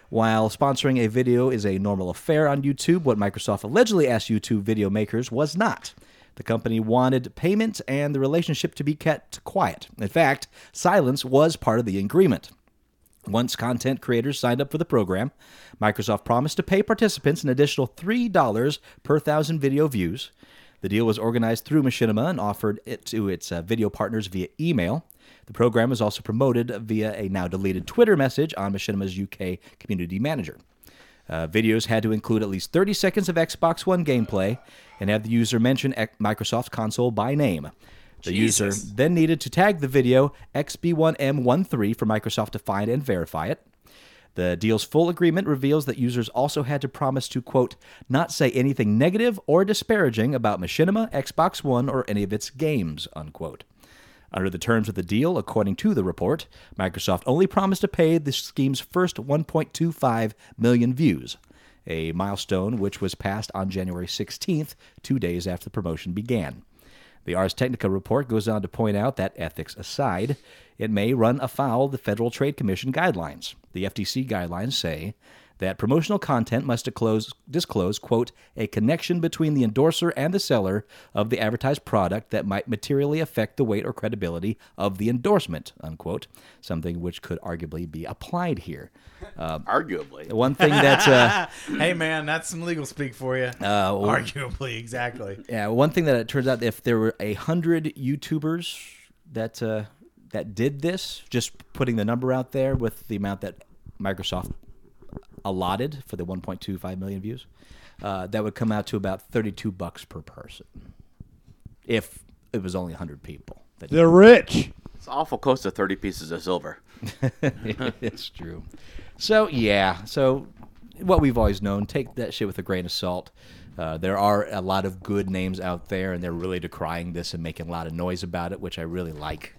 Speaker 1: While sponsoring a video is a normal affair on YouTube, what Microsoft allegedly asked YouTube video makers was not. The company wanted payment and the relationship to be kept quiet. In fact, silence was part of the agreement. Once content creators signed up for the program, Microsoft promised to pay participants an additional $3 per thousand video views. The deal was organized through Machinima and offered it to its uh, video partners via email. The program was also promoted via a now deleted Twitter message on Machinima's UK community manager. Uh, videos had to include at least 30 seconds of Xbox One gameplay and have the user mention X- Microsoft console by name. The user then needed to tag the video XB1M13 for Microsoft to find and verify it. The deal's full agreement reveals that users also had to promise to, quote, not say anything negative or disparaging about Machinima, Xbox One, or any of its games, unquote. Under the terms of the deal, according to the report, Microsoft only promised to pay the scheme's first 1.25 million views, a milestone which was passed on January 16th, two days after the promotion began. The Ars Technica report goes on to point out that, ethics aside, it may run afoul the Federal Trade Commission guidelines. The FTC guidelines say that promotional content must disclose, disclose, quote, a connection between the endorser and the seller of the advertised product that might materially affect the weight or credibility of the endorsement, unquote, something which could arguably be applied here.
Speaker 5: Arguably.
Speaker 1: One thing that's uh,
Speaker 2: Hey man, that's some legal speak for you.
Speaker 1: uh,
Speaker 2: Arguably, exactly.
Speaker 1: Yeah, one thing that it turns out if there were a hundred YouTubers that uh, that did this, just putting the number out there with the amount that Microsoft allotted for the 1.25 million views, uh, that would come out to about 32 bucks per person. If it was only 100 people, that
Speaker 3: They're rich.
Speaker 5: It's awful close to 30 pieces of silver.
Speaker 1: it's true. So yeah, so what we've always known, take that shit with a grain of salt. Uh, there are a lot of good names out there, and they're really decrying this and making a lot of noise about it, which I really like.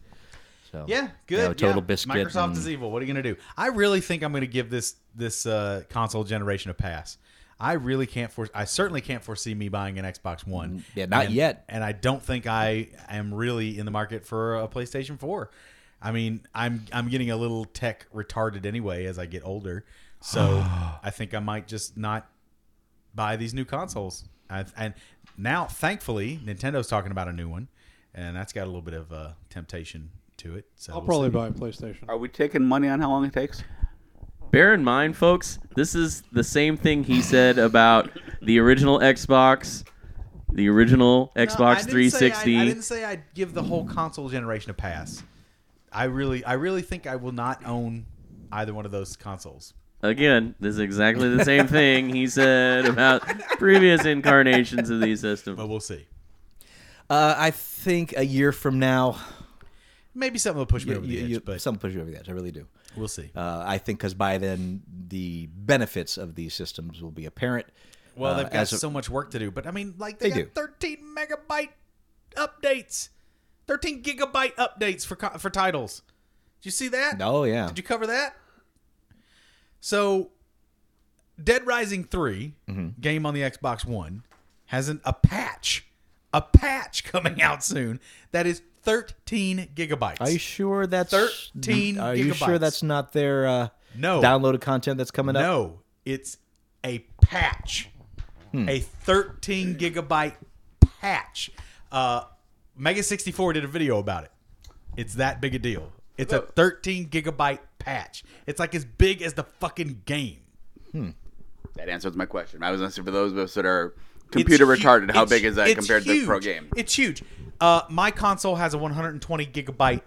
Speaker 1: So
Speaker 2: Yeah, good.
Speaker 1: you know, total
Speaker 2: yeah.
Speaker 1: biscuit.
Speaker 2: Microsoft
Speaker 1: and-
Speaker 2: is evil. What are you going to do? I really think I'm going to give this this uh, console generation a pass. I really can't for I certainly can't foresee me buying an Xbox One.
Speaker 1: yeah, not
Speaker 2: And-
Speaker 1: yet.
Speaker 2: And I don't think I am really in the market for a PlayStation 4. I mean, I'm I'm getting a little tech retarded anyway as I get older. So I think I might just not buy these new consoles. i and now, thankfully, Nintendo's talking about a new one, and that's got a little bit of uh, temptation to it. So
Speaker 3: I'll
Speaker 2: we'll
Speaker 3: probably
Speaker 2: see.
Speaker 3: buy a PlayStation.
Speaker 5: Are we taking money on how long it takes?
Speaker 8: Bear in mind, folks, this is the same thing he said about the original Xbox, the original Xbox
Speaker 2: No, I didn't say I-
Speaker 8: 360.
Speaker 2: I, didn't say I'd give the whole console generation a pass. I really, I really think I will not own either one of those consoles.
Speaker 8: Again, this is exactly the same thing he said about previous incarnations of these systems.
Speaker 2: But we'll see.
Speaker 1: Uh, I think a year from now,
Speaker 2: Maybe something will push me
Speaker 1: you,
Speaker 2: over the
Speaker 1: you,
Speaker 2: edge,
Speaker 1: you,
Speaker 2: but
Speaker 1: some push you over the edge. I really do.
Speaker 2: we'll see.
Speaker 1: Uh, I think because by then the benefits of these systems will be apparent.
Speaker 2: well, they've
Speaker 1: uh,
Speaker 2: got
Speaker 1: as a-
Speaker 2: so much work to do, but I mean, like they,
Speaker 1: They
Speaker 2: got 13 megabyte updates, 13 gigabyte updates for co- for titles. Did you see that?
Speaker 1: Oh yeah,
Speaker 2: Did you cover that? So, Dead Rising 3,
Speaker 1: Mm-hmm.
Speaker 2: game on the Xbox One, has an, a patch, a patch coming out soon that is 13 gigabytes.
Speaker 1: Are you sure that's
Speaker 2: 13
Speaker 1: Are you sure
Speaker 2: gigabytes.
Speaker 1: that's not their uh,
Speaker 2: No.
Speaker 1: downloaded content that's coming up?
Speaker 2: no, it's a patch,
Speaker 1: Hmm.
Speaker 2: a 13 gigabyte patch. Uh, Mega 64 did a video about it. It's that big a deal. It's a 13 gigabyte patch. It's like as big as the fucking game.
Speaker 5: That answers my question. I was asking for those of us that are computer
Speaker 2: It's hu-
Speaker 5: retarded, how
Speaker 2: it's-
Speaker 5: big is that
Speaker 2: it's
Speaker 5: compared to
Speaker 2: huge.
Speaker 5: the pro game?
Speaker 2: It's huge. Uh, my console has a 120 gigabyte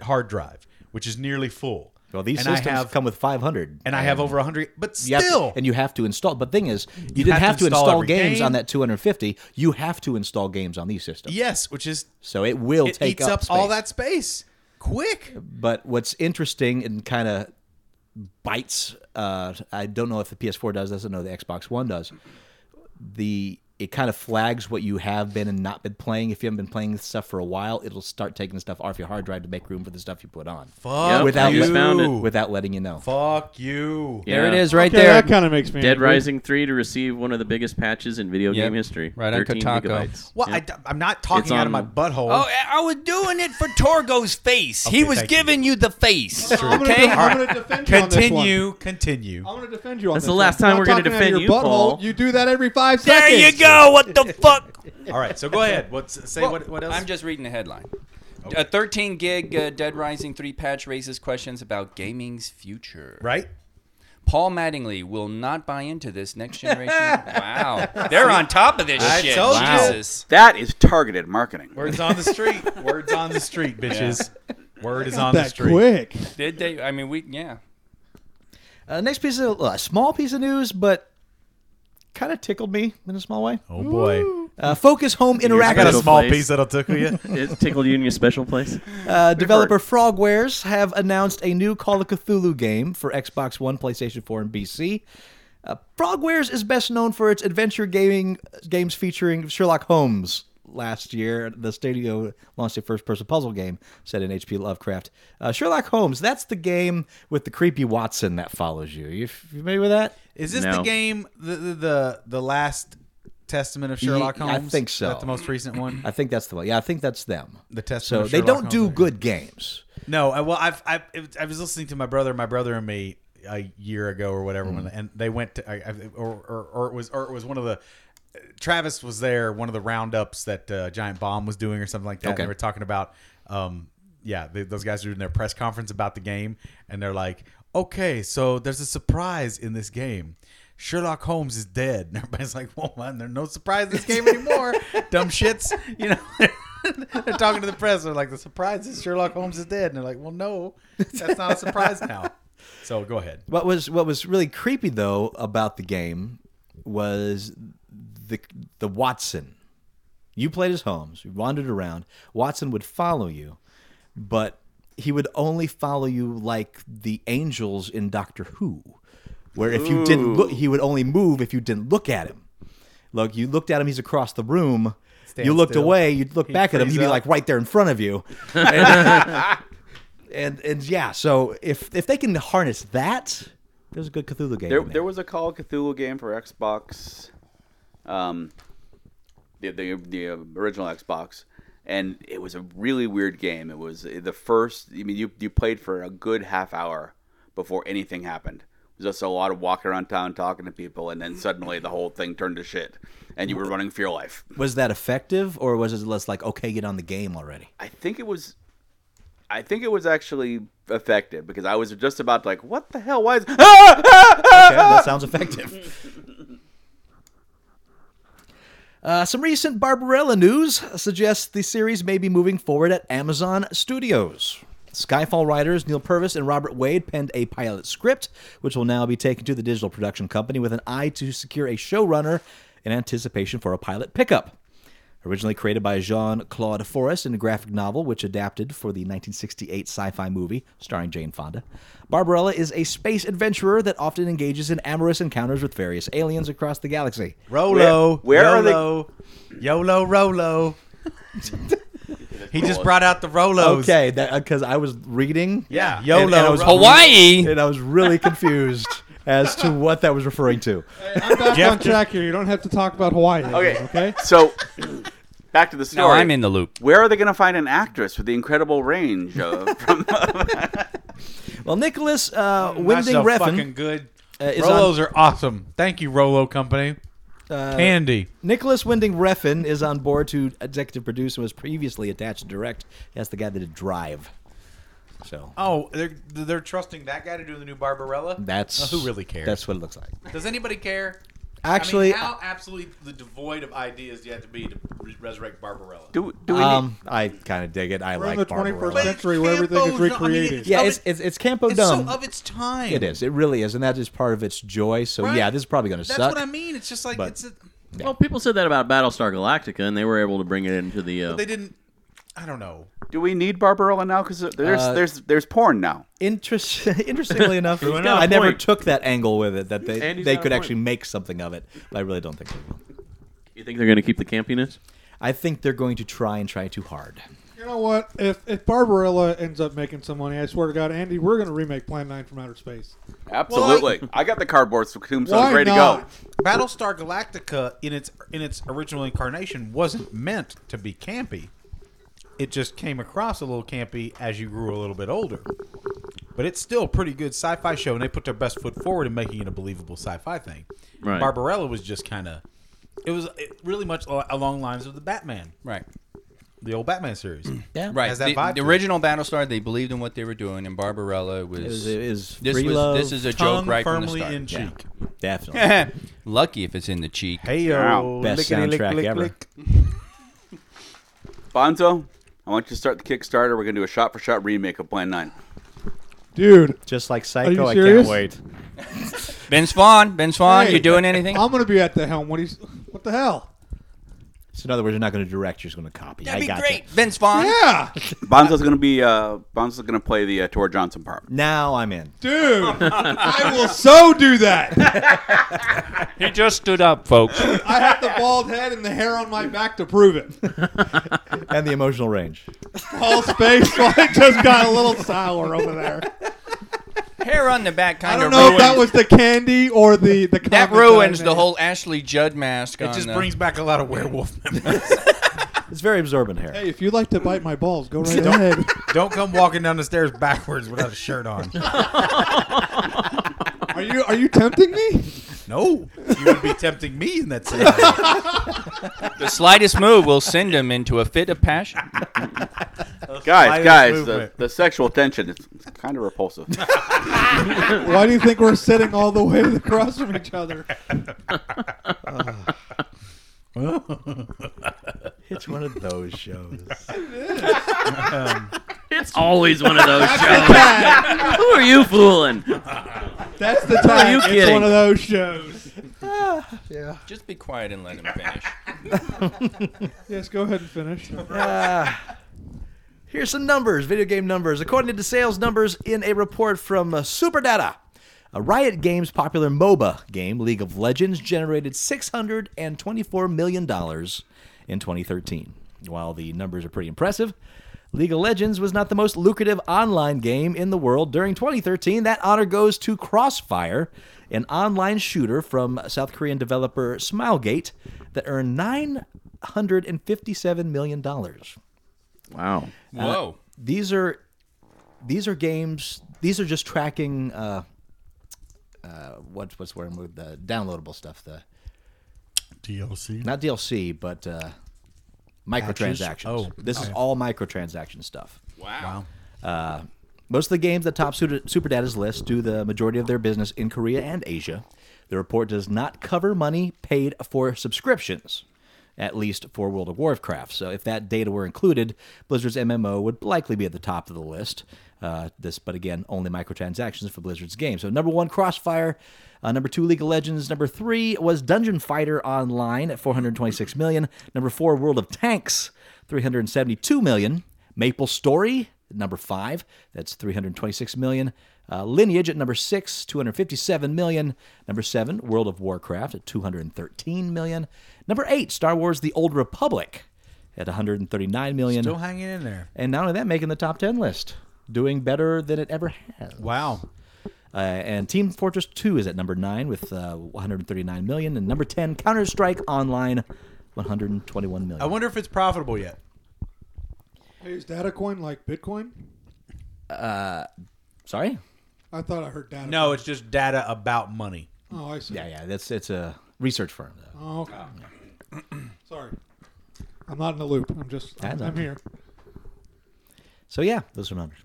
Speaker 2: hard drive, which is nearly full.
Speaker 1: Well, these
Speaker 2: and
Speaker 1: systems
Speaker 2: I have,
Speaker 1: come with 500,
Speaker 2: and I have over 100, but
Speaker 1: You have to-
Speaker 2: still,
Speaker 1: and you have to install. But thing is, you, didn't have to install,
Speaker 2: every
Speaker 1: games
Speaker 2: game.
Speaker 1: on that 250. You have to install games on these systems.
Speaker 2: yes, which is
Speaker 1: So it will
Speaker 2: it
Speaker 1: take
Speaker 2: eats up, all
Speaker 1: space.
Speaker 2: that space quick.
Speaker 1: But what's interesting and kind of bites, uh, I don't know if the PS4 does this, I know the Xbox One does. The it kind of flags what you have been and not been playing. If you haven't been playing this stuff for a while, it'll start taking the stuff off your hard drive to make room for the stuff you put on.
Speaker 2: Fuck
Speaker 1: without
Speaker 8: you
Speaker 1: let-
Speaker 8: found it.
Speaker 1: without letting you know.
Speaker 2: Fuck you.
Speaker 8: Yeah.
Speaker 4: There it is, right
Speaker 3: okay,
Speaker 4: there.
Speaker 3: that kind of makes me
Speaker 8: Dead
Speaker 3: angry.
Speaker 8: Rising 3 to receive one of the biggest patches in video
Speaker 4: Yep.
Speaker 8: game history.
Speaker 4: Right on
Speaker 8: 13
Speaker 4: Kotaku.
Speaker 8: gigabytes.
Speaker 2: Well,
Speaker 8: Yeah.
Speaker 2: I, am not talking
Speaker 8: It's
Speaker 2: out
Speaker 8: on-
Speaker 2: of my butthole.
Speaker 4: Oh, I- I was doing it for Torgo's face. he
Speaker 2: Okay,
Speaker 4: was
Speaker 2: thank you.
Speaker 4: giving you. the face.
Speaker 3: I'm gonna,
Speaker 4: Okay.
Speaker 3: I'm gonna defend you on this one.
Speaker 2: continue, continue.
Speaker 3: I'm gonna defend you on
Speaker 8: That's
Speaker 3: this
Speaker 8: the last
Speaker 3: one.
Speaker 8: time
Speaker 3: Not
Speaker 8: we're gonna
Speaker 3: talking out of
Speaker 8: defend
Speaker 3: your
Speaker 8: you,
Speaker 3: butthole.
Speaker 8: Paul.
Speaker 3: You do that every five
Speaker 4: There
Speaker 3: seconds.
Speaker 4: you go. What the fuck?
Speaker 2: All right, so go ahead. What's say what, what else?
Speaker 4: I'm just reading the headline. A 13 gig uh, Dead Rising 3 patch raises questions about gaming's future.
Speaker 2: right.
Speaker 4: Paul Mattingly will not buy into this next generation. wow. They're on top of this
Speaker 2: I
Speaker 4: shit.
Speaker 2: told you.
Speaker 4: Jesus.
Speaker 5: That is targeted marketing.
Speaker 2: Words on the street. Words on the street, bitches. Word is on the
Speaker 3: That
Speaker 2: street.
Speaker 3: quick.
Speaker 4: Did they? I mean, we, yeah.
Speaker 1: Uh, next piece of a small piece of news, but kind of tickled me in a small way.
Speaker 2: Oh boy,
Speaker 1: Uh, Focus Home
Speaker 8: I got a
Speaker 1: Interactive
Speaker 8: Special small place. piece
Speaker 2: that'll tickle you.
Speaker 8: It tickled you in your special place?
Speaker 1: uh, developer Frogwares have announced a new Call of Cthulhu game for Xbox One, PlayStation 4, and BC. Uh, Frogwares is best known for its adventure gaming games featuring Sherlock Holmes. Last year, the studio launched a first-person puzzle game set in H.P. Lovecraft. Uh, Sherlock Holmes—that's the game with the creepy Watson that follows you. You familiar with that?
Speaker 2: Is this
Speaker 8: No.
Speaker 2: the game? The, the the the last testament of Sherlock
Speaker 1: Ye- I
Speaker 2: Holmes.
Speaker 1: think
Speaker 2: Is
Speaker 1: so.
Speaker 2: that the most recent one.
Speaker 1: I think that's the one. Yeah, I think that's them.
Speaker 2: The test.
Speaker 1: So
Speaker 2: of
Speaker 1: they
Speaker 2: Sherlock
Speaker 1: don't do
Speaker 2: Holmes.
Speaker 1: good games.
Speaker 2: No, I, well, I've, I've I was listening to my brother, my brother and me a year ago or whatever, when and they went to I, I, or, or or it was or it was one of the Travis was there, one of the roundups that uh, Giant Bomb was doing or something like that. And
Speaker 1: Okay.
Speaker 2: they were talking about, um, yeah, they, those guys are doing their press conference about the game, and they're like, okay, so there's a surprise in this game. Sherlock Holmes is dead, and everybody's like, "Well, man, there's no surprise in this game anymore, dumb shits." You know, they're talking to the press. They're like, "The surprise is Sherlock Holmes is dead," and they're like, "Well, no, that's not a surprise now." So go ahead.
Speaker 1: What was what was really creepy though about the game was the the Watson. You played as Holmes. You wandered around. Watson would follow you, but he would only follow you like the angels in Doctor Who, where if you didn't look, he would only move if you didn't look at him. Look, you looked at him. He's across the room.
Speaker 2: stand
Speaker 1: you looked
Speaker 2: still.
Speaker 1: away, you'd look back at him,
Speaker 2: freeze
Speaker 1: he'd be
Speaker 2: up.
Speaker 1: like right there in front of you. And, and and yeah, so if if they can harness that, there's a good Cthulhu game.
Speaker 5: There,
Speaker 1: in
Speaker 5: there was a Call of Cthulhu game for Xbox, um, the the, the original Xbox, and it was a really weird game. It was the first. I mean, you you played for a good half hour before anything happened. It was just a lot of walking around town talking to people, and then suddenly the whole thing turned to shit, and you were running for your life.
Speaker 1: was that effective or was it less like okay, get on the game already?
Speaker 5: I think it was. I think it was actually effective because I was just about like, what the hell? Why is ah!
Speaker 1: Okay, that sounds effective. Uh, some recent Barbarella news suggests the series may be moving forward at Amazon Studios. Skyfall writers Neil Purvis and Robert Wade penned a pilot script, which will now be taken to the digital production company with an eye to secure a showrunner in anticipation for a pilot pickup. Originally created by Jean Claude Forest in a graphic novel, which adapted for the 1968 sci fi movie starring Jane Fonda, Barbarella is a space adventurer that often engages in amorous encounters with various aliens across the galaxy.
Speaker 2: Rolo.
Speaker 5: Where- where are they-
Speaker 2: Yolo, Yolo Rolo. he just brought out the Rolos.
Speaker 1: Okay, because I was reading.
Speaker 2: Yeah.
Speaker 1: Yolo.
Speaker 2: Yolo.
Speaker 1: I was
Speaker 2: Rolo.
Speaker 4: Hawaii.
Speaker 1: and I was really confused as to what that was referring to.
Speaker 3: I'm back
Speaker 2: Jeff
Speaker 3: on
Speaker 2: just-
Speaker 3: track here. You don't have to talk about Hawaii.
Speaker 5: Okay.
Speaker 3: Okay.
Speaker 5: So, back to the
Speaker 4: No,
Speaker 5: story.
Speaker 4: I'm in the loop.
Speaker 5: Where are they going to find an actress with the incredible range? Uh, from
Speaker 1: Well, Nicholas uh,
Speaker 2: That's
Speaker 1: Winding
Speaker 2: so
Speaker 1: Refn
Speaker 2: fucking good.
Speaker 1: Uh, is
Speaker 2: Rolos
Speaker 1: on-
Speaker 2: are awesome. Thank you, Rolo Company. Candy.
Speaker 1: Uh, Nicholas Winding Refn is on board to executive produce and was previously attached to direct. That's the guy that did Drive. So
Speaker 2: Oh, they're they're trusting that guy to do the new Barbarella.
Speaker 1: that's
Speaker 2: who really cares?
Speaker 1: That's what it looks like.
Speaker 2: Does anybody care?
Speaker 1: Actually,
Speaker 2: I mean, how absolutely the devoid of ideas do you have to be to re- resurrect Barbarella?
Speaker 5: do, do we need,
Speaker 1: um, I kind of dig it. I
Speaker 3: We're in
Speaker 1: like
Speaker 3: the 21st
Speaker 1: Barbarella.
Speaker 3: century where everything is
Speaker 2: Campo's- I mean,
Speaker 3: recreated.
Speaker 1: Yeah,
Speaker 2: of
Speaker 1: it's,
Speaker 2: it-
Speaker 1: it's it's Campo
Speaker 2: it's
Speaker 1: Dumb.
Speaker 2: so of its time.
Speaker 1: it is. It really is, and that is part of its joy. So
Speaker 2: Right?
Speaker 1: yeah, this is probably going to
Speaker 2: That's
Speaker 1: suck.
Speaker 2: what I mean. It's just like
Speaker 1: But-
Speaker 2: it's. A,
Speaker 8: Well, people said that about Battlestar Galactica, and they were able to bring it into the. Uh,
Speaker 2: they didn't. I don't know.
Speaker 5: do we need Barbarella now? Because there's
Speaker 3: Uh,
Speaker 5: there's there's porn now.
Speaker 1: Interest, interestingly enough,
Speaker 8: got a
Speaker 1: I never
Speaker 8: point.
Speaker 1: took that angle with it that they
Speaker 8: Andy's
Speaker 1: they
Speaker 8: got a
Speaker 1: could
Speaker 8: point.
Speaker 1: actually make something of it. But I really don't think they will.
Speaker 8: you think they're going to keep the campiness?
Speaker 1: I think they're going to try and try too hard.
Speaker 3: You know what? If if Barbarella ends up making some money, I swear to God, Andy, we're gonna remake Plan Nine from Outer Space.
Speaker 5: Absolutely. I, got the cardboard tombstones
Speaker 3: Why
Speaker 5: ready to
Speaker 3: not?
Speaker 5: go.
Speaker 2: Battlestar Galactica in its in its original incarnation wasn't meant to be campy. It just came across a little campy as you grew a little bit older. But it's still a pretty good sci-fi show, and they put their best foot forward in making it a believable sci-fi thing.
Speaker 8: Right.
Speaker 2: Barbarella was just kind of, it was it really much al- along the lines of the Batman,
Speaker 4: Right.
Speaker 2: the old Batman series.
Speaker 1: Yeah,
Speaker 4: Right.
Speaker 2: Has that
Speaker 4: the,
Speaker 2: vibe
Speaker 4: the
Speaker 2: to it.
Speaker 4: original Battlestar, they believed in what they were doing, and Barbarella was.
Speaker 1: It is, it is
Speaker 4: this,
Speaker 1: free
Speaker 4: was
Speaker 1: love,
Speaker 4: this is a
Speaker 2: Tongue
Speaker 4: joke right
Speaker 2: firmly
Speaker 4: from
Speaker 2: in
Speaker 4: the start.
Speaker 2: cheek.
Speaker 1: definitely
Speaker 4: Lucky if it's in the cheek.
Speaker 2: Hey yo,
Speaker 1: best soundtrack ever.
Speaker 5: Bonzo, I want you to start the Kickstarter. We're going to do a shot for shot remake of Plan 9.
Speaker 3: Dude,
Speaker 1: Just like
Speaker 3: Are you
Speaker 1: Psycho, I can't
Speaker 3: serious?
Speaker 1: wait.
Speaker 4: Vince Vaughn, Vince Vaughn,
Speaker 3: Hey.
Speaker 4: you doing anything?
Speaker 3: I'm gonna be at the helm. What he's what the hell?
Speaker 1: So in other words, you're not going to direct; you're just going to copy.
Speaker 4: That'd
Speaker 1: I
Speaker 4: be
Speaker 1: gotcha.
Speaker 4: great, Vince Vaughn.
Speaker 3: Yeah,
Speaker 5: Bonzo's going to be uh, Bonzo's going to play the uh, Tor Johnson part.
Speaker 1: Now I'm in.
Speaker 3: dude, I will so do that.
Speaker 4: He just stood up, folks.
Speaker 3: I have the bald head and the hair on my back to prove it.
Speaker 1: and the emotional range.
Speaker 3: All space light just got a little sour over there.
Speaker 4: Hair on the back
Speaker 3: I
Speaker 4: kind
Speaker 3: don't
Speaker 4: of
Speaker 3: know if
Speaker 4: ruins
Speaker 3: that was the candy or the the.
Speaker 4: that
Speaker 3: comment I
Speaker 4: ruins the
Speaker 3: made.
Speaker 4: whole Ashley Judd mask.
Speaker 2: It just brings back a lot of werewolf memories.
Speaker 1: It's very absorbent hair.
Speaker 3: Hey, if you'd like to bite my balls, go right ahead.
Speaker 2: Don't come walking down the stairs backwards without a shirt on.
Speaker 3: Are you are you tempting me?
Speaker 2: No, you would be tempting me in that scenario.
Speaker 4: the slightest move will send him into a fit of passion.
Speaker 5: Guys,
Speaker 2: Slightest
Speaker 5: guys, the,
Speaker 2: movement.
Speaker 5: the sexual tension is kind of repulsive.
Speaker 3: Why do you think we're sitting all the way across from each other?
Speaker 1: It's one of those shows.
Speaker 8: It's always one of those shows. Who are you fooling?
Speaker 3: That's the time.
Speaker 8: you
Speaker 3: it's
Speaker 8: kidding?
Speaker 3: one of those shows.
Speaker 4: Just be quiet and let him finish.
Speaker 3: Yes, go ahead and finish.
Speaker 1: Here's some numbers, video game numbers. According to the sales numbers in a report from uh, Superdata, a Riot Games popular MOBA game, League of Legends, generated $624 million in 2013. While the numbers are pretty impressive, League of Legends was not the most lucrative online game in the world during 2013. That honor goes to Crossfire, an online shooter from South Korean developer Smilegate that earned $957 million.
Speaker 8: Wow.
Speaker 4: Whoa.
Speaker 1: These are these are games. These are just tracking uh, uh, what's what's where with the downloadable stuff. The
Speaker 6: DLC.
Speaker 1: not DLC, but uh, microtransactions.
Speaker 6: Oh.
Speaker 1: this is all microtransaction stuff.
Speaker 4: wow.
Speaker 1: Most of the games that top Super Superdata's list do the majority of their business in Korea and Asia. The report does not cover money paid for subscriptions, at least for World of Warcraft. So, if that data were included, Blizzard's MMO would likely be at the top of the list. Uh, this, but again, only microtransactions for Blizzard's game. So, number one, Crossfire. Uh, number two, League of Legends. Number three was Dungeon Fighter Online at 426 million. Number four, World of Tanks, 372 million. Maple Story, number five. That's 326 million. Uh, Lineage at number six, 257 million. Number seven, World of Warcraft at 213 million. Number eight, Star Wars: The Old Republic at 139 million.
Speaker 6: Still hanging in there.
Speaker 1: and not only that, making the top ten list, doing better than it ever has.
Speaker 6: Wow.
Speaker 1: Uh, and Team Fortress 2 is at number 9 with uh, 139 million. And number 10, Counter Strike Online, 121 million.
Speaker 6: I wonder if it's profitable yet.
Speaker 3: Is data coin like Bitcoin?
Speaker 1: Sorry?
Speaker 3: I thought I heard data.
Speaker 6: No, it's just data about money.
Speaker 3: Oh, I see.
Speaker 1: Yeah, yeah, that's it's a research firm, though.
Speaker 3: Oh, okay. Sorry. I'm not in the loop. I'm just, I'm,
Speaker 1: That's
Speaker 3: I'm
Speaker 1: okay.
Speaker 3: here.
Speaker 1: So, yeah, those are numbers.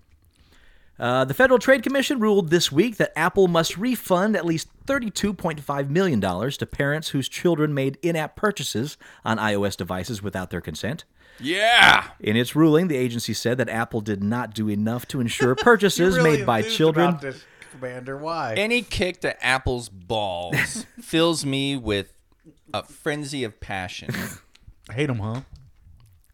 Speaker 1: Uh, the Federal Trade Commission ruled this week that Apple must refund at least $32.5 million to parents whose children made in app purchases on iOS devices without their consent.
Speaker 4: Yeah.
Speaker 1: In its ruling, the agency said that Apple did not do enough to ensure purchases made by children.
Speaker 6: Commander, why?
Speaker 4: Any kick to Apple's balls fills me with a frenzy of passion.
Speaker 6: Hate them, huh?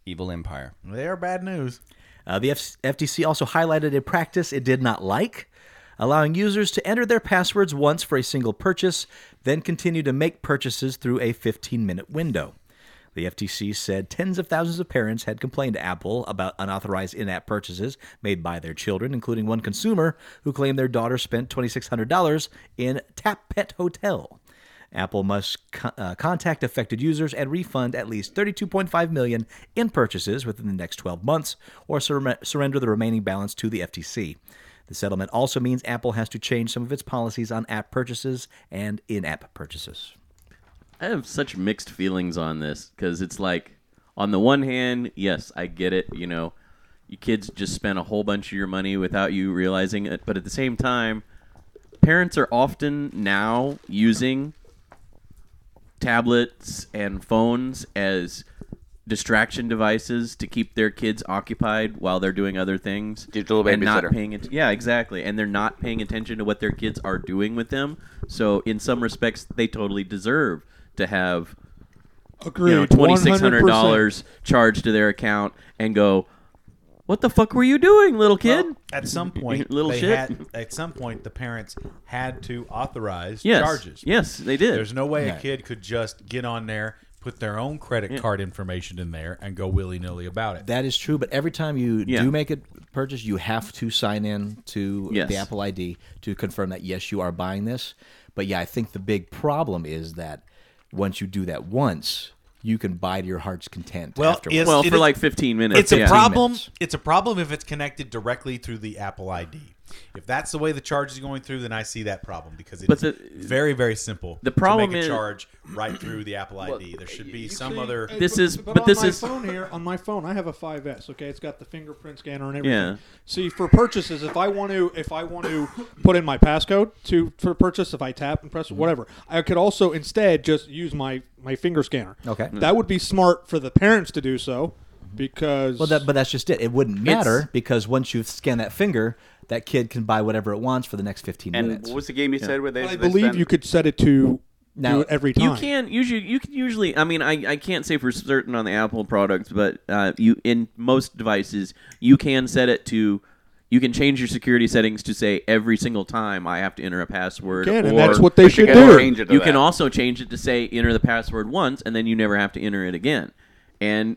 Speaker 4: Evil Empire.
Speaker 6: They are bad news.
Speaker 1: Uh, the F- FTC also highlighted a practice it did not like, allowing users to enter their passwords once for a single purchase, then continue to make purchases through a 15 minute window. The FTC said tens of thousands of parents had complained to Apple about unauthorized in app purchases made by their children, including one consumer who claimed their daughter spent $2,600 in Tap Pet Hotel. Apple must co- uh, contact affected users and refund at least 32.5 million in purchases within the next 12 months, or surre- surrender the remaining balance to the FTC. The settlement also means Apple has to change some of its policies on app purchases and in-app purchases.
Speaker 8: I have such mixed feelings on this because it's like, on the one hand, yes, I get it. You know, you kids just spent a whole bunch of your money without you realizing it. But at the same time, parents are often now using tablets and phones as distraction devices to keep their kids occupied while they're doing other things
Speaker 5: Digital
Speaker 8: and not
Speaker 5: babysitter.
Speaker 8: paying attention. Yeah, exactly. And they're not paying attention to what their kids are doing with them. So in some respects, they totally deserve to have
Speaker 3: Agreed.
Speaker 8: you know twenty six hundred
Speaker 3: 100%.
Speaker 8: dollars charged to their account and go, "What the fuck were you doing, little kid?"
Speaker 6: Well, at some point,
Speaker 8: Little
Speaker 6: they
Speaker 8: shit.
Speaker 6: Had, at some point, the parents had to authorize
Speaker 8: yes,
Speaker 6: charges.
Speaker 8: yes, they did.
Speaker 6: There's no way a kid could just get on there, put their own credit card information in there, and go willy nilly about it.
Speaker 1: That is true, but every time you
Speaker 8: Yeah.
Speaker 1: do make a purchase, you have to sign in to
Speaker 8: Yes.
Speaker 1: the Apple ID to confirm that yes, you are buying this. But yeah, I think the big problem is that once you do that once, you can buy to your heart's content.
Speaker 6: Well,
Speaker 1: afterwards.
Speaker 6: it's-
Speaker 8: well,
Speaker 6: it
Speaker 8: for
Speaker 6: is-
Speaker 8: like fifteen minutes.
Speaker 6: It's a
Speaker 8: yeah.
Speaker 6: problem.
Speaker 1: minutes.
Speaker 6: It's a problem if it's connected directly through the Apple ID. If that's the way the charge is going through, then I see that problem because it's
Speaker 8: But the-
Speaker 6: very, very simple.
Speaker 8: the problem
Speaker 6: to make
Speaker 8: is-
Speaker 6: a charge right through the Apple ID. there should be some
Speaker 3: See,
Speaker 6: other.
Speaker 3: hey,
Speaker 8: This is-
Speaker 3: but,
Speaker 8: but
Speaker 3: on
Speaker 8: this
Speaker 3: my
Speaker 8: is-
Speaker 3: phone here on my phone. I have a 5S. Okay, it's got the fingerprint scanner and everything.
Speaker 8: Yeah.
Speaker 3: See, for purchases, if I want to, if I want to put in my passcode to for purchase, if I tap and
Speaker 8: Mm-hmm.
Speaker 3: press whatever, I could also instead just use my my finger scanner.
Speaker 1: Okay.
Speaker 8: Mm-hmm.
Speaker 3: that would be smart for the parents to do so because
Speaker 1: Well, that, but that's just it. It wouldn't matter because once you've scanned that finger, that kid can buy whatever it wants for the next 15
Speaker 5: And
Speaker 1: minutes.
Speaker 5: what was the game you said where they?
Speaker 3: I
Speaker 5: they
Speaker 3: believe
Speaker 5: spend-
Speaker 3: you could set it to
Speaker 1: Now,
Speaker 3: do it every time.
Speaker 8: You can usually you can usually I mean I, I can't say for certain on the Apple products, but uh, you in most devices you can set it to you can change your security settings to say every single time I have to enter a password
Speaker 3: Can,
Speaker 8: or
Speaker 3: and that's what they
Speaker 5: But you
Speaker 3: should
Speaker 5: gotta
Speaker 3: do.
Speaker 5: change it to
Speaker 8: you can
Speaker 5: that.
Speaker 8: also change it to say enter the password once and then you never have to enter it again. and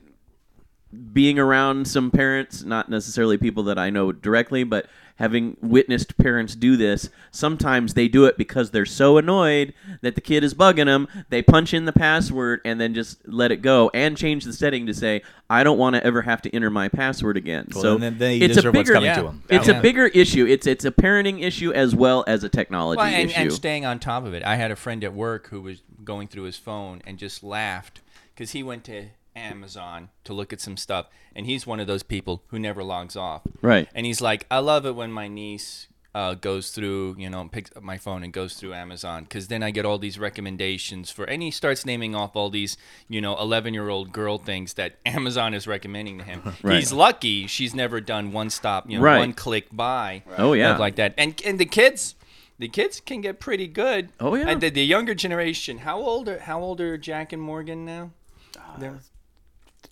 Speaker 8: being around some parents, not necessarily people that I know directly, but having witnessed parents do this, sometimes they do it because they're so annoyed that the kid is bugging them. They punch in the password and then just let it go and change the setting to say, I don't want to ever have to enter my password again. so
Speaker 1: then- then you
Speaker 8: it's a
Speaker 1: deserve what's
Speaker 8: bigger,
Speaker 1: coming to 'em.
Speaker 8: it's
Speaker 4: Yeah.
Speaker 8: a bigger issue. It's it's a parenting issue as well as a technology
Speaker 4: Well, and,
Speaker 8: issue.
Speaker 4: and staying on top of it. I had a friend at work who was going through his phone and just laughed because he went to Amazon to look at some stuff, and he's one of those people who never logs off.
Speaker 8: Right.
Speaker 4: And he's like, I love it when my niece. Uh, goes through, you know, and picks up my phone and goes through Amazon because then I get all these recommendations for, and he starts naming off all these, you know, 11 year old girl things that Amazon is recommending to him.
Speaker 8: Right.
Speaker 4: He's lucky she's never done one stop, you know,
Speaker 8: Right.
Speaker 4: one click buy.
Speaker 8: Oh, yeah.
Speaker 4: Stuff like that. And and the kids, the kids can get pretty good.
Speaker 8: Oh, yeah.
Speaker 4: And the, the younger generation. How old are how old are Jack and Morgan now? They're-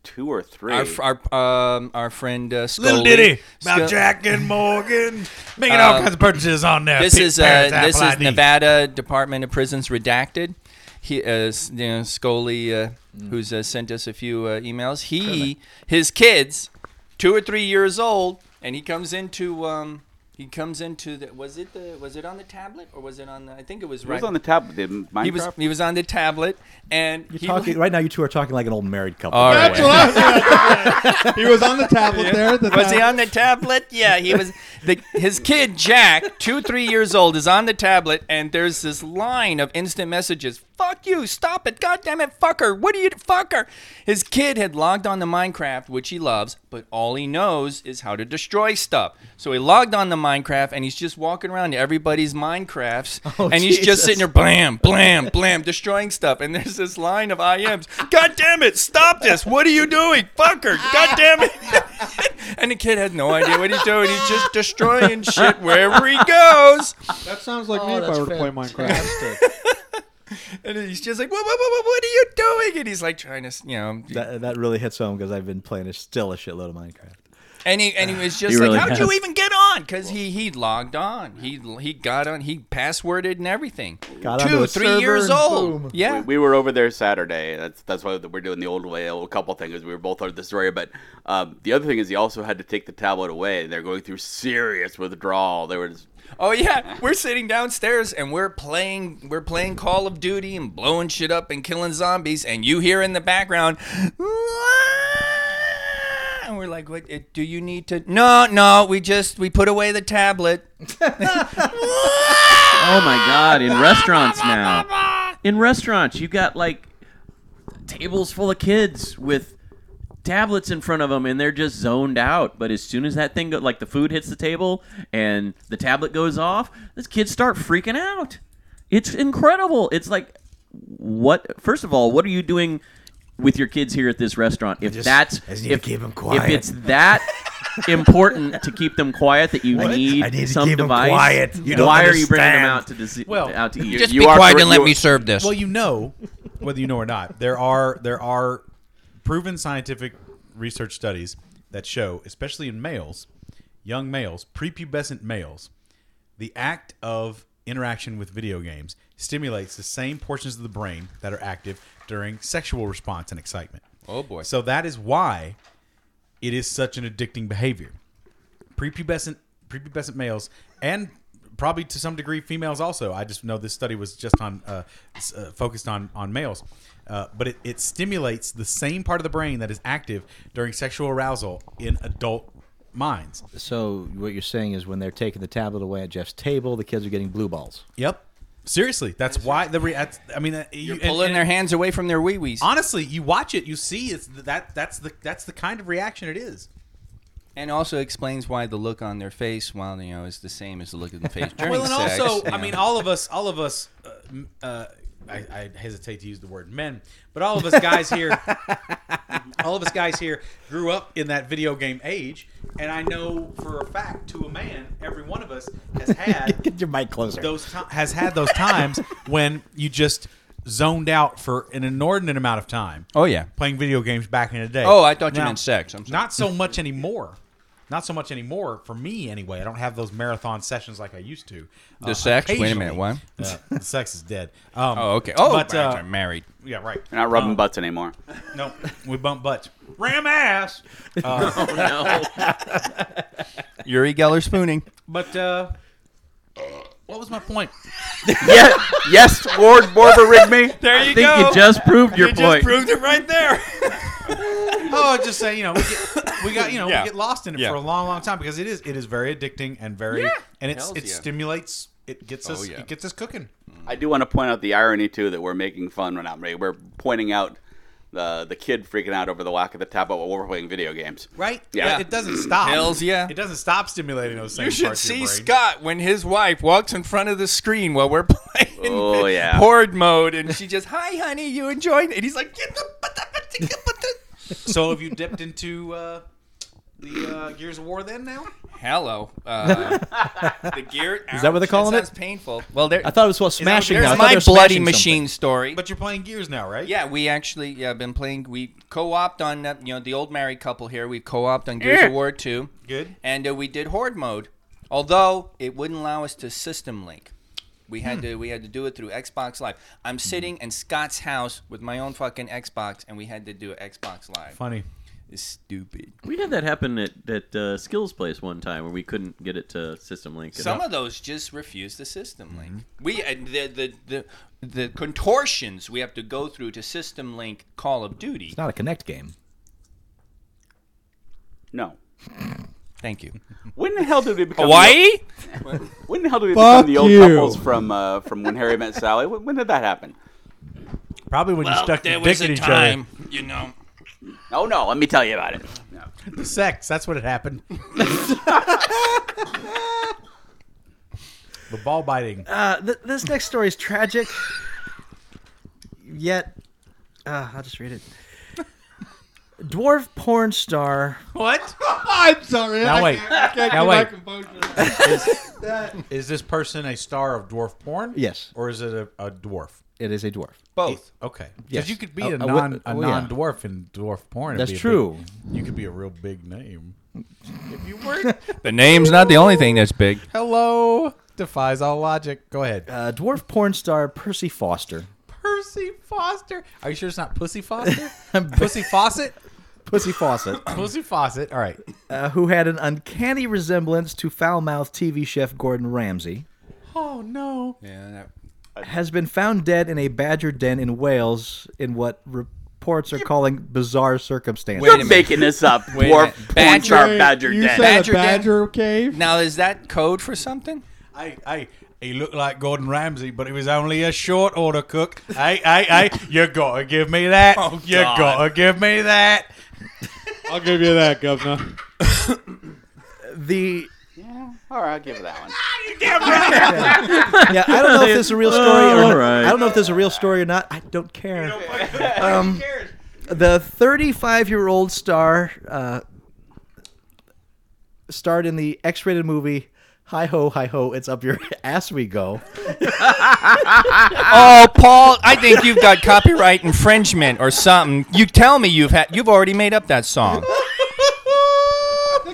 Speaker 5: Two or three.
Speaker 4: Our fr- our um, our friend uh, Scully.
Speaker 6: Little ditty about
Speaker 4: Scu-
Speaker 6: Jack and Morgan making all kinds of purchases on there.
Speaker 4: Um, This is uh,
Speaker 6: Parents,
Speaker 4: this
Speaker 6: Apple
Speaker 4: is
Speaker 6: ID.
Speaker 4: Nevada Department of Prisons redacted. He, uh, s- you know, Scully, uh,
Speaker 6: Mm.
Speaker 4: who's uh, sent us a few uh, emails. He, his kids, two or three years old, and he comes into um, he comes into the was it the was it on the tablet or was it on the I think it was
Speaker 5: It
Speaker 4: right
Speaker 5: was on the tab. The Minecraft.
Speaker 4: he was he was on the tablet and
Speaker 1: You're
Speaker 4: he
Speaker 1: talking right now. You two are talking like an old married couple.
Speaker 4: All right.
Speaker 3: He was on the tablet there. At the
Speaker 4: was
Speaker 3: time.
Speaker 4: he on the tablet? Yeah, he was. The, his kid Jack, two three years old, is on the tablet, and there's this line of instant messages. Fuck you! Stop it! God damn it! Fucker! What are you? Fucker! His kid had logged on to Minecraft, which he loves, but all he knows is how to destroy stuff. So he logged on to Minecraft, and he's just walking around to everybody's Minecrafts,
Speaker 1: Oh,
Speaker 4: and he's just
Speaker 1: Jesus.
Speaker 4: sitting there blam, blam, blam, destroying stuff. And there's this line of IMs. God damn it! Stop this! What are you doing, fucker? God damn it! and the kid has no idea what he's doing. He's just destroying shit wherever he goes.
Speaker 3: That sounds like me if I were to play Minecraft.
Speaker 4: And he's just like, what, what, what, what are you doing? And he's like trying to, you know,
Speaker 1: That, that really hits home because I've been playing a, still a shitload of Minecraft.
Speaker 4: and he and he was just
Speaker 8: He
Speaker 4: like,
Speaker 8: really
Speaker 4: how'd you
Speaker 8: has.
Speaker 4: even get on? Because he he logged on. He he got on. He passworded and everything.
Speaker 1: Got onto
Speaker 4: two
Speaker 1: a
Speaker 4: three
Speaker 1: server
Speaker 4: years
Speaker 1: and
Speaker 4: old.
Speaker 1: boom.
Speaker 4: Yeah.
Speaker 5: We, we were over there Saturday. That's that's why we're doing the old way. A couple things. We were both out of this area, but um, the other thing is he also had to take the tablet away. They're going through serious withdrawal. They were just
Speaker 4: Oh yeah, we're sitting downstairs and we're playing we're playing Call of Duty and blowing shit up and killing zombies and you hear in the background and we're like, "What it- do you need to No, no, we just we put away the tablet."
Speaker 8: Oh my god! In restaurants now, in restaurants, you got like tables full of kids with tablets in front of them, and they're just zoned out. But as soon as that thing, go, like the food hits the table and the tablet goes off, these kids start freaking out. It's incredible. It's like, what? First of all, what are you doing with your kids here at this restaurant? If that's
Speaker 7: I just need to
Speaker 8: if
Speaker 7: keep 'em
Speaker 8: if
Speaker 7: quiet.
Speaker 8: it's that. important to keep them quiet that you need,
Speaker 7: I need to
Speaker 8: some
Speaker 7: keep 'em
Speaker 8: device.
Speaker 7: quiet. You don't
Speaker 8: Why are you bringing them
Speaker 7: understand.
Speaker 8: out to dece-
Speaker 2: Well,
Speaker 8: out to eat?
Speaker 5: you-
Speaker 4: Just
Speaker 5: you
Speaker 4: be
Speaker 5: are
Speaker 4: quiet
Speaker 5: correct-
Speaker 4: and let
Speaker 5: you-
Speaker 4: me serve this.
Speaker 2: Well, you know, whether you know or not, there are there are proven scientific research studies that show, especially in males, young males, prepubescent males, the act of interaction with video games stimulates the same portions of the brain that are active during sexual response and excitement.
Speaker 4: oh boy.
Speaker 2: So that is why it is such an addicting behavior. Prepubescent prepubescent males and probably to some degree females also. I just know this study was just on uh, s- uh, focused on on males. Uh, but it, it stimulates the same part of the brain that is active during sexual arousal in adult minds.
Speaker 7: So what you're saying is when they're taking the tablet away at Jeff's table, the kids are getting blue balls.
Speaker 2: Yep. Seriously, that's why the re- that's, I mean, uh, you,
Speaker 4: You're
Speaker 2: and-
Speaker 4: pulling
Speaker 2: and-
Speaker 4: their hands away from their wee-wees.
Speaker 2: Honestly, you watch it, you see it's th- that that's the that's the kind of reaction it is.
Speaker 4: and also explains why the look on their face while you know is the same as the look on the face during
Speaker 2: well, and
Speaker 4: sex,
Speaker 2: also,
Speaker 4: you
Speaker 2: I
Speaker 4: know.
Speaker 2: mean, all of us, all of us, uh, m- uh, I, I hesitate to use the word men, but all of us guys here, all of us guys here grew up in that video game age, and I know for a fact, to a man, every one of us has had
Speaker 7: Get your mic closer.
Speaker 2: those ti- has had those times when you just zoned out for an inordinate amount of time
Speaker 4: Oh yeah.
Speaker 2: playing video games back in the day.
Speaker 4: Oh, I thought you
Speaker 2: Now,
Speaker 4: meant sex. I'm sorry.
Speaker 2: Not so much anymore. Not so much anymore for me, anyway. I don't have those marathon sessions like I used to. Uh,
Speaker 4: The sex? Wait a
Speaker 2: occasionally-
Speaker 4: minute, what?
Speaker 2: Uh, the sex is dead. Um,
Speaker 4: Oh, okay. Oh,
Speaker 2: but, uh,
Speaker 4: I'm married.
Speaker 2: yeah, right.
Speaker 5: You're not
Speaker 8: Oh.
Speaker 5: rubbing butts anymore.
Speaker 2: No, we bump butts. Ram ass.
Speaker 4: Yuri Geller spooning.
Speaker 2: But uh, what was my point?
Speaker 5: yes, yes, Lord Borba me.
Speaker 4: There you
Speaker 8: I think you just proved your point.
Speaker 4: proved it right there.
Speaker 2: Oh, I just say you know we, get, we got you know
Speaker 4: Yeah.
Speaker 2: we get lost in it
Speaker 4: Yeah.
Speaker 2: for a long, long time because it is it is very addicting and very and it's
Speaker 4: Hells
Speaker 2: it
Speaker 4: yeah. Oh,
Speaker 2: stimulates it gets us
Speaker 4: yeah.
Speaker 2: it gets us cooking.
Speaker 5: I do want to point out the irony too that we're making fun. We're not. We're pointing out the the kid freaking out over the lack of the tablet while we're playing video games.
Speaker 2: Right?
Speaker 5: Yeah.
Speaker 2: It doesn't stop.
Speaker 4: Hells yeah.
Speaker 2: It doesn't stop stimulating those things.
Speaker 4: You should see Scott when his wife walks in front of the screen while we're playing
Speaker 5: Oh, yeah.
Speaker 4: horde mode, and she just, "Hi, honey, you enjoying it?" And he's like, "Get the but the- but the- but the-"
Speaker 2: So have you dipped into uh, the uh, Gears of War then now?
Speaker 4: Hello, uh, the gear. Is
Speaker 1: that what they're calling it?
Speaker 4: Sounds painful. Well, there,
Speaker 1: I thought it was well smashing.
Speaker 4: there's
Speaker 1: now. I thought
Speaker 4: my
Speaker 1: they were
Speaker 4: bloody
Speaker 1: smashing
Speaker 4: machine story.
Speaker 2: But you're playing Gears now, right?
Speaker 4: Yeah, we actually yeah been playing. We co-opt on uh, you know the old married couple here. We co-opt on Gears of War two.
Speaker 2: Good.
Speaker 4: And uh, we did horde mode, although it wouldn't allow us to system link. We had to we had to do it through Xbox Live. I'm sitting in Scott's house with my own fucking Xbox, and we had to do Xbox Live.
Speaker 2: Funny.
Speaker 4: It's stupid.
Speaker 8: We had that happen at, at uh, Skills Place one time where we couldn't get it to System Link. it
Speaker 4: Some
Speaker 8: up.
Speaker 4: of those just refuse the system link. We uh, the, the the the contortions we have to go through to system link Call of Duty.
Speaker 1: It's not a Connect game.
Speaker 5: No.
Speaker 4: Thank you.
Speaker 5: When the hell did we become
Speaker 4: Hawaii.
Speaker 5: The, when the hell did we
Speaker 3: Fuck
Speaker 5: become the old
Speaker 3: you.
Speaker 5: couples from uh, from when Harry met Sally? When, when did that happen?
Speaker 2: Probably when you stuck your
Speaker 4: there
Speaker 2: dick
Speaker 4: was
Speaker 2: in
Speaker 4: a
Speaker 2: each
Speaker 4: time, you know.
Speaker 5: Oh no, let me tell you about it. No.
Speaker 2: other. Sex. That's what it happened. the ball biting.
Speaker 7: Uh, th- this next story is tragic, yet uh, I'll just read it. Dwarf porn star.
Speaker 2: What?
Speaker 3: I'm sorry.
Speaker 2: Now
Speaker 3: I
Speaker 2: wait.
Speaker 3: can't- I can't
Speaker 2: Now
Speaker 3: get my
Speaker 2: wait.
Speaker 3: composure.
Speaker 2: Is this person a star of dwarf porn?
Speaker 1: Yes.
Speaker 2: Or is it a, a dwarf?
Speaker 1: It is a dwarf.
Speaker 4: Both.
Speaker 2: Okay. Because
Speaker 1: Yes.
Speaker 2: you could be
Speaker 1: Oh,
Speaker 2: a
Speaker 1: I would-
Speaker 2: non a
Speaker 1: oh, yeah.
Speaker 2: non dwarf in dwarf porn. It'd
Speaker 1: That's
Speaker 2: be a
Speaker 1: true.
Speaker 2: big- you could be a real big name.
Speaker 4: The name's not the only thing that's big.
Speaker 2: Hello. Defies all logic. Go ahead.
Speaker 1: Uh, dwarf porn star Percy Foster.
Speaker 2: Percy Foster. Are you sure it's not Pussy Foster? Pussy Fawcett?
Speaker 1: Pussy Fawcett.
Speaker 2: Pussy Fawcett. All right.
Speaker 1: uh, who had an uncanny resemblance to foul mouthed TV chef Gordon Ramsay,
Speaker 2: Oh no.
Speaker 4: Yeah.
Speaker 1: has been found dead in a badger den in Wales in what reports are calling bizarre circumstances.
Speaker 4: Wait a
Speaker 5: You're
Speaker 4: minute.
Speaker 5: making this up.
Speaker 4: Wait a
Speaker 5: Dwarf
Speaker 4: minute.
Speaker 5: porn star
Speaker 3: Wait,
Speaker 5: Badger
Speaker 3: you
Speaker 5: Den.
Speaker 3: said
Speaker 4: Badger
Speaker 3: a
Speaker 4: Den?
Speaker 3: badger cave?
Speaker 4: Now is that code for something?
Speaker 2: Hey, hey, he looked like Gordon Ramsay, but he was only a short order cook. Hey, hey, hey, you gotta give me that. you gotta give me that.
Speaker 3: I'll give you that, governor.
Speaker 1: The
Speaker 5: All right, I'll give it that one.
Speaker 1: yeah, I don't know if this is a real story or
Speaker 8: All
Speaker 1: not.
Speaker 8: right.
Speaker 1: I don't know if this is a real story or not. I don't care. Um, the 35 year old star uh, starred in the X rated movie Hi Ho, Hi Ho, It's Up Your Ass We Go.
Speaker 4: Oh, Paul, I think you've got copyright infringement or something. You tell me you've had you've already made up that song.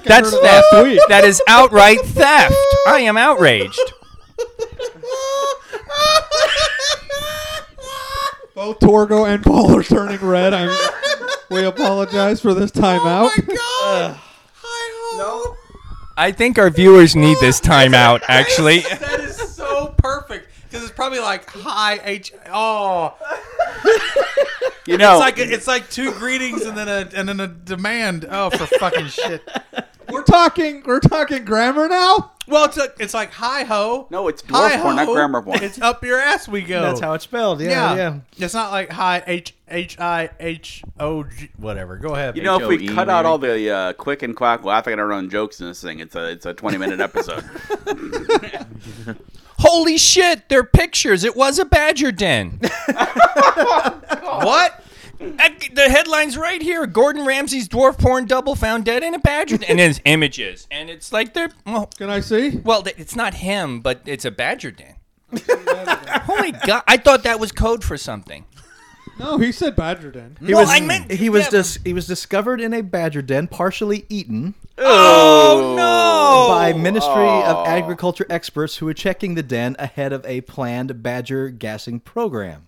Speaker 4: That's
Speaker 3: heard it
Speaker 4: theft.
Speaker 3: last week.
Speaker 4: That is outright theft. I am outraged.
Speaker 3: Both Torgo and Paul are turning red. I'm, we apologize for this timeout.
Speaker 4: I think our viewers need this timeout. Actually,
Speaker 2: That is so perfect because it's probably like hi h oh.
Speaker 5: You know,
Speaker 2: It's like it's like two greetings and then a and then a demand. Oh, for fucking shit.
Speaker 3: We're talking. We're talking grammar now.
Speaker 2: Well, it's a, it's like hi ho.
Speaker 5: no, it's dwarf
Speaker 2: Hi-ho.
Speaker 5: porn, not grammar porn.
Speaker 2: It's up your ass we go.
Speaker 1: That's how it's spelled.
Speaker 2: yeah.
Speaker 1: Yeah, yeah.
Speaker 2: It's not like hi h h i h o g whatever. Go ahead.
Speaker 5: You know, if we
Speaker 8: HOE,
Speaker 5: cut out
Speaker 8: maybe.
Speaker 5: all the uh, click and quack laughing at our own jokes in this thing, it's a it's a twenty minute episode.
Speaker 4: holy shit, they're pictures. It was a badger den.
Speaker 2: what?
Speaker 4: Ac- The headline's right here. Gordon Ramsay's dwarf porn double found dead in a badger, den. and his images, and it's like they're well,
Speaker 3: Can I see?
Speaker 4: well, th- it's not him, but it's a badger den. Holy God! I thought that was code for something.
Speaker 3: No, he said Badger Den.
Speaker 1: He was, he was dis- he was discovered in a badger den, partially eaten by Ministry of Agriculture experts who were checking the den ahead of a planned badger gassing program.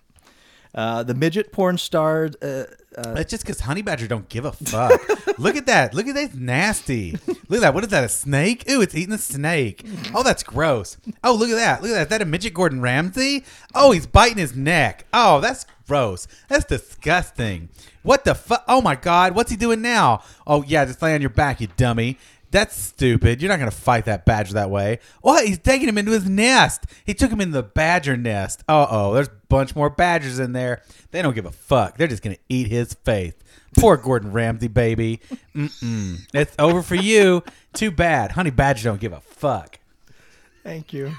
Speaker 1: Uh, the midget porn star uh,
Speaker 2: That's just because honey badger don't give a fuck. Look at that. Look at that. It's nasty. Look at that. What is that? A snake? Ooh, it's eating a snake. Oh, that's gross. Oh, look at that. Look at that. Is that a midget Gordon Ramsay? Oh, he's biting his neck. Oh, that's gross. That's disgusting. What the fuck? Oh my god. What's he doing now? Oh yeah, just lay on your back, you dummy. That's stupid. You're not gonna fight that badger that way. What? He's taking him into his nest. He took him into the badger nest. Uh oh, there's a bunch more badgers in there. They don't give a fuck. They're just gonna eat his face. Poor Gordon Ramsay, baby. Mm-mm. It's over for you. Too bad. Honey badger don't give a fuck.
Speaker 1: Thank you.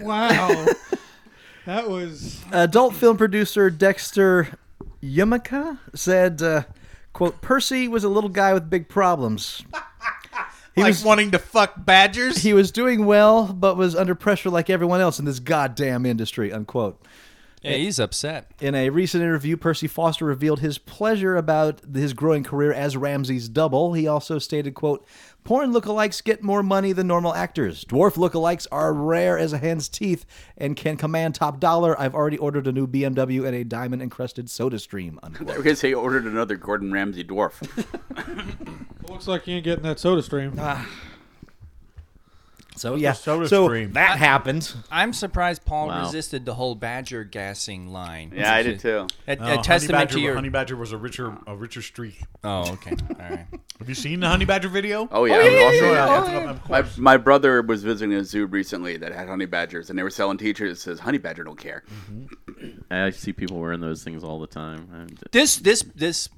Speaker 3: Wow. that was.
Speaker 1: Adult film producer Dexter Yumika said, uh, "Quote: Percy was a little guy with big problems. He
Speaker 2: like
Speaker 1: was
Speaker 2: wanting to fuck badgers.
Speaker 1: he was doing well, but was under pressure like everyone else in this goddamn industry." Unquote.
Speaker 4: Yeah, he's upset.
Speaker 1: In a recent interview, Percy Foster revealed his pleasure about his growing career as Ramsey's double. He also stated, quote, Porn lookalikes get more money than normal actors. Dwarf lookalikes are rare as a hen's teeth and can command top dollar. I've already ordered a new BMW and a diamond encrusted soda stream. Unquote.
Speaker 5: I was gonna say he ordered another Gordon Ramsay dwarf.
Speaker 3: Looks like you ain't getting that soda stream.
Speaker 1: So yeah,
Speaker 6: soda
Speaker 1: so
Speaker 6: stream?
Speaker 1: that happened.
Speaker 4: I'm surprised Paul
Speaker 8: Wow.
Speaker 4: resisted the whole badger gassing line.
Speaker 5: yeah, I did too.
Speaker 4: A,
Speaker 6: Oh,
Speaker 4: a testament
Speaker 6: honey badger,
Speaker 4: to your.
Speaker 6: honey badger was a richer a richer streak.
Speaker 4: Oh, okay. All right.
Speaker 6: Have you seen the honey badger video?
Speaker 5: Oh yeah, it was awesome.
Speaker 6: Of
Speaker 5: My,
Speaker 6: course.
Speaker 5: my brother was visiting a zoo recently that had honey badgers, and they were selling T-shirts that says "Honey Badger don't care."
Speaker 8: I see people wearing those things all the time. I'm d-
Speaker 4: This this this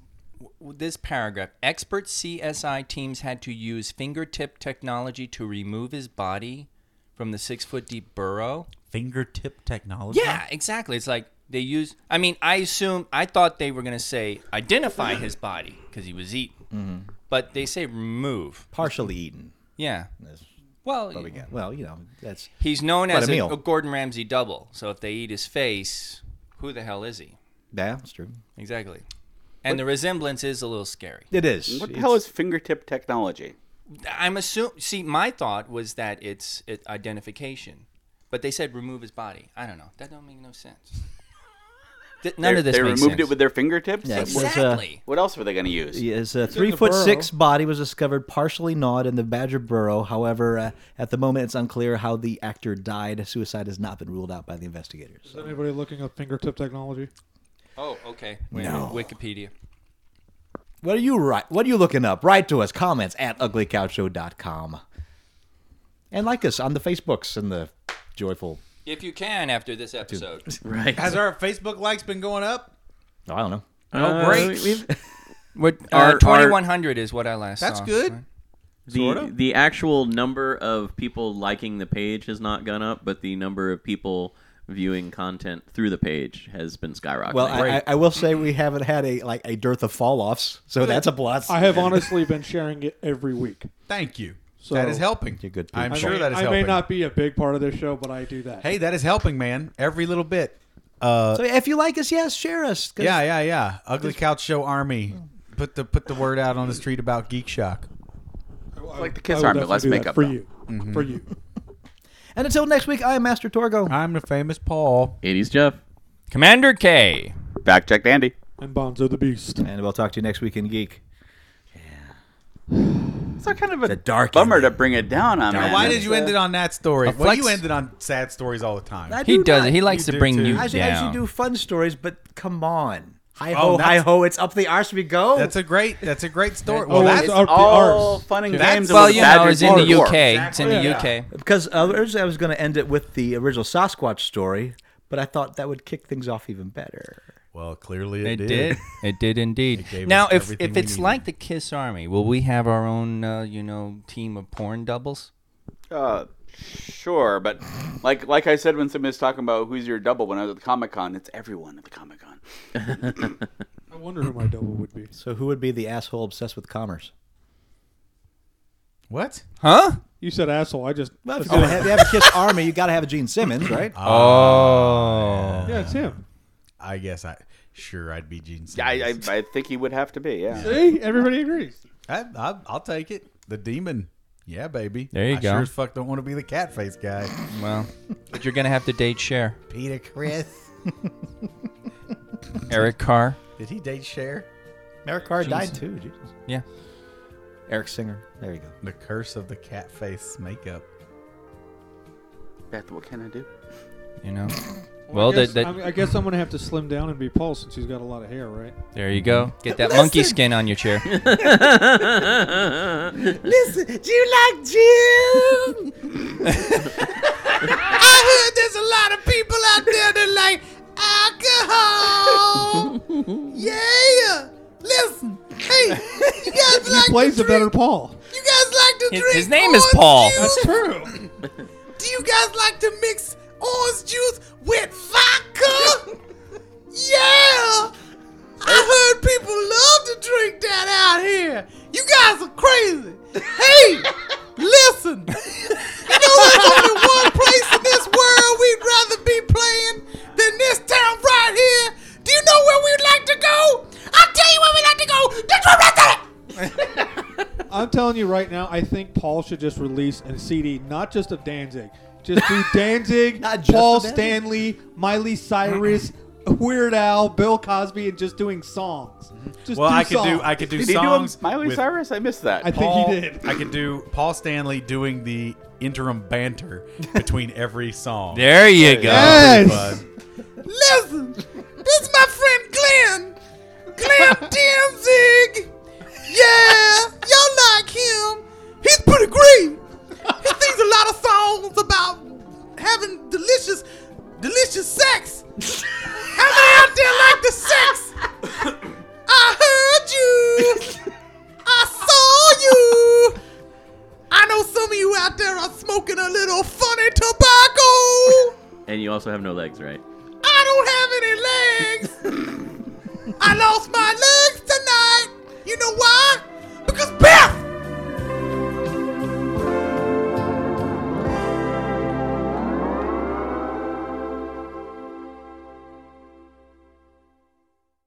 Speaker 4: this paragraph. Expert CSI teams had to use fingertip technology to remove his body from the six foot deep burrow.
Speaker 2: Fingertip technology.
Speaker 4: Yeah, exactly. It's like they use. I mean, I assume I thought they were gonna say identify his body because he was eaten,
Speaker 5: Mm-hmm.
Speaker 4: but they say remove.
Speaker 1: Partially eaten.
Speaker 4: Yeah. Well,
Speaker 1: Yeah, Well, you know, that's
Speaker 4: he's known
Speaker 1: Quite
Speaker 4: as
Speaker 1: a
Speaker 4: a,
Speaker 1: meal.
Speaker 4: a Gordon Ramsay double. So if they eat his face, who the hell is he?
Speaker 1: yeah, that's true.
Speaker 4: Exactly. And the resemblance is a little scary.
Speaker 1: It is.
Speaker 5: What the hell is fingertip technology?
Speaker 4: I'm assuming. See, my thought was that it's it, identification, but they said remove his body. I don't know. That don't make no sense. Th- none
Speaker 5: they,
Speaker 4: of this
Speaker 5: They
Speaker 4: makes
Speaker 5: removed
Speaker 4: sense.
Speaker 5: it with their fingertips.
Speaker 1: Yeah.
Speaker 5: Like,
Speaker 1: Yes.
Speaker 5: what,
Speaker 4: exactly.
Speaker 5: what else were they gonna use?
Speaker 1: His uh,
Speaker 3: in
Speaker 1: three
Speaker 3: the
Speaker 1: foot
Speaker 3: burrow.
Speaker 1: six body was discovered partially gnawed in the badger burrow. However, uh, at the moment, it's unclear how the actor died. Suicide has not been ruled out by the investigators.
Speaker 3: Is anybody looking up fingertip technology?
Speaker 4: Oh, okay. Wait,
Speaker 1: No.
Speaker 4: a minute. Wikipedia.
Speaker 1: What are you right? What are you looking up? Write to us. Comments at uglycouchshow.com. and like us on the Facebooks and the joyful.
Speaker 4: If you can, after this episode,
Speaker 8: right.
Speaker 2: Has our Facebook likes been going up?
Speaker 1: Oh, I don't know.
Speaker 8: Uh,
Speaker 2: great.
Speaker 8: we've-
Speaker 4: what
Speaker 8: Our-
Speaker 4: uh,
Speaker 8: our-
Speaker 4: 2100 is what I last
Speaker 2: That's
Speaker 4: saw.
Speaker 2: good.
Speaker 8: the the actual number of people liking the page has not gone up, but the number of people viewing content through the page has been skyrocketing.
Speaker 1: Well, I, I, I will say we haven't had a like a dearth of fall offs, so that's a plus.
Speaker 3: I have honestly been sharing it every week.
Speaker 2: Thank you.
Speaker 3: So-
Speaker 2: that is helping.
Speaker 1: You're good
Speaker 2: I'm
Speaker 3: I
Speaker 2: sure
Speaker 3: may,
Speaker 2: that is
Speaker 3: I
Speaker 2: helping.
Speaker 3: may not be a big part of this show, but I do that.
Speaker 2: Hey, that is helping, man. Every little bit.
Speaker 1: so if you like us, yes, share us. 'cause-
Speaker 2: Yeah, yeah, yeah. Ugly couch show army. Put the put the word out on the street about Geek Shock.
Speaker 3: I,
Speaker 5: like the
Speaker 3: I
Speaker 5: Kiss
Speaker 3: would
Speaker 5: Army,
Speaker 3: definitely
Speaker 5: let's
Speaker 3: do
Speaker 5: make
Speaker 3: that
Speaker 5: up,
Speaker 3: for
Speaker 5: though.
Speaker 3: you. For you.
Speaker 1: And until next week, I am Master Torgo.
Speaker 2: I'm the famous Paul.
Speaker 8: 80s Jeff.
Speaker 4: Commander K.
Speaker 5: Fact checked Andy.
Speaker 3: And Bonzo the Beast.
Speaker 1: And we'll talk to you next week in Geek.
Speaker 5: It's not kind of a
Speaker 1: The dark
Speaker 5: bummer
Speaker 1: ending.
Speaker 5: to bring it down on.
Speaker 2: Now,
Speaker 5: man.
Speaker 2: why did you end it on that story? Well,
Speaker 4: flex-
Speaker 2: you ended on sad stories all the time.
Speaker 1: I
Speaker 4: He
Speaker 1: do
Speaker 4: does
Speaker 1: not.
Speaker 4: it. He likes
Speaker 2: You
Speaker 4: to
Speaker 2: do
Speaker 4: bring
Speaker 2: too.
Speaker 4: you
Speaker 2: I
Speaker 1: I should
Speaker 4: down.
Speaker 1: actually do fun stories, but come on. Hi
Speaker 2: Oh,
Speaker 1: ho, hi
Speaker 2: that's-
Speaker 1: ho, it's up the arse we go.
Speaker 2: That's a great. That's a great story. Well,
Speaker 3: Oh, it's
Speaker 2: that's
Speaker 3: up the
Speaker 5: all
Speaker 3: arse.
Speaker 5: fun and
Speaker 2: That's-
Speaker 5: games?
Speaker 4: well,
Speaker 5: with
Speaker 4: you know,
Speaker 5: badger
Speaker 4: it's in the
Speaker 5: dwarf.
Speaker 4: UK. It's in the
Speaker 2: Exactly.
Speaker 4: UK.
Speaker 1: because uh, originally I was going to end it with the original Sasquatch story, but I thought that would kick things off even better.
Speaker 2: well, clearly it,
Speaker 4: It did. It did indeed.
Speaker 2: gave
Speaker 4: now,
Speaker 2: us
Speaker 4: if
Speaker 2: everything
Speaker 4: if
Speaker 2: we
Speaker 4: it's
Speaker 2: needed.
Speaker 4: like the Kiss Army, will we have our own, uh, you know, team of porn doubles?
Speaker 5: Uh, sure, but like like I said when somebody was talking about who's your double when I was at the Comic Con, it's everyone at the Comic Con.
Speaker 3: I wonder who my double would be.
Speaker 1: So who would be the asshole obsessed with commerce?
Speaker 2: What?
Speaker 4: Huh?
Speaker 3: You said asshole. I just.
Speaker 1: Well, if you're gonna Oh, have, you have a Kiss Army, you got to have a Gene Simmons, right?
Speaker 4: Oh.
Speaker 3: yeah, it's him.
Speaker 2: I guess I.
Speaker 9: Sure, I'd be Gene.
Speaker 5: Yeah, I, I,
Speaker 9: Simmons.
Speaker 5: I think he would have to be. Yeah.
Speaker 3: See, everybody agrees.
Speaker 10: I, I, I'll take it. The demon. Yeah, baby.
Speaker 4: There you
Speaker 10: I
Speaker 4: go.
Speaker 10: Sure as fuck don't want to be the cat face guy.
Speaker 4: Well, but you're gonna have to date Cher,
Speaker 10: Peter Chris.
Speaker 4: Eric Carr.
Speaker 10: Did he date Cher?
Speaker 1: Eric Carr died too. Jesus.
Speaker 4: Yeah.
Speaker 1: Eric Singer. There you go.
Speaker 10: The curse of the cat face makeup.
Speaker 5: Beth, what can I do?
Speaker 4: You know. Well,
Speaker 3: I guess,
Speaker 4: that, that,
Speaker 3: I'm, I guess I'm gonna have to slim down and be Paul since he's got a lot of hair, right?
Speaker 4: there you go. Get that monkey skin on your chair.
Speaker 2: Listen, do you like Jim? I heard there's a lot of people out there that like alcohol. yeah. Listen, hey, you guys
Speaker 3: He plays a better Paul.
Speaker 2: You guys like to
Speaker 4: His- his name is Paul.
Speaker 3: That's true.
Speaker 2: Do you guys like to mix orange juice with vodka? yeah! I heard people love to drink that out here. You guys are crazy. Hey, listen. You know there's only one place in this world we'd rather be playing than this town right here. Do you know where we'd like to go? I'll tell you where we'd like to go. That's right there.
Speaker 3: I'm telling you right now, I think Paul should just release a CD, not just of Danzig, just do Danzig,
Speaker 1: Not just
Speaker 3: Paul
Speaker 1: of Danzig.
Speaker 3: Stanley, Miley Cyrus, Weird Al, Bill Cosby, and just doing songs. Just
Speaker 10: Well,
Speaker 3: do
Speaker 10: I could
Speaker 3: songs.
Speaker 10: do I could do
Speaker 5: Did he do a
Speaker 10: songs.
Speaker 5: Miley
Speaker 10: with
Speaker 5: Cyrus? I missed that.
Speaker 3: I think
Speaker 10: Paul,
Speaker 3: he did.
Speaker 10: I could do Paul Stanley doing the interim banter between every song.
Speaker 4: There you go.
Speaker 3: Yes.
Speaker 10: But
Speaker 2: Listen, this is my friend Glenn. Glenn Danzig. Yeah, y'all like him. He's pretty great. He sings a lot of songs about having delicious, delicious sex. How many out there like the sex? I heard you. I saw you. I know some of you out there are smoking a little funny tobacco.
Speaker 8: And you also have no legs, right?
Speaker 2: I don't have any legs. I lost my legs tonight. You know why?